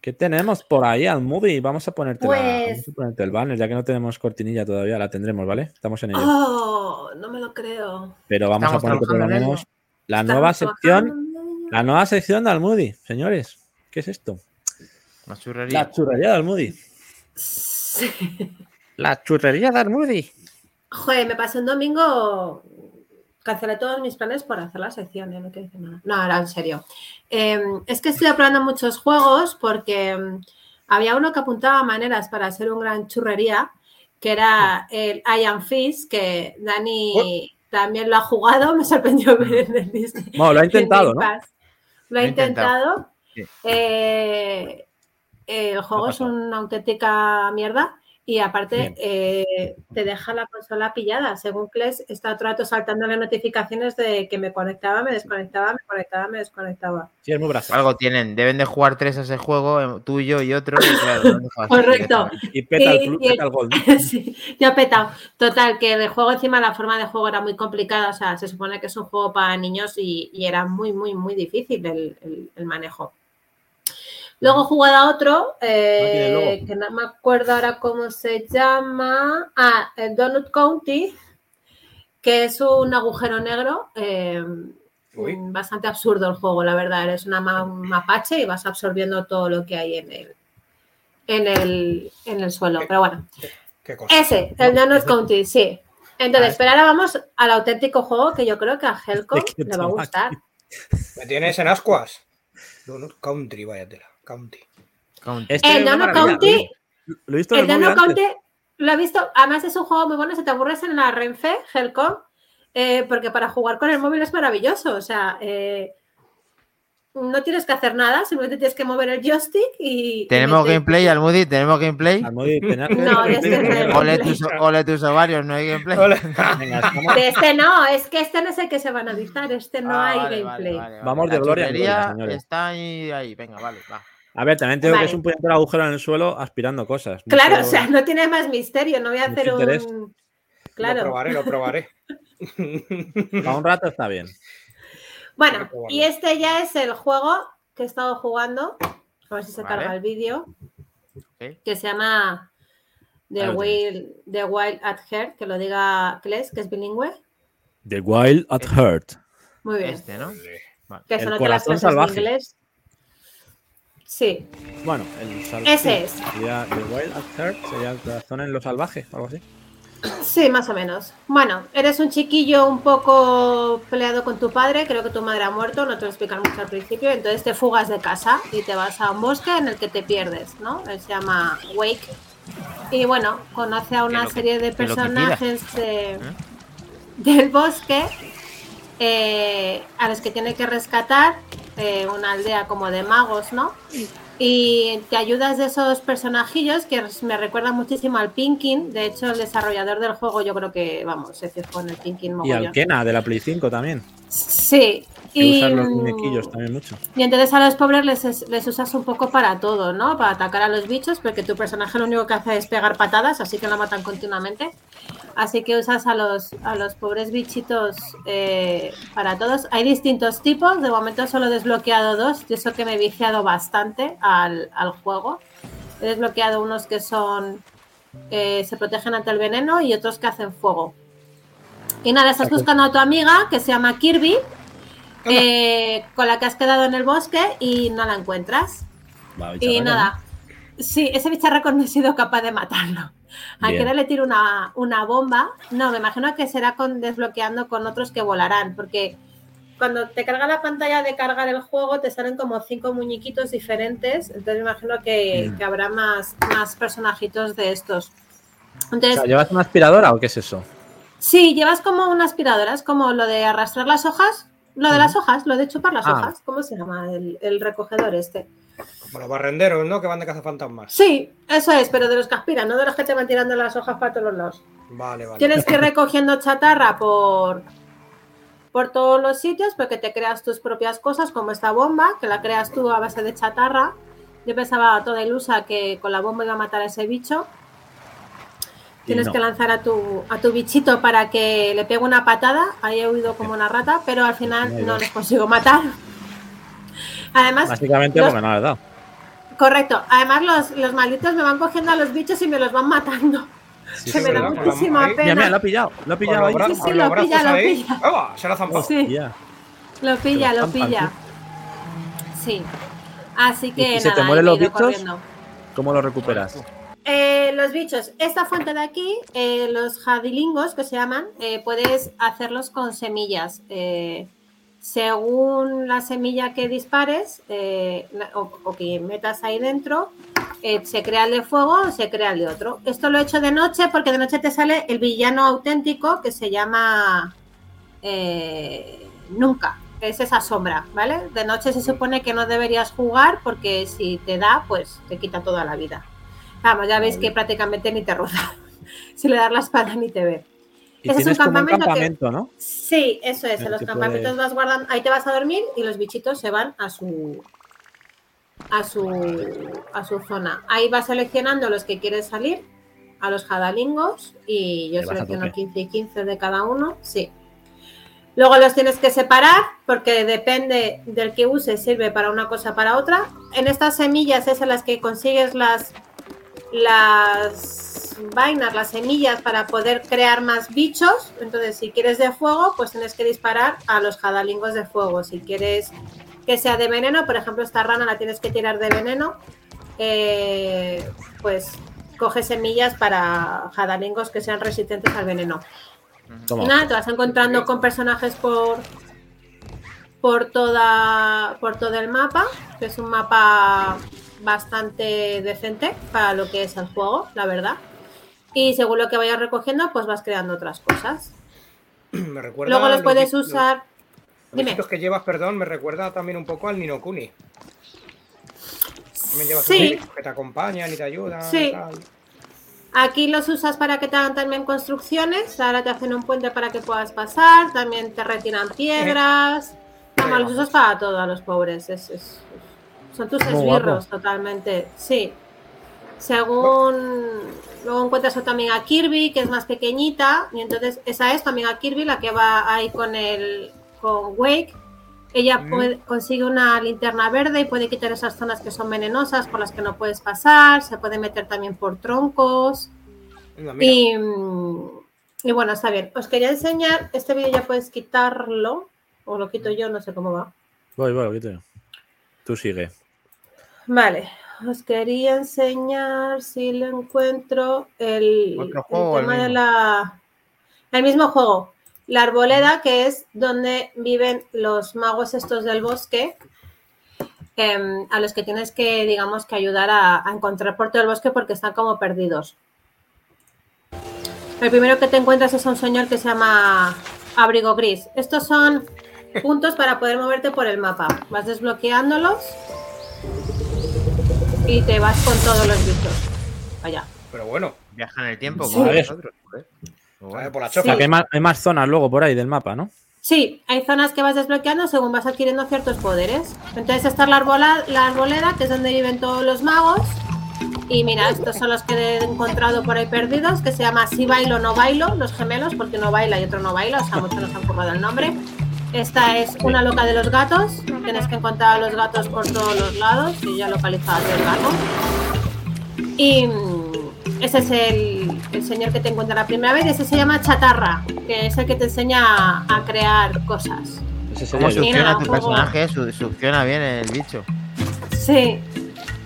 F: ¿Qué tenemos por ahí al movie? Vamos a ponerte, la-
E: Pues-
F: vamos a ponerte el banner, ya que no tenemos cortinilla todavía, la tendremos, ¿vale? Estamos en ello.
E: Oh, no me lo creo.
F: Pero vamos a
A: Estamos
F: poner por lo
A: trabajando en ello.
F: menos la
E: Estamos
F: nueva sección,
E: trabajando.
F: la nueva sección de Almudi, señores. ¿Qué es esto?
A: Una churrería.
F: La churrería de Almudi.
E: Sí.
F: La churrería de Almudi.
E: Joder, me pasé un domingo. Cancelé todos mis planes por hacer la sección, ¿eh? no quiero decir nada. No, ahora en serio. Eh, es que estoy probando muchos juegos porque mm, había uno que apuntaba maneras para hacer un gran churrería, que era el I Am Fist, que Dani también lo ha jugado, me sorprendió ver en el Disney.
F: Bueno, lo ha intentado,
E: en
F: ¿no?
E: Game Pass. Lo ha
A: Lo he intentado.
E: intentado.
A: Sí.
E: Eh, el juego
A: Ha
E: es
A: pasado.
E: una auténtica mierda y aparte
F: Bien.
E: eh, te deja la consola pillada. Según Kles, está otro rato saltando las notificaciones de que me conectaba, me desconectaba, me conectaba, me desconectaba.
F: Sí, es muy brazo.
A: Algo tienen. Deben de jugar tres a ese juego, em, tú y yo y otro. y claro, no han dejado así
E: Correcto.
A: directamente.
F: Y peta el
E: Y-
F: club,
E: y el-
F: peta el gol. ¿no?
E: Sí, ya petado. Total, que el juego encima, la forma de juego era muy complicada. O sea, se supone que es un juego para niños y, y era muy, muy, muy difícil el, el- el manejo. Luego he jugado a otro, eh,
F: Ah, tiene logo.
E: que no me acuerdo ahora cómo se llama. Ah, el Donut County, que es un agujero negro. eh,
D: Uy.
E: mm, Bastante absurdo el juego, la verdad. Eres una ma- un mapache y vas absorbiendo todo lo que hay en el, en el, en el suelo. Pero bueno,
D: ¿Qué cosa?
E: ese, el Donut County, sí. Entonces, pero ahora vamos al auténtico juego que yo creo que a Helcom
F: Ah, Es que
E: le va a
F: toma
E: gustar.
D: ¿Me tienes en ascuas? Donut Country, vaya tela. County.
A: Count.
F: Este es
E: El
F: una
E: Donut
F: maravilla.
E: County,
F: Lo he visto en
E: el
F: el movie
E: Donut
F: antes.
E: County, lo he visto, además es un juego muy bueno, si te aburres en la Renfe, Helcom, eh, porque para jugar con el móvil es maravilloso, o sea, eh, no tienes que hacer nada, simplemente tienes que mover el joystick y... y
A: ¿Tenemos
E: meter-
A: gameplay, Almudi? ¿Tenemos gameplay?
F: Almudi, tenía que-
E: No, de este no hay
A: Ole
E: gameplay.
A: tus, ole tus ovarios, no hay gameplay.
D: Hola.
F: Venga, estamos-
E: De este no, es que este no es el que se van a analizar, este no
A: Ah,
E: hay
A: vale, vale,
E: gameplay.
A: vale, vale.
F: Vamos de
A: La
F: gloria en
A: churrería
F: gloria, señores.
A: Está ahí, ahí, venga, vale, va.
F: A ver, también tengo
E: Vale.
F: que es un puñetero agujero en el suelo aspirando cosas. Mucho-
E: Claro, o sea, no tiene más misterio, no voy a
F: Mucho
E: hacer
F: interés.
E: un...
D: Lo
E: Claro.
D: probaré, lo probaré.
F: Para un rato está bien.
E: Bueno,
D: probarlo.
E: y este ya es el juego que he estado jugando. A ver si se
A: Vale.
E: carga el vídeo.
A: Ok.
E: Que se llama The
F: Ahí lo
E: Wild, The Wild at Heart, que lo diga Kles, que es bilingüe.
F: The Wild at Heart.
E: Muy bien.
A: Este, ¿no?
E: Que
F: El
E: se note las
F: corazón
E: clases
F: salvaje.
E: de inglés. Sí,
F: Bueno, el salvaje.
E: ese es.
F: Sería The Wild at Heart, sería el corazón en lo salvaje, algo así.
E: Sí, más o menos. Bueno, eres un chiquillo un poco peleado con tu padre, creo que tu madre ha muerto, no te lo explican mucho al principio, entonces te fugas de casa y te vas a un bosque en el que te pierdes, ¿no? Él se llama Wake. Y bueno, conoce a
A: Que
E: una
A: lo que-
E: serie de
A: que ¿Eh? lo que
E: personajes de- del bosque eh, a los que tiene que rescatar eh, una aldea como de magos, ¿no? Y te ayudas de esos personajillos que res- me recuerdan muchísimo al Pinkin. De hecho, el desarrollador del juego, yo creo que, vamos, se fijó en el Pinkin
F: Y
E: mogollón.
F: Alkena, de la Play 5 también.
E: Sí.
F: Que usan los
E: mm,
F: muñequillos también mucho.
E: y entonces a los pobres les, les usas un poco para todo, ¿no? Para atacar a los bichos, porque tu personaje lo único que hace es pegar patadas, así que lo matan continuamente. Así que usas a los, a los pobres bichitos eh, para todos. Hay distintos tipos, de momento solo he desbloqueado dos, y eso que me he viciado bastante al, al juego. He desbloqueado unos que son. eh, se protegen ante el veneno y otros que hacen fuego. Y nada, estás buscando a tu amiga que se llama Kirby, eh, con la que has quedado en el bosque y no la encuentras.
F: Va,
E: Y
F: bicharraco,
E: nada. Sí, ese bicharraco no he sido capaz de matarlo. A
F: Bien.
E: que le tiro una, una bomba. No, me imagino que será con desbloqueando con otros que volarán, porque cuando te carga la pantalla de cargar el juego te salen como cinco muñequitos diferentes. Entonces me imagino que,
F: Mm.
E: que habrá más, más personajitos de estos.
F: ¿no? O
E: Entonces,
F: sea, ¿llevas una aspiradora o qué es eso?
E: Sí, llevas como una aspiradora, es como lo de arrastrar las hojas, lo de las hojas, lo de chupar las
F: Ah.
E: hojas, ¿cómo se llama? El, el recogedor este.
D: Como los barrenderos, ¿no? Que van de cazafantasmas.
E: Sí, eso es, pero de los que aspiran, no de los que te van tirando las hojas para todos los lados.
D: Vale, vale.
E: Tienes que ir recogiendo chatarra por, por todos los sitios, pero que te creas tus propias cosas, como esta bomba, que la creas tú a base de chatarra. Yo pensaba toda ilusa que con la bomba iba a matar a ese bicho.
F: Y
E: Tienes
F: no.
E: que lanzar a tu, a tu bichito para que le pegue una patada. Ahí he huido como una rata, pero al
F: Ahí
E: final
F: va.
E: no les consigo matar. Además,
F: Básicamente
E: los-
F: porque no le he dado.
E: correcto. Además, los, los malditos me van cogiendo a los bichos y me los van matando.
F: Sí,
E: que
F: sí,
E: me da
F: sí.
D: verdad,
E: muchísima
D: ahí-
E: pena.
F: Mira, mira, lo ha pillado. Lo ha pillado ahí.
E: brazos. Sí, sí, lo pilla, lo pilla.
D: ¡Ah, se la zampa!
E: Sí.
F: Ya.
E: Lo pilla,
F: Pero
E: lo
F: estampan,
E: pilla. Sí. Así que
F: ¿Y si se te
E: nada,
F: mueren
E: he
F: los
E: ido
F: bichos?
E: corriendo.
F: ¿Cómo lo recuperas?
E: Eh, los bichos, esta fuente de aquí, eh, los jadilingos que se llaman, eh, puedes hacerlos con semillas. Eh, según la semilla que dispares eh, la- o, o que metas ahí dentro, eh, se crea el de fuego o se crea el de otro. Esto lo he hecho de noche porque de noche te sale el villano auténtico que se llama eh, Nunca. Es esa sombra, ¿vale? De noche se supone que no deberías jugar porque si te da, pues te quita toda la vida. Vamos, Ah, pues ya veis que prácticamente ni te roza. Si le das la espalda ni te ve.
F: Y
E: Ese es un
F: tienes como un
E: campamento que-
F: campamento, ¿no?
E: Sí, eso es.
F: El
E: En los
F: tipo
E: campamentos
F: de-
E: vas guardando. Ahí te vas a dormir y los bichitos se van a su. A su, a su zona. Ahí vas seleccionando los que quieres salir, a los jadalingos, y yo
F: Te vas a
E: selecciono
F: tope.
E: 15 y 15 de cada uno, sí. Luego los tienes que separar, porque depende del que uses, sirve para una cosa para otra. En estas semillas es en las que consigues las, las vainas, las semillas para poder crear más bichos. Entonces, si quieres de fuego, pues tienes que disparar a los jadalingos de fuego. Si quieres que sea de veneno, por ejemplo, esta rana la tienes que tirar de veneno, eh, pues coge semillas para jadalingos que sean resistentes al veneno.
F: Toma.
E: Y nada, te vas encontrando con personajes por por toda por todo el mapa, que es un mapa bastante decente para lo que es el juego, la verdad. Y según lo que vayas recogiendo, pues vas creando otras cosas.
D: Me recuerda
E: Luego
D: a
E: los puedes
D: bichos-
E: usar.
D: Los
E: Dime.
D: bichitos que llevas, perdón, me recuerda también un poco al Nino Kuni. También llevas
E: Sí.
D: bichos que te acompañan y te ayudan.
E: Sí.
D: y tal.
E: Aquí los usas para que te hagan también construcciones. Ahora te hacen un puente para que puedas pasar. También te retiran
F: Eh,
E: piedras. Vamos, los usas para todo a los pobres. es- es- son tus
F: Muy guapo.
E: esbirros totalmente. Sí. Según. Luego encuentras a tu amiga Kirby, que es más pequeñita. Y entonces, esa es tu amiga Kirby, la que va ahí con el. con Wake. Ella
D: Mm.
E: puede- consigue una linterna verde y puede quitar esas zonas que son venenosas por las que no puedes pasar. Se puede meter también por troncos.
D: Anda, mira.
E: Y, mm, y bueno, está bien. Os quería enseñar, este vídeo ya puedes quitarlo, o lo quito yo, no sé cómo va.
F: Voy, voy, quito yo. Tú sigue.
E: Vale, os quería enseñar si lo encuentro el,
A: Otro
E: el
A: juego, el
E: tema de
A: mismo.
E: la... El mismo juego, la arboleda, que es donde viven los magos estos del bosque, em, a los que tienes que, digamos, que ayudar a, a encontrar por todo el bosque porque están como perdidos. El primero que te encuentras es a un señor que se llama Abrigo Gris. Estos son puntos para poder moverte por el mapa. Vas desbloqueándolos y te vas con todos los bichos. Vaya.
D: Pero bueno,
A: Viaja en el tiempo
E: Sí.
A: como
F: A ver.
A: nosotros. joder. Muy
D: a ver,
A: bueno.
D: por la
F: O sea,
D: chofa.
F: que hay más, hay más zonas luego por ahí del mapa, ¿no?
E: Sí, hay zonas que vas desbloqueando según vas adquiriendo ciertos poderes. Entonces está la, arbola- la arboleda, que es donde viven todos los magos. Y mira, estos son los que he encontrado por ahí perdidos, que se llama Si bailo, no bailo, los gemelos, porque uno baila y otro no baila, o sea, muchos nos han currado el nombre. Esta es una loca de los gatos, tienes que encontrar a los gatos por todos los lados, y ya he localizado a todo el gato. Y mm, ese es el, el señor que te encuentra la primera vez, y ese se llama Chatarra, que es el que te enseña a- a crear cosas.
F: Ese sería
A: ¿Cómo
F: yo.
E: sí.
A: succiona tu
E: juego.
A: personaje? Su- succiona bien el bicho.
E: Sí,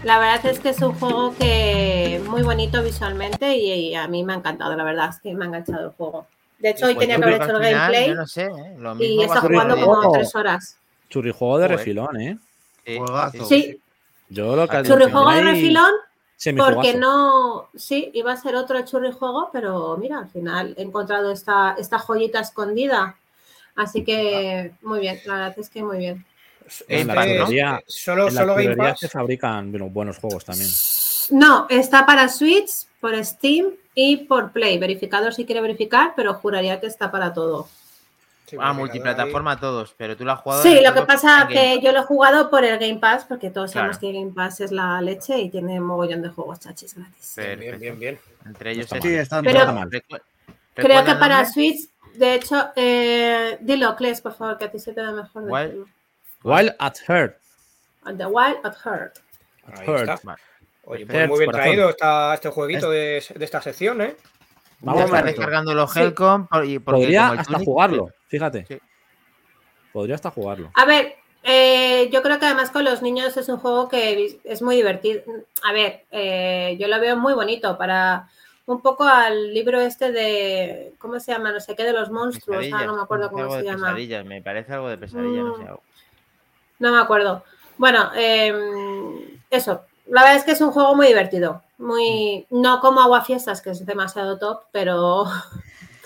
E: la verdad es que es un juego que muy bonito visualmente y, y a mí me ha encantado, la verdad es que me ha enganchado el juego. De hecho, hoy
A: Pues
E: tenía
A: yo
E: que haber
A: creo
E: hecho el
A: al final,
E: gameplay
A: Yo no sé, ¿eh? Lo mismo
E: y está
A: vas a
E: jugando
A: perder.
E: como
F: Oh.
E: tres horas.
F: Churrijuego de
A: Joder.
F: refilón, ¿eh?
A: Sí,
B: Juegazo.
A: sí,
E: Sí,
F: Yo lo que.
E: churrijuego de
F: ahí,
E: refilón
F: semijuegazo.
E: porque no, sí, iba a ser otro churrijuego, pero mira, al final he encontrado esta, esta joyita escondida. Así que muy bien, la verdad es que muy bien.
F: En la
D: Este-
F: librería-
D: Solo,
F: en las
D: solo Game
F: librerías se
D: Pass.
F: fabrican bueno, buenos juegos también.
E: No, está para Switch, por Steam y por Play. Verificador si quiere verificar, pero juraría que está para todo.
D: Sí,
A: Ah,
D: porque
A: multiplataforma todos, pero tú la has jugado.
E: Sí,
A: en
E: lo que
A: Xbox
E: pasa
A: y en Game
E: que yo lo he jugado por el Game Pass, porque todos sabemos
A: Claro.
E: que Game Pass es la leche y tiene mogollón de juegos chachis gratis.
A: Pass.
D: Ahí, bien, bien, bien.
A: Perfecto. Entre ellos
F: Sí,
A: este.
B: están
E: Pero-
B: todos mal.
A: Recu-
E: Creo que
A: recuérdame-
E: para Switch, de hecho, eh, dilo, Kles, por favor, que a ti se te da mejor. del
A: Wild-
E: tema.
F: Wild at Heart.
E: On The Wild at Heart.
D: Ahí
F: Heart.
D: está.
A: Vale.
D: Oye, pues
F: Perfecto,
D: muy bien
F: corazón.
D: traído está este jueguito de, de esta sección, ¿eh?
A: Ya
F: Vamos
A: está
F: a
A: descargando los
E: Sí.
A: Helcom. por- y porque
F: Podría
A: como el
F: hasta
A: Tunic-
F: jugarlo, fíjate.
A: Sí.
F: Podría hasta jugarlo.
E: A ver, eh, yo creo que además con los niños es un juego que es muy divertido. A ver, eh, yo lo veo muy bonito para un poco al libro este de, ¿cómo se llama? No sé qué, de los monstruos. Ah,
A: Pesadillas,
E: no me acuerdo cómo
A: algo
E: se
A: de
E: llama.
A: pesadillas, Me parece algo de pesadilla, no sé.
E: Mm.
A: algo.
E: No me acuerdo. Bueno, eh, eso. La verdad es que es un juego muy divertido. Muy.
A: Mm.
E: No como Aguafiestas, que es demasiado top, pero.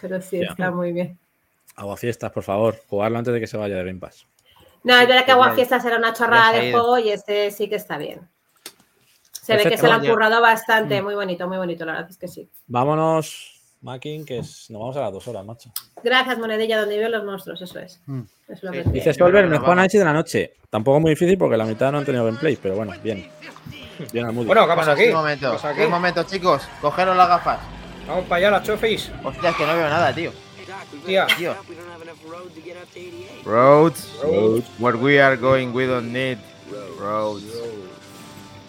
E: Pero sí,
F: Ya.
E: está muy bien.
F: Agua fiestas, por favor. Jugarlo antes de que se vaya de Game Pass.
E: No, es verdad que
A: pues ya-
E: Aguafiestas era una chorrada
A: ya se ha
E: de
A: ido.
E: juego y este sí que está bien. Se ve que
F: Perfecto.
E: se lo han
A: Yo-
E: currado bastante. Muy bonito, muy bonito, la verdad es que sí.
F: Vámonos, Makin, que es- nos vamos a las dos horas, macho.
E: Gracias, Monedilla, donde viven los monstruos, eso es.
B: Mm.
E: Es lo
A: Sí,
E: que
A: sí.
E: quiero.
F: Dice
A: Dices-
F: Solver,
A: Bueno,
F: mejor
A: vamos.
F: análisis de la noche. Tampoco muy difícil porque la mitad no han tenido gameplay, pero bueno, bien. Bien al Moody.
D: Bueno, ¿qué pasa
A: Bueno,
D: aquí?
A: Un momento,
D: ¿Qué pasa aquí?
A: un momento, chicos. Cogeros las gafas.
D: Vamos para allá, las chofis.
A: Hostia, es que no veo nada, tío.
D: Tía.
A: Tío. Roads.
D: Roads.
A: Where we are going, we don't need roads.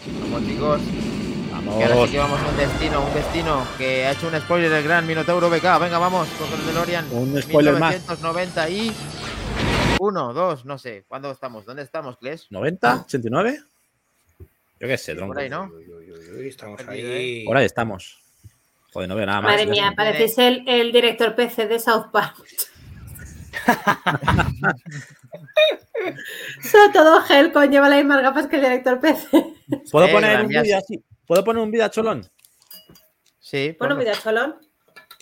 A: Vamos, chicos. Que ahora sí
F: Vamos.
A: que vamos a un destino, un destino que ha hecho un spoiler el gran Minotauro BK. Venga, vamos, con el DeLorean.
F: Un spoiler más.
A: 1990 y... Uno, dos, no sé. ¿Cuándo estamos? ¿Dónde estamos, Kles?
F: ¿90? ¿89? Yo qué sé, tronco.
A: Por ahí, ¿no?
D: Uy, uy, uy, uy, estamos
A: Perdido,
D: ahí.
F: Por ahí estamos. Joder, no veo nada más.
E: Madre
F: Ya
E: mía,
F: está.
E: parecéis el, el director PC de South Park. Sobre todo Helco lleva las mismas gafas pues, que el director PC.
F: ¿Puedo
A: Eh,
F: poner un
A: Gran Vía-
F: vídeo así? ¿Puedo poner un vídeo a cholón?
A: Sí,
E: Bueno,
A: ponlo.
E: mira, Cholón.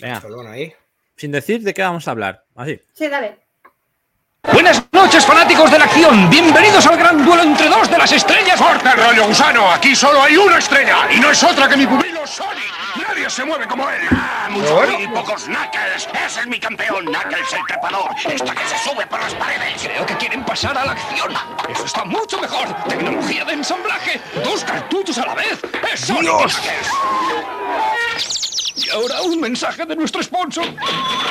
F: Venga,
D: Solón ahí.
F: sin decir de qué vamos a hablar. Así.
E: Sí, dale.
I: Buenas noches, fanáticos de la acción. Bienvenidos al gran duelo entre dos de las estrellas.
G: ¡Corta el rollo gusano! Aquí solo hay una estrella y no es otra que mi pupilo Sonic. Nadie se mueve como él. ¡Ah, mucho
D: Bueno.
G: y pocos Knuckles. Ese es mi campeón, Knuckles el trepador. Esta que se sube por las paredes. Creo que quieren pasar a la acción. Eso está mucho mejor. Tecnología de ensamblaje. Dos cartuchos a la vez. ¡Es Sonic y Knuckles! Y ahora un mensaje de nuestro sponsor.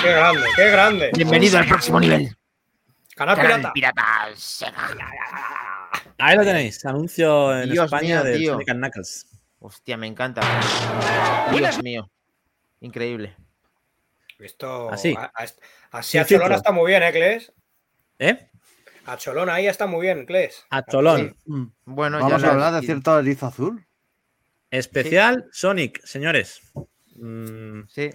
D: Qué grande, qué grande.
A: Bienvenido al próximo nivel.
D: Canal pirata.
F: Ahí lo tenéis. Anuncio en
A: Eh, Dios
F: España
A: mío,
F: de
A: tío.
F: Sonic and Knuckles.
A: Hostia, me encanta. Dios mío. Increíble.
D: Visto
F: Así.
D: a- a- Así
F: Sin
D: a Cholón
F: filtro.
D: está muy bien, ¿eh, Cles?
F: ¿Eh?
D: A Cholón ahí está muy bien, Cles.
F: A cholón.
D: Sí.
B: Mm.
A: Bueno, ya
B: Vamos a
A: las-
B: hablar de cierto erizo azul.
F: Especial Sonic, señores. Mm,
A: Sí.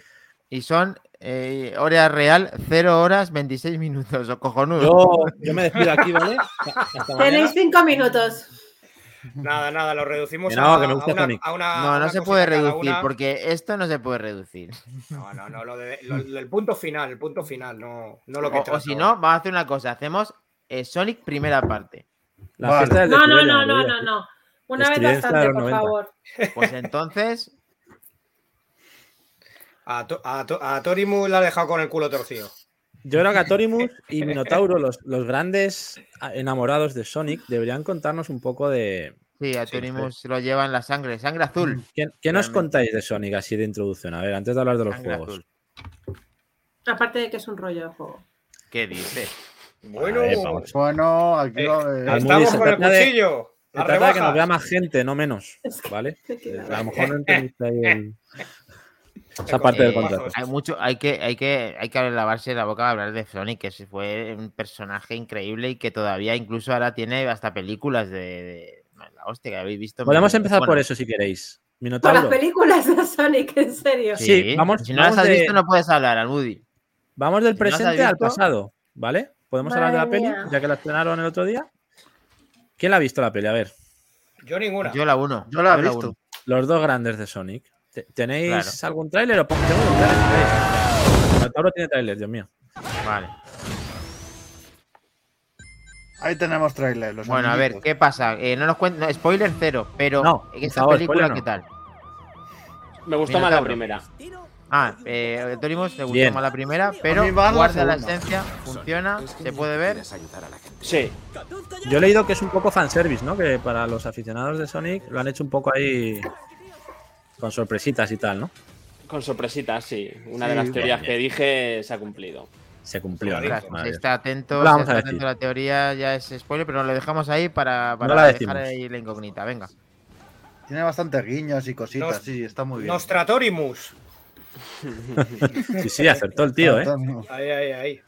A: Y son eh, hora real, 0 horas 26 minutos. O cojonudo.
F: yo, yo me despido aquí, ¿vale? Hasta
E: Tenéis
F: mañana.
E: cinco minutos.
D: Nada, nada, lo reducimos
F: Que no,
D: a,
F: que me
D: a
F: gusta
D: una,
F: Sonic.
D: a una-
A: no, no
D: una
A: se
D: cosita
A: puede
D: cada
A: reducir,
D: una.
A: porque esto no se puede reducir.
D: No, no, no, lo, de- lo- lo- el punto final, el punto final, no, no lo que
A: O, o
D: trata
A: si
D: ahora.
A: no, vamos a hacer una cosa. Hacemos eh, Sonic primera parte.
F: La
B: Vale.
F: fiesta del
E: No, no,
F: desfile,
E: no, no,
F: madre
E: no,
F: mía.
E: no. Una vez
F: Estridencia de
E: bastante,
F: los
E: por
F: 90.
E: favor.
A: Pues entonces,
D: A, To- a, To- a Torimu la ha dejado con el culo torcido.
F: Yo creo que Atorimus y Minotauro, los, los grandes enamorados de Sonic, deberían contarnos un poco de.
A: sí, a Turimus lo lleva en la sangre. Sangre azul.
F: ¿Qué, qué
A: Realmente.
F: nos
A: pues,
F: contáis de Sonic así de introducción? A ver, antes de hablar de los
A: Sangre
F: juegos.
A: azul.
E: Aparte de que es un rollo de juego.
A: ¿Qué dices?
D: Bueno,
F: ver, vamos.
B: Bueno, aquí lo- eh,
F: al
D: estamos
F: Moody,
D: con
F: se
D: el
F: trata de-
D: cuchillo.
F: Se
D: las
F: trata de que nos
D: rebajas.
F: vea más gente, no menos. ¿Vale? Eh, A lo mejor no entendiste ahí el- esa parte del
A: Eh,
F: contrato.
A: Hay mucho, hay que, hay que, hay que lavarse la boca al hablar de Sonic, que se fue un personaje increíble y que todavía incluso ahora tiene hasta películas de, de- la hostia que habéis visto.
F: Podemos empezar por
A: Bueno,
F: eso si queréis.
E: Con las
F: Minotauro,
E: películas de Sonic, en serio.
A: Sí,
F: Sí, vamos-
A: Si no las
F: vamos
A: has
F: de-
A: visto, no puedes hablar, Almudi.
F: vamos del
A: Si no las has
F: presente al
A: visto-
F: pasado, ¿vale? Podemos hablar de la
E: Madre
F: peli,
E: mía.
F: ya que la estrenaron el otro día. ¿Quién la ha visto la peli? A ver,
D: Yo ninguna.
A: Yo la uno.
B: Yo la he
A: uno.
B: visto.
F: los dos grandes de Sonic. Te- ¿Tenéis
A: Claro.
F: algún tráiler o pon- tengo un tráiler? Minotauro tiene tráiler, Dios mío.
A: Vale.
B: ahí tenemos trailer. Los
A: Bueno, a ver,
B: amiguitos.
A: ¿qué pasa? Eh, no nos cuenten, no, spoiler cero, pero
F: No,
A: esta
F: por favor,
A: película,
F: spoiler no.
A: ¿qué tal?
C: Me gustó más la
A: Minotauro.
C: primera.
A: Ah, eh, Dorimos le gustó
F: Bien.
A: más la primera, pero
B: A mí va la
A: guarda la
B: segunda.
A: esencia, funciona, se puede ver.
C: Sí,
F: Yo he leído que es un poco fanservice, ¿no? Que para los aficionados de Sonic lo han hecho un poco ahí con sorpresitas y tal, ¿no?
C: con sorpresitas, sí. Una de las teorías que dije se ha cumplido.
F: Se cumplió. ¿no?
A: Claro, si
F: Maravilla.
A: está atento,
F: No la
A: si
F: vamos
A: está
F: a
A: atento
F: decir.
A: a la teoría, ya es spoiler, pero lo dejamos ahí para, para
F: No la
A: dejar
F: decimos.
A: ahí la incógnita. Venga.
B: Tiene bastantes guiños y cositas,
D: Nos-
B: sí, está muy bien.
D: Nostratorimus.
F: Sí, sí, acertó el tío, ¿eh?
D: Ahí, ahí, ahí.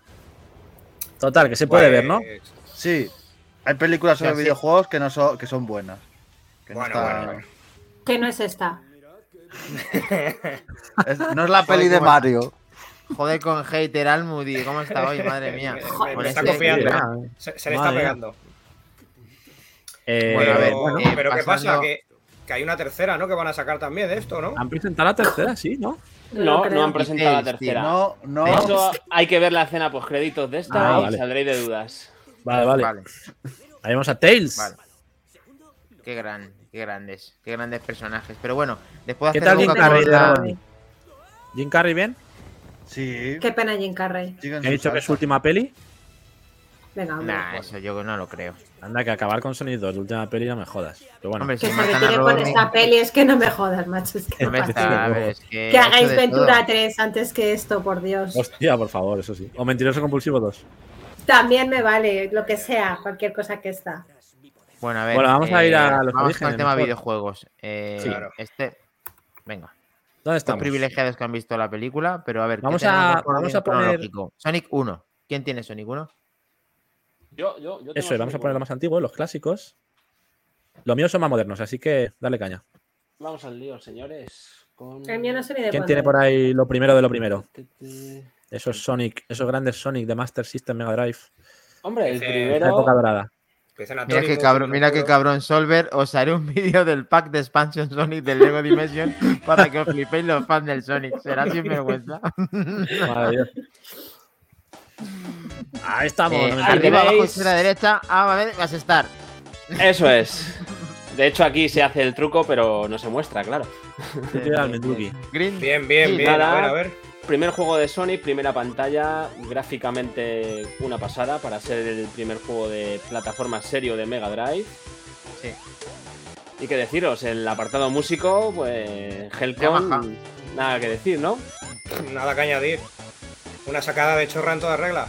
F: Total, que se puede ver, ¿no?
D: Pues,
B: Sí, hay películas sobre
A: Ya sé.
B: videojuegos que no son, que son buenas. Que no,
D: Bueno,
B: está-
D: bueno,
E: Que no es esta.
B: Es, no es la peli de
A: Bueno.
B: Mario.
A: Joder con hater Almudi, ¿cómo está hoy? Madre mía.
D: Me-
A: Con
D: me está
A: este-
D: confiando.
A: Mira,
F: Ah,
D: Se, se le
F: Madre
D: está
F: mía.
D: pegando.
F: eh,
A: Bueno, a ver,
D: Pero-
A: bueno,
D: pero ¿qué pasa?
A: pasando-
D: Que, que hay una tercera, ¿no? Que van a sacar también de esto, ¿no?
F: ¿Han presentado la tercera? Sí, ¿no?
C: No,
E: creo.
C: no han presentado la
A: Details, tío,
C: tercera.
B: No, no.
A: De
C: De hecho, hay que ver la escena post créditos de esta
F: Ah,
C: y
F: vale.
C: saldréis de dudas.
F: Vale, vale.
A: Vale,
F: Ahí vamos a Tails.
A: vale. Qué gran, qué grandes, qué grandes personajes. Pero bueno, después de
F: ¿Qué
A: hacer
F: tal Jim
A: boca
F: Carrey?
A: con la-
F: Dani? ¿Jim Carrey bien?
B: Sí.
E: Qué pena Jim Carrey.
B: siguen
F: ¿Me he
B: sus
F: dicho que es
B: saltos.
F: su última peli?
E: Venga, hombre.
A: Nah, eso yo no lo creo.
F: Anda, que acabar con Sonic 2, última peli, no me jodas. Pero bueno,
A: Hombre,
E: que
A: si
E: se
A: matan a
E: retire con
A: Robotnik,
E: esta peli. Es que no me jodas, macho. Es que,
A: no me
E: no pasa.
A: está, a ver, es que
E: que
A: ha hecho
E: hagáis
A: de
E: Ventura
A: todo.
E: 3 antes que esto, por Dios.
F: hostia, por favor, eso sí. O Mentiroso Compulsivo 2.
E: También me vale, lo que sea, cualquier cosa que está.
A: Bueno, a ver. eh,
F: Bueno, vamos a ir a los
A: vamos con
F: orígenes,
A: el tema
F: mejor.
A: videojuegos. Eh,
F: Sí.
D: Claro.
A: Este. Venga, estos
F: ¿Dónde estamos?
A: privilegiados que han visto la película, pero a ver, ¿qué
F: Vamos
A: tenemos
F: a-
A: por
F: vamos
A: orden
F: a poner-
A: cronológico? Sonic 1. ¿Quién tiene Sonic 1?
C: Yo, yo, yo tengo
F: Eso, es, vamos a
C: Sonic
F: poner
C: uno.
F: los más antiguos, los clásicos. Los míos son más modernos, así que dale caña.
C: Vamos al lío, señores. Con-
E: El mío Eh, no sé ni de
F: ¿Quién
E: cuándo
F: tiene
E: es.
F: por ahí lo primero de lo primero?
C: Te- te-
F: Esos Sonic, esos grandes Sonic de Master System Mega Drive.
C: Hombre, el
D: Ese-
F: Esa época
C: primero.
F: dorada.
D: Empiezan
A: Mira
D: Atónimos,
A: qué cabrón, mira qué
D: seguro.
A: cabrón Solver, os haré un vídeo del pack de expansion Sonic del Lego Dimension para que os flipéis los fans del Sonic. Será sin vergüenza.
F: Madre de Dios. Ahí estamos.
A: Eh,
F: 93.
A: arriba, abajo,
C: veis.
A: izquierda, derecha. Ah, a ver, vas a estar.
C: Eso es. De hecho, aquí se hace el truco, pero no se muestra, claro.
F: Tú tira al Menduki.
A: Green.
D: Bien, bien,
A: Sí,
D: bien.
C: nada.
D: A ver, a ver.
C: Primer juego de Sonic, primera pantalla, gráficamente una pasada para ser el primer juego de plataforma serio de Mega Drive.
A: Sí.
C: Y que deciros, el apartado músico, pues
A: Yamaha.
C: Hellcon, nada que decir, ¿no?
D: Nada que añadir. Una sacada de chorra en toda regla.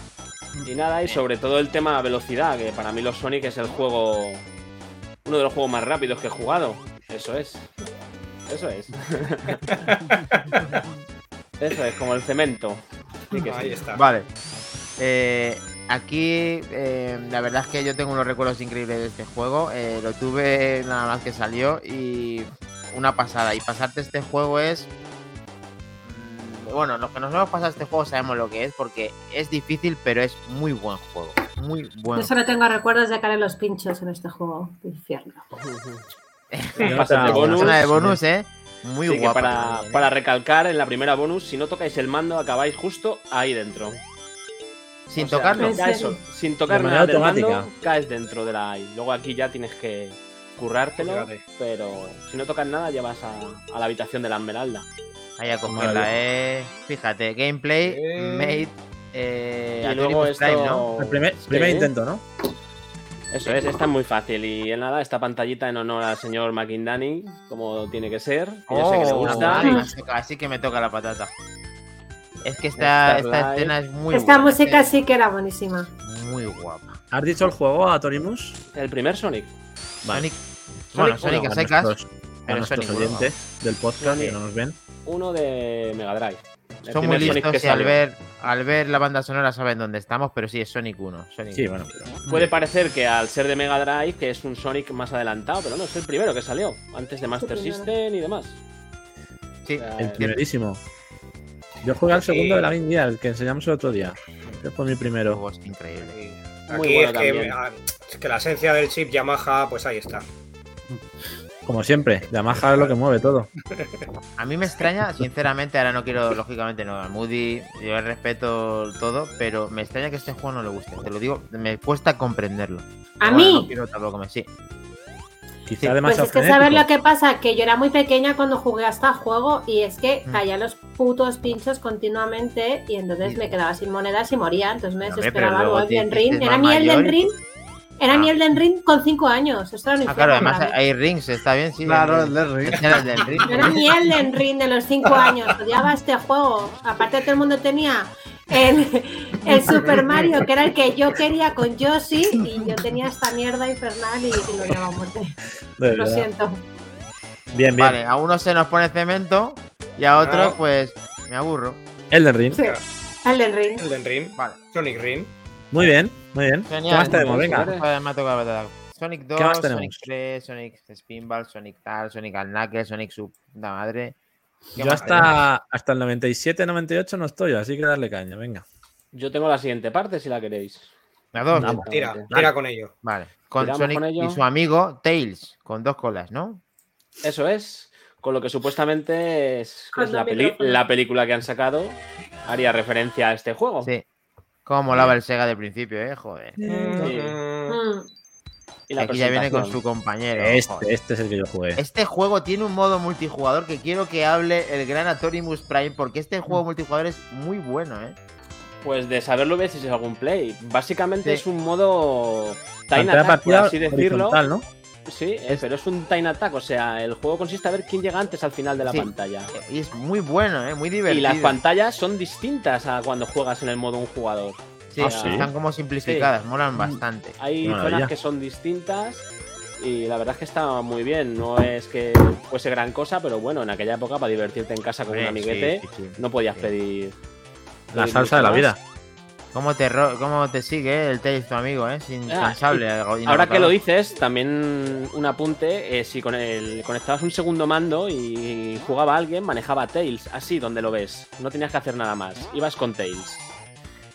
C: Y nada, y sobre todo el tema velocidad, que para mí los Sonic es el juego. uno de los juegos más rápidos que he jugado. Eso es. Eso es. Eso es, como el cemento. Así que sí.
D: Ahí está.
A: Vale. Eh, aquí, eh, la verdad es que yo tengo unos recuerdos increíbles de este juego. Eh, lo tuve nada más que salió y una pasada. Y pasarte este juego es. mm, Bueno, los que nos hemos pasado este juego sabemos lo que es porque es difícil, pero es muy buen juego. Muy buen
E: Yo solo tengo recuerdos de caer en los pinchos en este juego. Infierno.
F: Y
C: Pasate
F: otra-
C: bonus.
A: Zona de bonus, ¿eh? Muy
C: Así que
A: guapa.
C: para,
A: también, ¿eh?
C: para recalcar, en la primera bonus, si no tocáis el mando, acabáis justo ahí dentro.
A: Sin
C: O sea,
A: tocarlo.
E: ¿En
C: caes-
E: serio?
C: sin tocar
F: De
C: nada
F: manera
C: del mando,
F: automática.
C: caes dentro de la AI. Luego aquí ya tienes que currártelo,
A: Pues
D: Fíjate.
C: pero si no tocas nada, ya vas a, a la habitación de la Esmeralda.
A: Ahí a cogerla,
F: Maravilla.
A: ¿eh? Fíjate, gameplay,
D: Eh.
A: made. Eh,
C: y luego
A: Atletico's
C: esto.
A: Prime, ¿no?
F: El primer,
C: Sí,
F: primer intento, ¿no?
C: Eso es, esta es muy fácil. Y nada, esta pantallita en honor al señor McIndani, como tiene que ser. que yo sé que le
A: Oh,
C: gusta.
A: madre, me toca- así que me toca la patata. Es que esta,
C: Mr.
A: esta
C: Light.
A: escena es muy
E: Esta
A: guapa,
E: música
A: es
E: sí que era buenísima.
A: muy guapa.
F: ¿Has dicho el juego a Torimus?
C: El primer Sonic.
F: Vale.
A: Sonic, bueno,
C: uno,
A: Sonic a
F: a
A: secas,
F: nuestros, a
A: pero
F: nuestros
A: Sonic uno.
F: oyentes del podcast que no nos ven.
C: Uno de Mega Drive. El
A: son muy
C: primer Sonic que
A: listos y al
C: salió.
A: ver, al ver la banda sonora saben dónde estamos, pero sí es Sonic 1. Sonic
F: Sí,
A: 1.
F: bueno. pero-
C: Puede parecer que al ser de Mega Drive, que es un Sonic más adelantado, pero no, es el primero que salió, antes de Master
E: primero.
C: System y demás.
A: Sí.
C: O sea,
F: El primerísimo. Yo jugué al segundo de la Game Gear, el que enseñamos el otro día. Este fue mi
A: el
F: primero.
A: juego es increíble.
D: Sí.
C: Muy
D: Aquí
C: bueno
D: es, que,
C: también.
D: ah, es que la esencia del chip Yamaha, pues ahí está.
F: Como siempre, Yamaha es lo que mueve todo.
A: A mí me extraña, sinceramente, ahora no quiero, lógicamente, no, a Moody, yo le respeto todo, pero me extraña que este juego no le guste. Te lo digo, me cuesta comprenderlo.
E: A
A: Bueno, no
E: mí,
A: quiero tampoco me- sí.
F: Quizá además
E: Pues es que sabes lo que pasa, que yo era muy pequeña cuando jugué hasta juego y es que
A: Mm.
E: caía los putos pinchos continuamente y entonces me quedaba sin monedas y moría, entonces me
A: No,
E: desesperaba
A: pero luego
E: luego el
A: te
E: Elden Ring.
A: hiciste
E: Era
A: más
E: mi Elden
A: mayor y-
E: Ring, era mi
A: Ah.
E: Elden Ring con 5 años, esto era un
A: Ah,
E: infierno
A: claro, además
E: para mí.
A: hay rings, está bien, sí.
B: Claro,
A: el-
B: el del ring.
A: Este era el del ring.
E: Yo era mi Elden Ring de los 5 años, odiaba este juego. Aparte todo el mundo tenía el, el Super Mario, que era el que yo quería con Yoshi, y yo tenía esta mierda infernal y, y lo odiaba a muerte. Lo siento.
F: Bien, bien.
A: Vale, a uno se nos pone cemento y a otro,
D: Claro.
A: pues, me aburro.
F: Elden Ring.
E: Sí. Elden Ring.
D: Elden Ring,
A: Vale.
D: Sonic Ring.
F: Muy bien, muy bien. ¿Qué
A: Genial,
F: más tenemos?
A: pues,
F: Venga.
A: ahora me ha tocado la batalla. Sonic 2,
F: más
A: Sonic
F: tenemos?
A: 3, Sonic Spinball, Sonic tal, Sonic al Knuckles, Sonic su puta madre. ¿Qué
F: Yo
A: más tenemos?
F: hasta, hasta el 97, 98 no estoy, así que darle caña, venga.
C: Yo tengo la siguiente parte si la queréis.
A: Las dos.
F: Vamos.
D: Tira,
C: Vale.
D: tira con ello.
A: Vale. Con
C: Tiramos
A: Sonic
C: con ello.
A: y su amigo Tails, con dos colas, ¿no?
C: Eso es. Con lo que supuestamente es,
E: Con
C: es
E: dos
C: la, peli-
E: micrófonos.
C: la película que han sacado haría referencia a este juego.
A: Sí. Cómo molaba el Sega de principio, eh, joder.
D: Mm,
E: Mm.
C: Y la
A: Aquí ya viene con su
C: presentación.
A: compañero. joder.
F: Este, este es el que yo jugué.
A: Este juego tiene un modo multijugador que quiero que hable el gran Atorimus Prime, porque este juego multijugador es muy bueno, ¿eh?
C: Pues de saberlo ves si es algún play. Básicamente
A: Sí.
C: es un modo Time
F: Pantalla
C: Attack, por
F: partida
C: así decirlo.
F: horizontal, ¿no?
C: Sí, eh, pero es un Time Attack. O sea, el juego consiste a ver quién llega antes al final de la
A: Sí.
C: pantalla.
A: Y es muy bueno, ¿eh? Muy divertido.
C: Y las pantallas son distintas a cuando juegas en el modo un jugador.
A: Sí,
C: Ah, sí.
A: están como simplificadas, molan bastante.
C: Hay
F: Maravilla.
C: zonas que son distintas y la verdad es que está muy bien. No es que fuese gran cosa, pero bueno, en aquella época para divertirte en casa con
A: Eh,
C: un
A: sí,
C: amiguete
A: sí, sí.
C: no podías
A: Sí.
C: pedir.
A: eh,
F: La
C: pedir
F: salsa de la
C: mucho más.
F: vida.
A: ¿Cómo te, ro- cómo te sigue eh, el Tails, tu amigo, eh? Sin
C: Ah,
A: cansable.
C: Ahora que lo dices, también un apunte, eh, si con el, conectabas un segundo mando y jugaba alguien, manejaba Tails, así donde lo ves, no tenías que hacer nada más, ibas con Tails.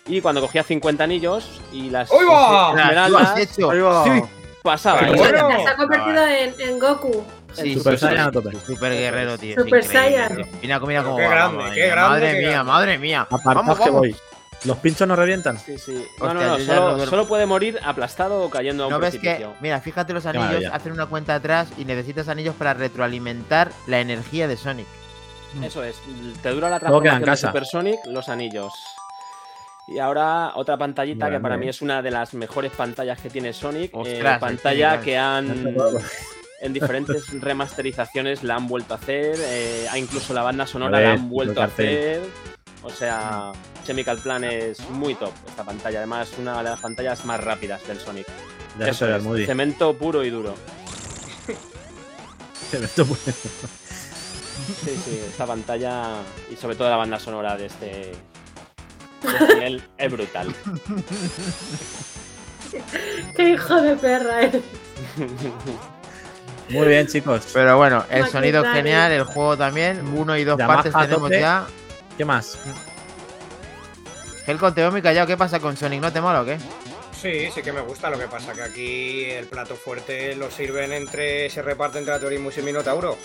C: Y cuando cogías 50 anillos y las
D: ¡Ahí va!
A: lo has
C: esmeraldas,
A: hecho.
B: Ahí va.
A: Sí,
C: pasaba.
D: ¡Qué
C: y
D: bueno!
C: era
E: Se ha convertido en, en Goku.
A: Sí,
C: Super
A: sí, sí,
F: Saiyan
A: sí,
F: a tope.
A: Super guerrero, tío. es
E: Super
A: increíble,
E: Saiyan.
A: tío. Mira, mira cómo
D: Qué
A: va,
D: grande,
A: madre
D: qué
A: mía,
D: grande,
A: Madre
D: qué
A: mía,
D: grande.
A: madre mía.
F: Apartaos que voy. Los pinchos nos revientan.
C: Sí, sí. No,
A: Hostia,
C: no, no,
A: yo ya no
C: solo,
A: duermo.
C: solo puede morir aplastado o cayendo a un
A: ¿No ves que,
C: precipicio.
A: mira, fíjate los anillos,
F: maravilla.
A: hacen una cuenta atrás y necesitas anillos para retroalimentar la energía de Sonic.
C: Eso es, te dura la
F: Luego queda en
C: transformación de
F: casa.
C: Super Sonic, los anillos. Y ahora otra pantallita
F: Grande.
C: que para mí es una de las mejores pantallas que tiene Sonic. eh,
A: Ostras, el
C: pantalla
A: Sonic
C: que han
F: Grande.
C: en diferentes remasterizaciones la han vuelto a hacer. eh, ah, incluso la banda sonora
F: A ver,
C: la han vuelto a
F: el cartel.
C: hacer. O sea, Chemical Plan es muy top esta pantalla. Además, una de las pantallas más rápidas del Sonic.
F: Ya se ve
C: es,
F: muy bien.
C: cemento puro y duro. Sí, sí, esta pantalla y sobre todo la banda sonora de este, de este nivel es brutal.
E: Qué hijo de perra eres.
F: Muy bien, chicos.
A: Pero bueno, el
E: Maquinaria.
A: sonido es genial, el juego también. Uno y dos
F: Yamaha
A: partes
F: a
A: tenemos
F: tope.
A: ya.
F: ¿Qué más?
A: El conteo muy callado, ¿qué pasa con Sonic? ¿No te mola o qué?
B: Eh,
D: Sí, sí que me gusta. Lo que pasa que aquí el plato fuerte lo sirven entre. se reparte entre Atorimus y Minotauro.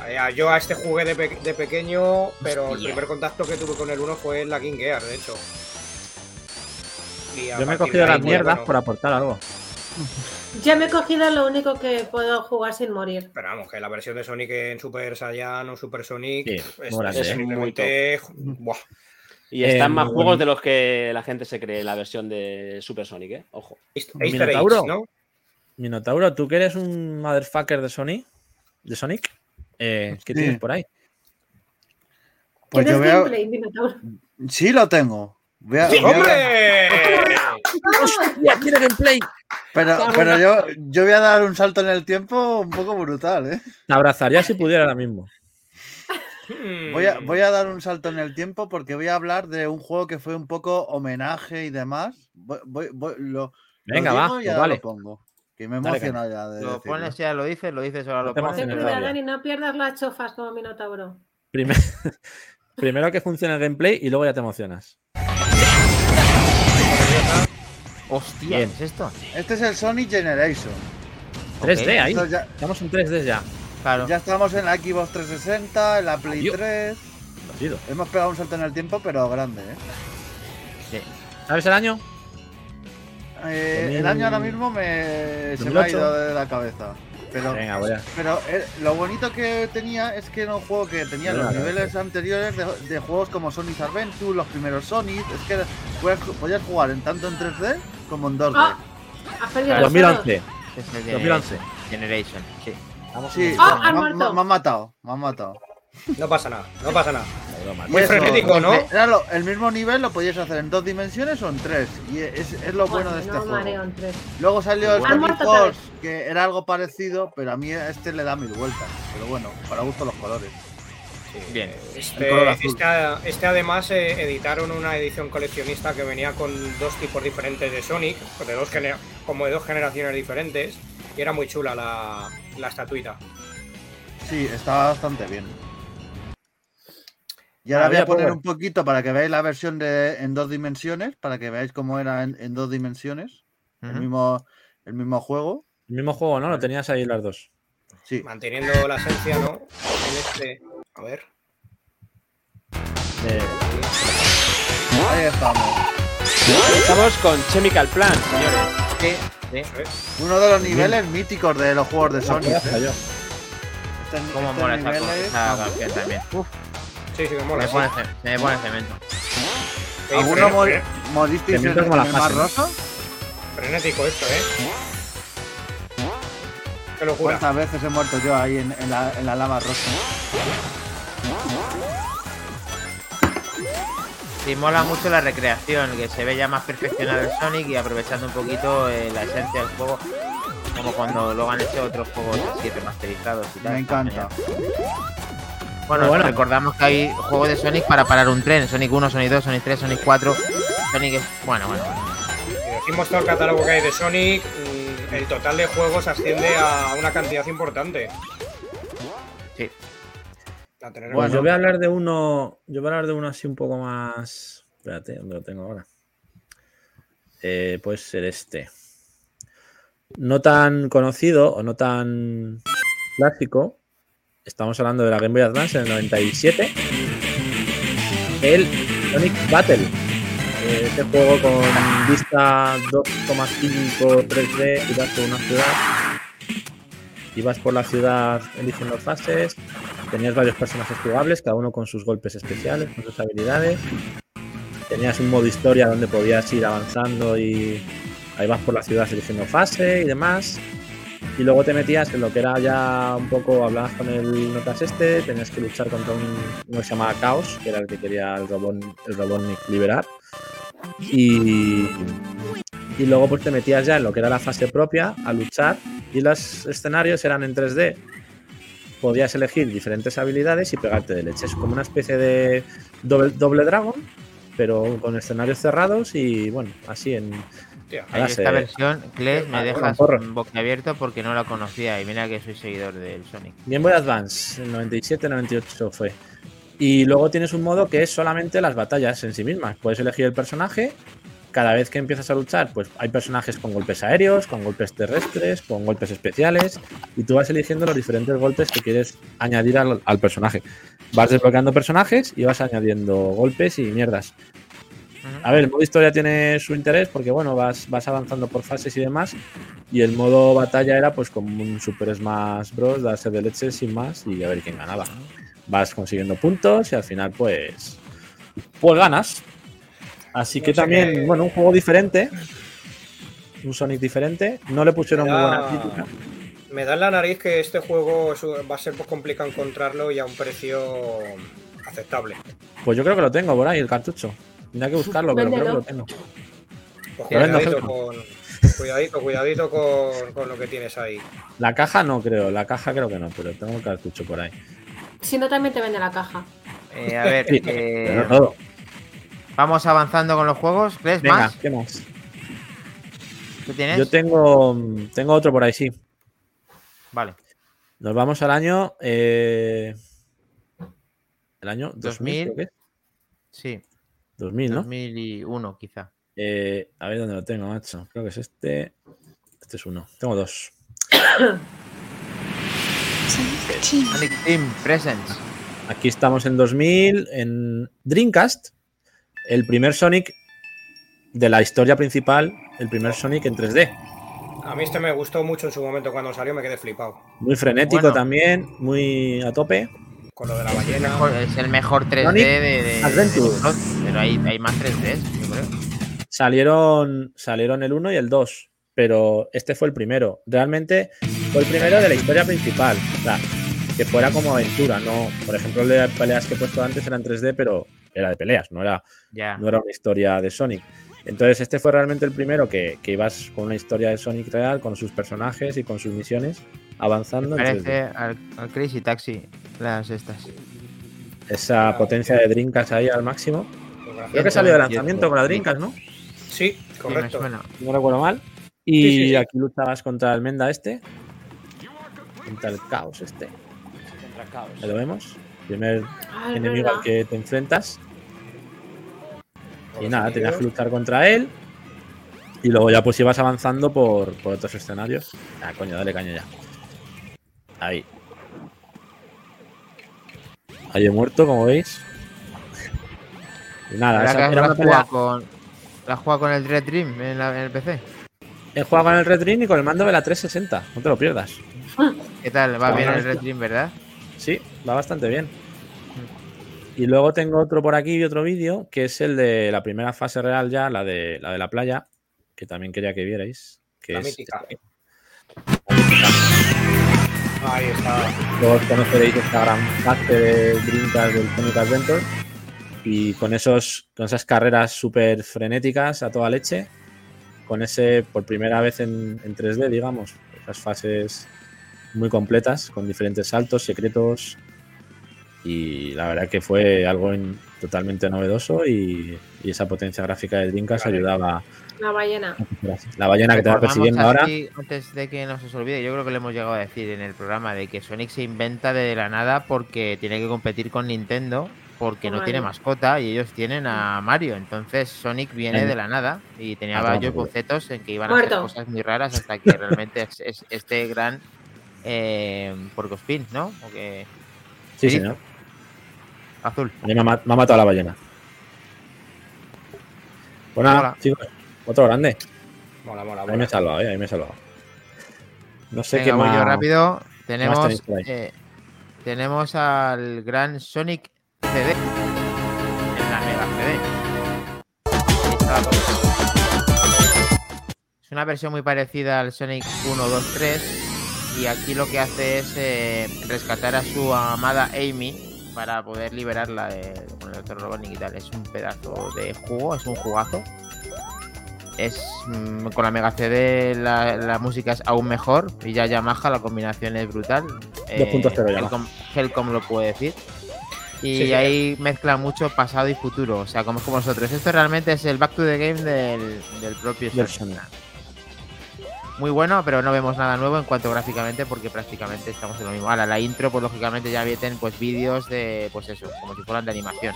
D: Ah, Yo a este jugué de, pe- de pequeño, pero el
C: Hostia.
D: primer contacto que tuve con el 1 fue en la King Gear, de hecho. Y a
F: Yo me he
D: partir de
F: cogido
D: ahí,
F: las
D: pues,
F: mierdas
D: bueno,
F: por aportar algo.
E: Ya me he cogido lo único que puedo jugar sin morir.
D: Pero vamos, que la versión de Sonic en Super Saiyan o Super Sonic
F: Sí,
D: pf,
F: mola,
D: es,
F: sí,
D: es
F: ¿eh?
D: simplemente- Buah.
C: Y están
F: Eh,
C: más
F: muy
C: juegos
F: bueno.
C: de los que la gente se cree en la versión de Super Sonic, ¿eh? Ojo.
D: Easter
F: ¿Un
D: eggs,
F: minotauro?
D: ¿no?
F: Minotauro, ¿tú que eres un motherfucker de Sonic? ¿De Sonic? Eh, ¿Qué
B: Sí.
F: tienes por ahí?
B: Pues yo
E: ¿Tienes
B: veo.
E: gameplay, Minotauro?
B: Sí, lo tengo. Voy a- voy a-
D: ¡Hombre!
F: ¡Hostia, tiene gameplay!
B: Pero, pero yo, yo voy a dar un salto en el tiempo un poco brutal, ¿eh?
F: Te abrazaría si pudiera ahora mismo.
D: Hmm.
B: Voy a, voy a dar un salto en el tiempo porque voy a hablar de un juego que fue un poco homenaje y demás. Voy, voy- voy- lo, lo
F: Venga, va,
B: digo y
F: pues
B: ahora
F: vale.
B: lo pongo. Que me
F: Dale,
B: emociona ya de
A: Lo
B: decirlo.
A: pones, ya lo dices, lo dices, ahora
F: No
A: lo
F: te
A: pones.
E: Ten
F: emociones,
E: cuidado,
F: Minotauro.
E: Dani, no pierdas las chofas como Minotauro.
F: Primer- Primero que funcione el gameplay y luego ya te emocionas.
A: Hostia,
F: Bien.
A: ¿qué es esto?
B: Este es el Sonic Generation.
F: 3D ahí.
B: Esto ya,
F: Estamos en 3D ya.
A: Claro.
B: ya estamos en la Xbox 360, en la Play
F: Adiós.
B: 3.
F: Jodido.
B: Hemos pegado un salto en el tiempo, pero grande, ¿eh?
F: ¿Sabes el año?
B: Eh, el
F: 2000,
B: año Eh, ahora mismo me, se me ha
F: 2008.
B: ido de la cabeza. Pero,
F: Venga, voy a-
B: pero eh, lo bonito que tenía es que era un juego que tenía los
F: Venga,
B: niveles anteriores de, de juegos como Sonic Adventure, los primeros Sonic. Es que era- podías, podías jugar en tanto en 3D como en 2D.
E: Ah, has perdido
F: Pues
E: los
F: 2011.
A: Es el
F: 2011.
A: Generation, sí.
B: sí,
E: Ah, han
B: me-
E: muerto.
B: me, me han matado, me han matado.
D: No pasa nada, no pasa nada.
B: Y
D: Muy
B: eso,
D: frenético, ¿no?
B: Era lo- el mismo nivel lo podías hacer en dos dimensiones o en tres. Y es, es lo bueno de este
E: Pues no,
B: juego.
E: Mareon 3.
B: Luego salió el
E: Han
B: Sonic
E: muerto otra
B: Force, que era algo parecido, pero a mí este le da mil vueltas. Pero bueno, para gusto los colores.
A: Bien.
B: El color
D: Este,
B: azul.
D: este- este además eh, editaron una edición coleccionista que venía con dos tipos diferentes de Sonic, pues de dos gener- como de dos generaciones diferentes, y era muy chula la, la estatuita.
B: Sí, estaba bastante bien. Y
D: Ah,
B: ahora voy
F: Había
B: a poner
F: power.
B: un poquito para que veáis la versión de en dos dimensiones, para que veáis cómo era en, en dos dimensiones. El
A: Ujú.
B: mismo, el mismo juego.
F: El mismo juego, ¿no? Lo tenías ahí las dos.
B: Sí.
D: Manteniendo la esencia, ¿no? En este. A ver.
F: Eh,
B: Ahí estamos.
C: Estamos con Chemical Plan, señores.
A: Sí, sí.
B: Uno de los niveles míticos de los juegos de Sonic. ¿eh?
F: hasta yo.
B: Este-
A: Cómo
B: este
A: mola esa,
B: nivel
A: cosa-
B: es-
A: esa canción también. Uf,
D: Sí, sí, que mola.
A: me
D: sí.
A: pone, ce- me pone cemento.
D: Sí,
B: Pues, ¿Alguno
D: fre-
B: mor- moristeis en,
F: Te miento como
B: en
F: la
B: el mar
F: fase.
B: rosa?
D: Frenético esto, ¿eh? Qué locura.
B: ¿Cuántas veces he muerto yo ahí en, en la, en la lava rosa?
A: Sí, mola mucho la recreación, que se ve ya más perfeccionado el Sonic y aprovechando un poquito eh, la esencia del juego, como cuando luego han hecho otros juegos así remasterizados y tal.
B: Me encanta.
A: Bueno,
F: Bueno.
A: recordamos que hay juegos de Sonic para parar un tren, Sonic 1, Sonic 2, Sonic 3, Sonic 4, Sonic... es- Bueno, bueno, bueno.
D: Si decimos todo el catálogo que hay de Sonic, mm, el total de juegos asciende a una cantidad importante.
A: Sí.
D: A tener en
F: Bueno,
D: cuenta.
F: yo voy a hablar de uno. Yo voy a hablar de uno así un poco más. Espérate, ¿dónde lo tengo ahora? Eh, puede ser este. No tan conocido o no tan clásico. Estamos hablando de la Game Boy Advance en el 97. El Sonic Battle. Eh, Este juego con vista 2,5 3D y vas por una ciudad. Ibas por la ciudad eligiendo fases. Tenías varios personajes jugables, cada uno con sus golpes especiales, con sus habilidades. Tenías un modo historia donde podías ir avanzando y ahí vas por la ciudad eligiendo fase y demás. Y luego te metías en lo que era ya un poco, hablabas con el notas este, tenías que luchar contra un, uno que se llamaba Caos, que era el que quería el robot, el Robotnik liberar. Y, y luego pues te metías ya en lo que era la fase propia a luchar y los escenarios eran en 3D, podías elegir diferentes habilidades y pegarte de leche. Es como una especie de doble, doble dragon, pero con escenarios cerrados y bueno, así en.
D: Hostia,
A: Ahí
F: Ahora
A: esta
F: se-
A: versión, Clash, me
F: Ah, bueno,
A: dejas
F: porro.
A: un boquiabierto porque no la conocía y mira que soy seguidor del Sonic.
F: Game Boy Advance, en 97, 98 fue. Y luego tienes un modo que es solamente las batallas en sí mismas. Puedes elegir el personaje. Cada vez que empiezas a luchar, pues hay personajes con golpes aéreos, con golpes terrestres, con golpes especiales. Y tú vas eligiendo los diferentes golpes que quieres añadir al, al personaje. Vas desbloqueando personajes y vas añadiendo golpes y mierdas. A ver, el modo historia tiene su interés porque, bueno, vas, vas avanzando por fases y demás. Y el modo batalla era, pues, como un Super Smash Bros. darse de leche sin más y a ver quién ganaba. Vas consiguiendo puntos y al final, pues, pues ganas. Así
D: No
F: que
D: sé
F: también,
D: qué-
F: bueno, un juego diferente. Un Sonic diferente. No le pusieron
D: Me
F: muy
D: da-
F: buena crítica.
D: Me da en la nariz que este juego es un- va a ser pues, complicado encontrarlo y a un precio aceptable.
F: Pues yo creo que lo tengo por ahí, el cartucho. Tendría que buscarlo, pero creo que lo tengo.
D: Pues
F: Pero no,
D: cuidadito,
F: no.
D: con, cuidadito, cuidadito con, con lo que tienes ahí.
F: La caja no creo, la caja creo que no, pero tengo el cartucho por ahí.
E: Si no, también te vende la caja.
A: Eh, a ver,
F: Sí,
A: eh,
F: pero no todo.
A: vamos avanzando con los juegos. ¿Crees
F: Venga,
A: más? ¿Eh?
F: ¿qué más?
A: ¿Tú tienes?
F: Yo tengo, mm, tengo otro por ahí, sí.
A: Vale.
F: Nos vamos al año. eh, el año 2000,
A: 2000,
F: creo que es.
A: Sí,
F: 2000, ¿no?
A: 2001 quizá.
F: Eh, a ver dónde lo tengo, macho. Creo que es este. Este es uno. Tengo dos.
A: Sonic Team Presents.
F: Aquí estamos en 2000, en Dreamcast. El primer Sonic de la historia principal, el primer Sonic en 3D.
D: A mí este me gustó mucho en su momento cuando salió, me quedé flipado.
F: Muy frenético
A: Bueno.
F: también, muy a tope.
D: Con lo de la ballena.
A: Mejor- es el mejor 3D
F: Ah. Sonic
A: de, de- de
F: Adventure.
A: Ubisoft, pero hay, hay más 3Ds, yo creo.
F: Salieron, salieron el 1 y el 2, pero este fue el primero. Realmente fue el primero de la historia principal. o sea, que fuera como aventura, no. Por ejemplo, el de peleas que he puesto antes eran 3D, pero era de peleas, no era
A: Ya.
F: no era una historia de Sonic. Entonces, este fue realmente el primero que, que ibas con una historia de Sonic real, con sus personajes y con sus misiones, avanzando. en 3D.
A: Parece al, al Crazy Taxi, las estas.
F: Esa potencia de Drinkas ahí al máximo. Creo que
A: Ciento
F: salió
A: veintiocho.
F: de lanzamiento con la Drinkas, ¿no?
D: Sí,
A: Sí, me
D: correcto.
A: suena.
F: Si No recuerdo mal. Y
D: Sí, sí, sí.
F: aquí luchabas contra el Menda este. Contra el caos este.
C: Contra Caos.
F: Ahí lo vemos. Primer
E: Ah, es
F: enemigo
E: verdad.
F: al que te enfrentas.
D: Con
F: Y
D: los
F: nada, tenías
D: enemigos.
F: que luchar contra él. Y luego ya pues ibas avanzando por, por otros escenarios. Ah, coño, dale caña ya. Ahí. Ahí he muerto, como veis. Y nada,
A: ¿Verdad
F: Ah, esa
A: que
F: era
A: la
F: una
A: has
F: pelea.
A: jugado con, la has jugado con el Red Dream en, la- en el PC?
F: He jugado con el Red Ring y con el mando de la 360. No te lo pierdas.
A: ¿Qué tal? Va
F: Está
A: bien
F: buena
A: el Red Dream, ¿verdad?
F: Sí, va bastante bien. Y luego tengo otro por aquí y otro vídeo, que es el de la primera fase real ya, la de la, de la playa, que también quería que vierais. Que
D: La
F: es-
D: mítica. Ahí está.
F: Luego conoceréis esta gran parte de Drinkas del Sonic Adventure. Y con, esos, con esas carreras súper frenéticas a toda leche, con ese por primera vez en, en 3D, digamos, esas fases muy completas, con diferentes saltos, secretos. Y la verdad que fue algo en- totalmente novedoso y, y esa potencia gráfica de Drinkas
D: Vale.
F: ayudaba.
E: La ballena.
F: La ballena que te va
A: Recordamos
F: persiguiendo ahora.
A: así, Antes de que nos os olvide, yo creo que le hemos llegado a decir en el programa de que Sonic se inventa de la nada porque tiene que competir con Nintendo porque no
E: Mario.
A: tiene mascota y ellos tienen a Mario. Entonces Sonic viene
F: Venga.
A: de la nada y tenía
F: Ah,
A: varios
F: toma, tío.
A: bocetos en que iban a
E: Muerto.
A: hacer cosas muy raras hasta que realmente es, es este gran eh, porcospin, ¿no? O que-
F: Sí,
A: Sí.
F: señor.
A: azul.
F: A mí me ha, ma- me ha matado la ballena. Bueno,
A: Hola.
F: chicos, otro grande.
D: Mola, mola,
F: Ahí me he
D: mola.
F: salvado, eh, ahí me he salvado. No sé
A: Venga,
F: qué
A: voy yo
F: más.
A: rápido.
F: tenéis
A: Tenemos,
F: por ahí?
A: eh, tenemos al gran Sonic CD. En la Mega CD. Es una versión muy parecida al Sonic 1, 2, 3. Y aquí lo que hace es eh, rescatar a su amada Amy para poder liberarla de, con el otro Robotnik y tal. Es un pedazo de juego, es un jugazo. Es mm, con la Mega CD la, la música es aún mejor y ya Yamaha la combinación es brutal. Eh,
F: 2.0 Yamaha.
A: Helcom, Helcom lo puede decir. Y
D: Sí, sí.
A: ahí mezcla mucho pasado y futuro, o sea, como es como nosotros. Esto realmente es el back to the game del, del propio
F: Del
A: Sonic. Muy bueno, pero no vemos nada nuevo en cuanto gráficamente porque prácticamente estamos en lo mismo. Ahora, la intro, pues lógicamente ya vienen pues vídeos de, pues eso, como si fueran de animación.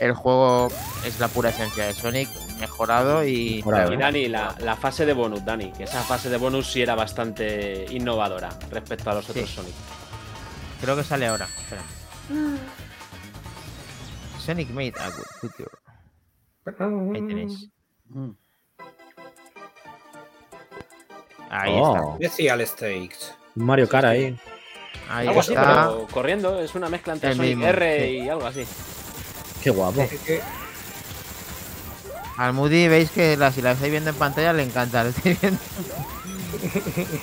A: El juego es la pura esencia de Sonic, mejorado y...
F: Mejorado.
C: Y Dani, la, la fase de bonus, Dani, que esa fase de bonus sí era bastante innovadora respecto a los otros
A: Sí.
C: Sonic.
A: Creo que sale ahora. espera. Sonic Made a Good Future. Ahí tenéis.
B: Mm.
A: Ahí
F: Oh,
D: Special Stakes.
F: Mario Kart ahí.
A: está. Ahí
C: Algo así,
A: está.
C: pero corriendo, es una mezcla entre
A: El
C: Sonic
A: mismo,
C: R
A: sí.
C: y algo así.
F: Qué guapo.
A: Eh,
D: Es que-
A: Al Moody veis que la, si la estáis viendo en pantalla le encanta. Lo estáis viendo.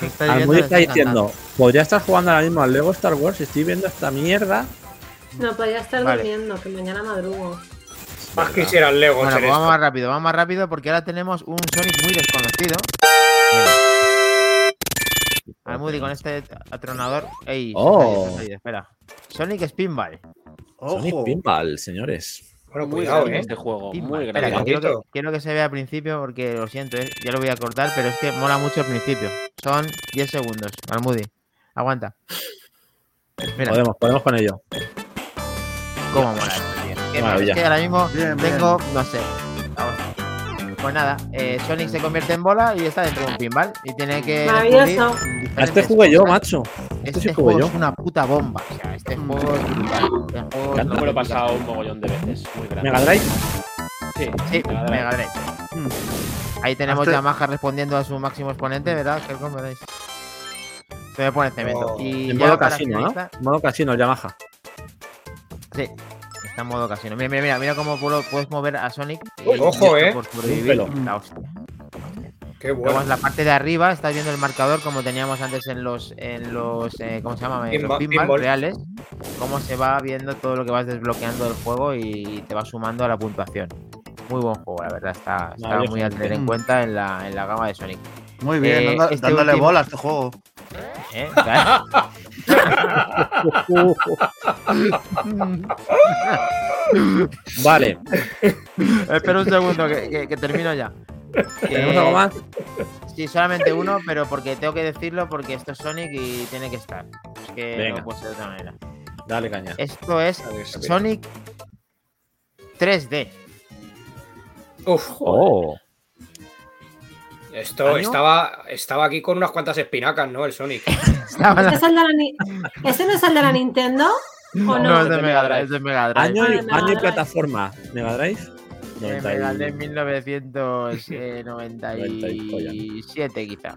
A: Lo estáis
F: Al
A: viendo,
F: Moody
A: le
F: está diciendo,
A: eh,
F: podría estar jugando ahora mismo al Lego Star Wars y estoy viendo esta mierda.
E: No, podría estar
A: Vale.
E: durmiendo, que mañana madrugo.
D: Más quisiera el Lego
A: Bueno,
D: hacer
A: pues vamos
D: esto.
A: más rápido, vamos más rápido porque ahora tenemos un Sonic muy desconocido. Al Moody con este atronador. Ey, se ha salido, se ha
F: Oh.
A: salido, espera. Sonic Spinball.
F: Sonic
B: Ojo.
F: Pinball, señores.
D: Bueno,
C: Muy
D: cuidado,
C: grande
D: ¿eh?
C: este juego,
A: Pinball.
C: muy
A: Espera, que
C: grande.
A: quiero, que, quiero que se vea al principio porque lo siento, eh, ya lo voy a cortar, pero es que mola mucho al principio. Son 10 segundos. Al Moody. Aguanta. Espera,
F: Podemos, podemos con ello.
A: cómo mola esto, tío. Qué
F: Maravilla.
A: es que ahora mismo
B: Bien, bien.
A: tengo, no sé. Vamos. Pues nada, eh, Sonic se convierte en bola y está dentro de un pinball. Y tiene que.
E: Maravilloso. Ah,
A: descubrir
F: A este
A: diferentes
F: jugué yo,
A: cosas.
F: macho. Este sí
A: Este
F: jugué
A: juego
F: yo.
A: es una puta bomba. O sea, este juego es brutal. Este juego
F: Me
A: es
C: No me lo he
A: una-
C: pasado un mogollón de veces, muy grande.
F: Mega Drive.
C: Sí,
A: Sí,
C: Mega Drive.
A: Mega Drive. Ahí tenemos
B: Hasta-
A: Yamaha respondiendo a su máximo exponente, ¿verdad? ¿Qué veréis? Se me pone cemento.
D: Oh.
A: Y
F: En
A: ya
F: modo
A: para
F: casino, ¿no?
A: finalizar-
F: En modo casino, el Yamaha.
A: Sí, está en modo casino. Mira, mira, mira, mira cómo puedo- puedes mover a Sonic.
D: Uy, ojo, eh.
A: Por
F: Un
A: sobrevivir.
F: pelo.
A: La hostia.
D: Qué
A: Luego
D: bueno.
A: en la parte de arriba estás viendo el marcador como teníamos antes en los, en los eh, ¿cómo se llama? En
D: Pinball-
A: los pinball
D: pinball.
A: reales. Cómo se va viendo todo lo que vas desbloqueando del juego y te va sumando a la puntuación. Muy buen juego, la verdad. Está, está
F: Maravilloso.
A: muy a tener en cuenta en la, en la gama de Sonic.
B: Muy bien,
A: Eh,
B: anda-
A: este
B: dándole
A: último-
B: bola a este juego.
A: ¿eh? Claro.
F: vale,
A: eh, Espera un segundo, que, que- que termino ya.
F: ¿tenemos
A: Eh,
F: algo más?
A: Sí, solamente uno, pero porque tengo que decirlo porque esto es Sonic y tiene que estar. Es que
F: Venga.
A: no puede ser de otra manera.
F: Dale caña.
A: Esto es
D: A ver, a ver.
A: Sonic 3D.
D: Uf,
F: Oh,
D: esto
A: ¿Año?
D: estaba, estaba aquí con unas cuantas espinacas, ¿no? El Sonic.
A: Estaba
E: ¿Este, es el de la ni- ¿Este no es el de la Nintendo? ¿O no?
A: No, es de Mega Drive, es de Mega Drive.
F: año y,
E: Drive.
F: año y plataforma. Mega Drive.
A: De
F: 90 y-
A: Mega Drive 1997 quizá.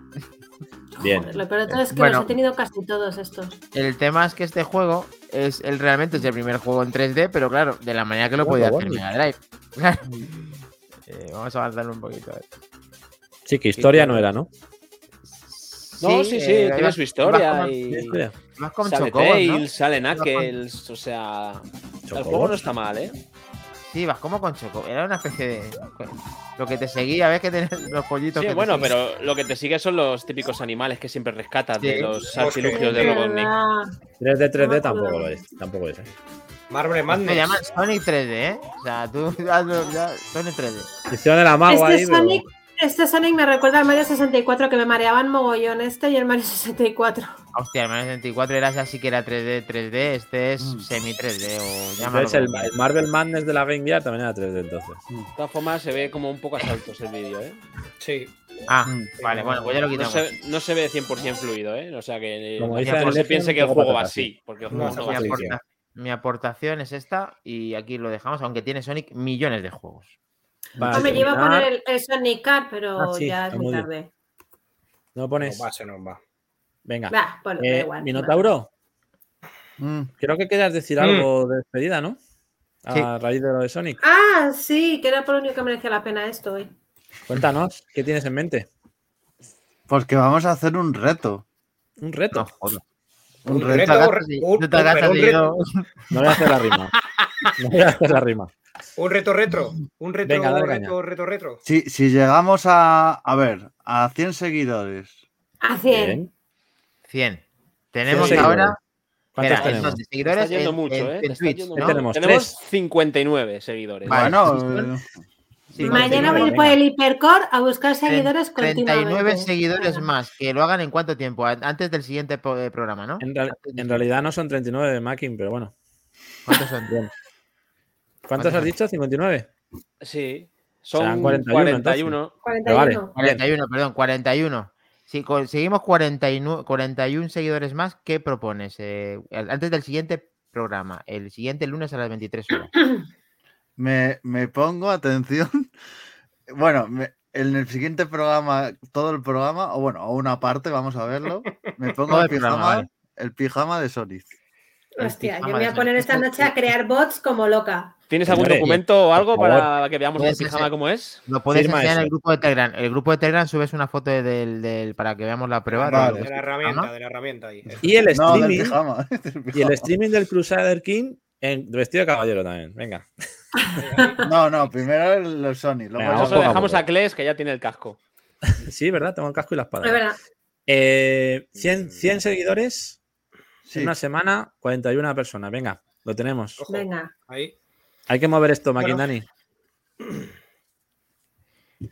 F: Bien.
E: Joder, Lo peor de todo es que
A: Bueno.
E: los he tenido casi todos estos.
A: El tema es que este juego es el realmente es el primer juego en 3D, pero claro, de la manera que lo podía
F: Bueno,
A: hacer
F: bueno.
A: Mega Drive. Eh, vamos a avanzar un poquito. a ver.
F: Sí, que historia no era, ¿no?
C: No, sí, sí,
A: eh,
C: tiene
A: vas-
C: su historia.
A: vas
C: y
F: Historia.
A: Más con
C: Sale
A: chocobos,
C: Tails,
A: ¿no?
C: sale
A: Vas con-
C: Knuckles, o sea. El
F: Chocobos.
C: juego no está mal, ¿eh?
A: Sí, vas como con chocobos. Era una especie de. Lo que te seguía, ves que tenés los pollitos.
C: Sí,
A: que te
C: bueno,
A: siguen.
C: pero lo que te sigue son los típicos animales que siempre rescatas de
A: Sí. Pues
C: los
D: Hostia.
C: artilugios de
E: Es
C: Robotnik.
E: verdad.
F: 3D, 3D
E: No me acuerdo.
F: tampoco lo es. Tampoco es. ¿eh?
D: Marble
A: Me
D: Madness.
A: Pues llaman Sonic 3D, ¿eh? O sea, tú hazlo ya, Sonic 3D.
F: Hicieron el amago
E: Este
F: ahí, pero-
E: Sonic, este Sonic me recuerda al Mario 64 que me mareaban mogollón este y el Mario 64.
A: Hostia, el Mario 64 era así que era 3D, 3D. Este es semi 3D o llámalo.
F: Entonces Mm. Este el,
A: como
F: el
A: quieras.
F: Marvel Madness de la Game Gear también era 3D entonces.
C: De todas formas, se ve como un poco a saltos el vídeo, ¿eh?
D: Sí.
A: Ah,
F: Mm.
A: vale, bueno, pues ya lo
C: No
A: quitamos.
C: se, no se ve 100% fluido, ¿eh? O sea que
F: Como
C: la
F: dice
C: gente no se
F: Alexia,
C: piense
F: un
C: que el
F: poco
C: juego va
F: patata,
C: así, porque el
D: No,
C: juego
D: se
C: no,
D: ve
C: va
A: Pues mi,
C: así.
F: aporta-
A: aporta- mi aportación es esta y aquí lo dejamos, aunque tiene Sonic millones de juegos.
F: Para
E: Hombre, yo iba a poner
F: terminar,
E: el, el Sonic Car, pero
F: Ah, sí,
E: ya es
F: está
E: muy
F: muy bien.
E: tarde.
F: No
D: Nos
F: pones.
D: Pues va, se nos va.
F: Venga.
E: Va, ponlo, da
F: Eh,
E: igual.
F: Minotauro,
B: Mm.
F: creo que querías decir
D: Mm.
F: algo de despedida, ¿no? A
A: Sí.
F: raíz de lo de Sonic.
E: Ah, sí, que era por lo único que merecía la pena esto eh. hoy.
F: Cuéntanos, ¿qué tienes en mente?
B: Pues que vamos a hacer un reto.
F: Un
A: No
F: reto.
A: jodas.
B: Un
D: Un
B: reto.
A: Tú
D: reto.
A: te agachas y-
D: un-
A: tú te
D: pero
A: agachas
D: un
A: y
D: reto-
A: yo-
F: No voy a hacer la rima. No voy a hacer la rima.
D: Un reto retro. Un reto
F: Venga, dale
D: retro, reto retro.
B: Si, si llegamos a, a ver, a 100 seguidores.
E: A 100.
A: 100. Tenemos
F: seguidores.
A: ahora.
F: ¿Cuántos
A: Espera,
F: tenemos?
A: entonces,
C: Te
A: seguidores
C: está yendo
A: en-
C: mucho,
A: en-
C: ¿eh?
A: en
C: Te está
A: Twitch, ¿no?
C: yendo
F: ¿no?
C: mucho.
F: Tenemos
C: Tenemos 59 seguidores.
A: Vale.
B: bueno,
A: Sí,
E: Mañana voy a ir
F: venga.
E: por el hipercore a buscar seguidores continuamente.
A: 39 seguidores más. Que lo hagan en cuánto tiempo? An- Antes del siguiente po- eh, programa, ¿no?
F: En, real- en realidad no son 39 de Macking, pero bueno.
A: ¿Cuántos son?
F: ¿Cuántos has
A: ¿Cuántos?
F: dicho? ¿59?
C: Sí.
F: Serán
C: Son 41.
F: 41, entonces. Pero
E: 41.
F: vale. Bien.
A: 41, perdón, 41. Si conseguimos 49, 41 seguidores más, ¿qué propones? Eh, antes del siguiente programa, el siguiente lunes a las 23 horas.
B: me, me pongo atención. Bueno, me- en el siguiente programa, todo el programa, o bueno, o una parte, vamos a verlo. Me pongo
A: Todo
B: el
A: el programa,
B: pijama,
A: vale.
B: el pijama de Sonic.
E: Hostia, yo
A: pijama
E: me voy
A: de
E: a poner esta
A: Sonic.
E: noche a crear bots como loca.
C: ¿Tienes algún
F: Hombre,
C: documento o algo
F: por
C: para que veamos el
A: Puedes
C: pijama
A: hacer-
C: cómo es?
A: Lo podéis
F: Firma
A: enseñar en
F: eso.
A: el grupo de Telegram. El grupo de Telegram subes una foto de- del, del- para que veamos la prueba. de lo
B: Vale.
A: que
D: De
A: es
D: la
A: el
D: herramienta,
A: programa.
D: de la herramienta ahí.
F: Y el
B: No, del
F: streaming.
B: pijama. del
F: y el
B: pijama.
F: streaming del Crusader King en vestido de caballero también. Venga.
B: No, no, primero el, el Sonic. luego
F: Venga,
B: el-
F: vamos
C: Eso
F: poco
C: lo
F: a
C: dejamos
F: poco.
C: a Kles, que ya tiene el casco.
F: Sí, ¿verdad? Tengo el casco y la
E: Es
F: espada.
E: verdad.
F: Eh, 100, 100 seguidores
B: sí.
F: en una semana, 41 personas. Venga, lo tenemos.
D: Ojo,
E: Venga.
D: ahí.
F: Hay que mover esto,
D: Bueno,
F: Maquindani.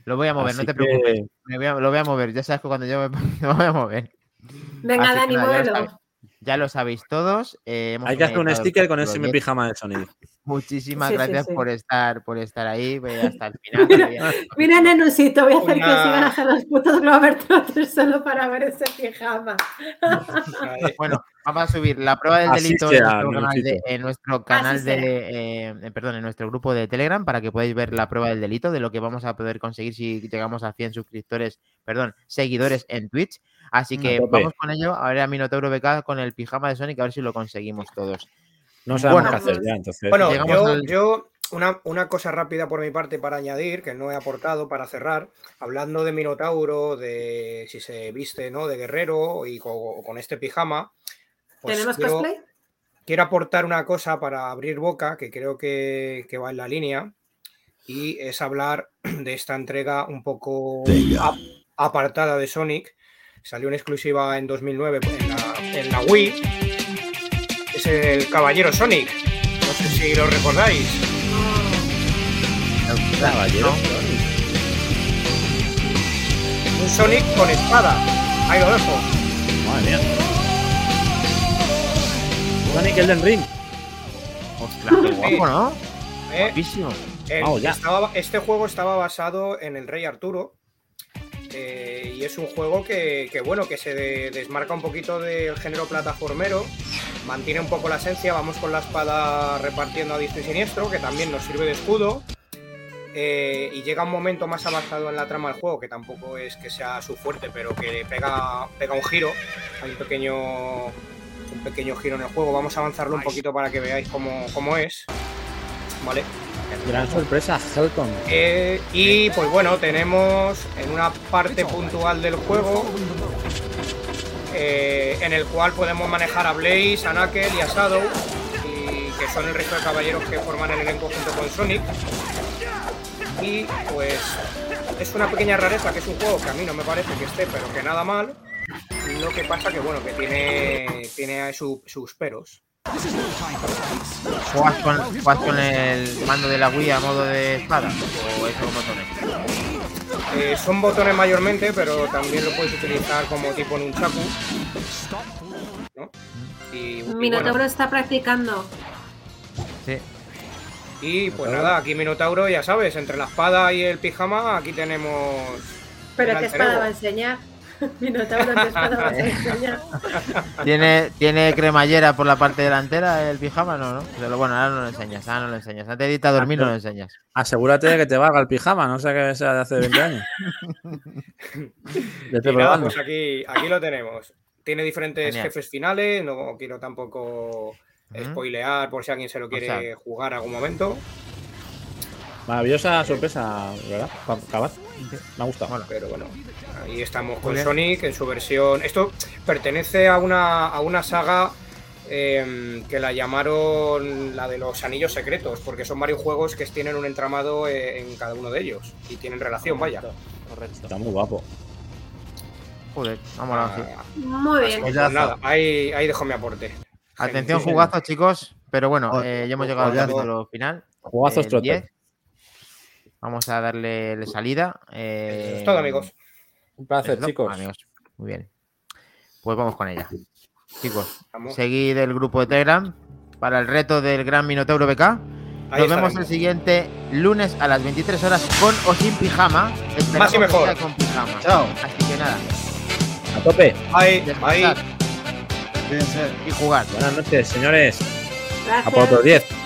A: Lo voy a mover, no
F: Así
A: te
F: que-
A: preocupes. Me voy a- lo voy a mover. Ya sabes que cuando yo me ponga- lo voy a mover.
F: Ah,
E: Venga,
A: Así que
E: Dani,
A: nada, ya lo
E: muévelo.
A: sabéis. Ya lo sabéis todos. eh, hemos
F: Hay que hacer un
A: finalizado el
F: sticker con ese
A: capítulo
F: mi
A: 10.
F: pijama de sonido.
A: Muchísimas
E: Sí, sí,
A: gracias
E: sí.
A: por estar por estar ahí voy hasta el final.
E: Mira, Nenusito, voy a hacer que
D: Una-
E: sigan a los putos Glover Trotter solo para ver ese pijama.
D: Ahí.
A: Bueno, vamos a subir la prueba del
F: Así
A: delito
F: sea,
A: en nuestro canal, de,
F: Menuchito.
A: en nuestro canal
E: Así
A: de, eh, perdón, en nuestro grupo de Telegram para que podáis ver la prueba del delito de lo que vamos a poder conseguir si llegamos a 100 suscriptores, perdón, seguidores en Twitch. Así que
F: tope.
A: vamos con ello. A ver a Minotauro BK con el pijama de Sonic, a ver si lo conseguimos todos.
F: No sabemos
A: Bueno,
F: qué hacer ya, entonces.
D: Bueno,
A: Llegamos
D: yo,
A: al-
D: yo una, una cosa rápida por mi parte para añadir, que no he aportado para cerrar, hablando de Minotauro, de si se viste ¿no? de guerrero y co- o con, este pijama. pues
E: ¿Tenemos
D: quiero-
E: cosplay?
D: quiero aportar una cosa para abrir boca que creo que, que va en la línea y es hablar de esta entrega un poco ap- apartada de Sonic. Salió en exclusiva en 2009 pues, en, la, en la Wii. Es el Caballero Sonic. No sé si lo recordáis.
F: Caballero.
D: Un Sonic con espada. Ahí lo dejo.
F: Madre mía. Sonic Elden Ring.
A: Ostras, qué guapo, ¿no?
D: ¿eh?
A: Guapísimo.
D: El-
F: Vamos ya.
D: estaba- este juego estaba basado en el Rey Arturo. eh, y es un juego que, que, bueno, que se de- desmarca un poquito del género plataformero. Mantiene un poco la esencia. Vamos con la espada repartiendo a diestro y siniestro, que también nos sirve de escudo. eh, y llega un momento más avanzado en la trama del juego, que tampoco es que sea su fuerte, pero que pega, pega un giro. Hay un pequeño, un pequeño giro en el juego. Vamos a avanzarlo un poquito para que veáis cómo, cómo es. ¿Vale?
F: Gran sorpresa, Helcom.
D: Eh, y pues bueno, tenemos en una parte puntual del juego eh, en el cual podemos manejar a Blaze, a Knuckle y a Shadow, y que son el resto de caballeros que forman el elenco junto con Sonic. Y pues es una pequeña rareza que es un juego que a mí no me parece que esté, pero que nada mal. Lo que pasa que bueno, que tiene, tiene su- sus peros.
A: ¿Juegas con, juegas con el mando de la Wii a modo de espada? ¿O eso como son?
D: Eh, son botones mayormente, pero también lo puedes utilizar como tipo en un chapu. ¿no? Y, y
E: Minotauro
D: bueno,
E: está practicando.
A: Sí.
D: y pues nada, aquí Minotauro, ya sabes, entre la espada y el pijama, aquí tenemos.
E: ¿Pero
D: un
E: qué
D: alter
E: espada
D: ego.
E: va a enseñar? Minotauro, ¿qué espada va a enseñar?
A: ¿Tiene, ¿Tiene cremallera por la parte delantera el pijama? No, ¿no? Pero bueno, ahora no lo enseñas, ahora no lo enseñas. Antes de irte a dormir no lo enseñas.
F: Asegúrate de que te valga el pijama, no sea que sea de hace 20 años. Ya
D: Y
F: estoy
D: nada,
F: probando.
D: pues aquí, aquí lo tenemos. Tiene diferentes
A: Genial.
D: jefes finales, no quiero tampoco
A: Ujú.
D: spoilear por si alguien se lo quiere
A: sea-
D: jugar algún momento.
F: Maravillosa sorpresa, ¿verdad? Pa- Cabaz. Me ha gustado.
A: Mola.
D: Pero bueno, ahí estamos con
A: bien.
D: Sonic en su versión. Esto pertenece a una, a una saga em, que la llamaron la de los anillos secretos, porque son varios juegos que tienen un entramado eh, en cada uno de ellos y tienen relación, vaya.
C: Correcto.
F: Está muy guapo.
A: Joder, vamos a ver.
D: Ah,
E: Muy bien.
D: pues
B: Ollazo.
D: nada, ahí, ahí dejo mi aporte.
A: Atención,
D: Gente.
A: jugazos, chicos. Pero bueno,
B: O-
A: eh, ya hemos llegado al
B: ollazo.
A: capítulo final.
F: pues, Jugazos
A: el
F: trotter.
A: 10. Vamos a darle la salida. eh,
D: Eso es todo, amigos.
F: Un
A: eso es
F: placer,
A: todo,
F: chicos.
A: amigos. Muy bien. Pues vamos con ella. Chicos,
D: Vamos.
A: seguid el grupo de Telegram para el reto del gran Minotauro BK.
D: Ahí
A: Nos vemos
D: estaremos.
A: el siguiente lunes a las 23 horas con o sin pijama. Esperamos
D: Más y mejor.
A: que sea Con pijama.
B: Chao.
A: Así que nada,
F: A tope.
D: Ahí, ahí.
A: descansar
B: Fíjense.
A: y jugar.
F: Buenas noches, señores. A por
E: Gracias.
F: otros 10.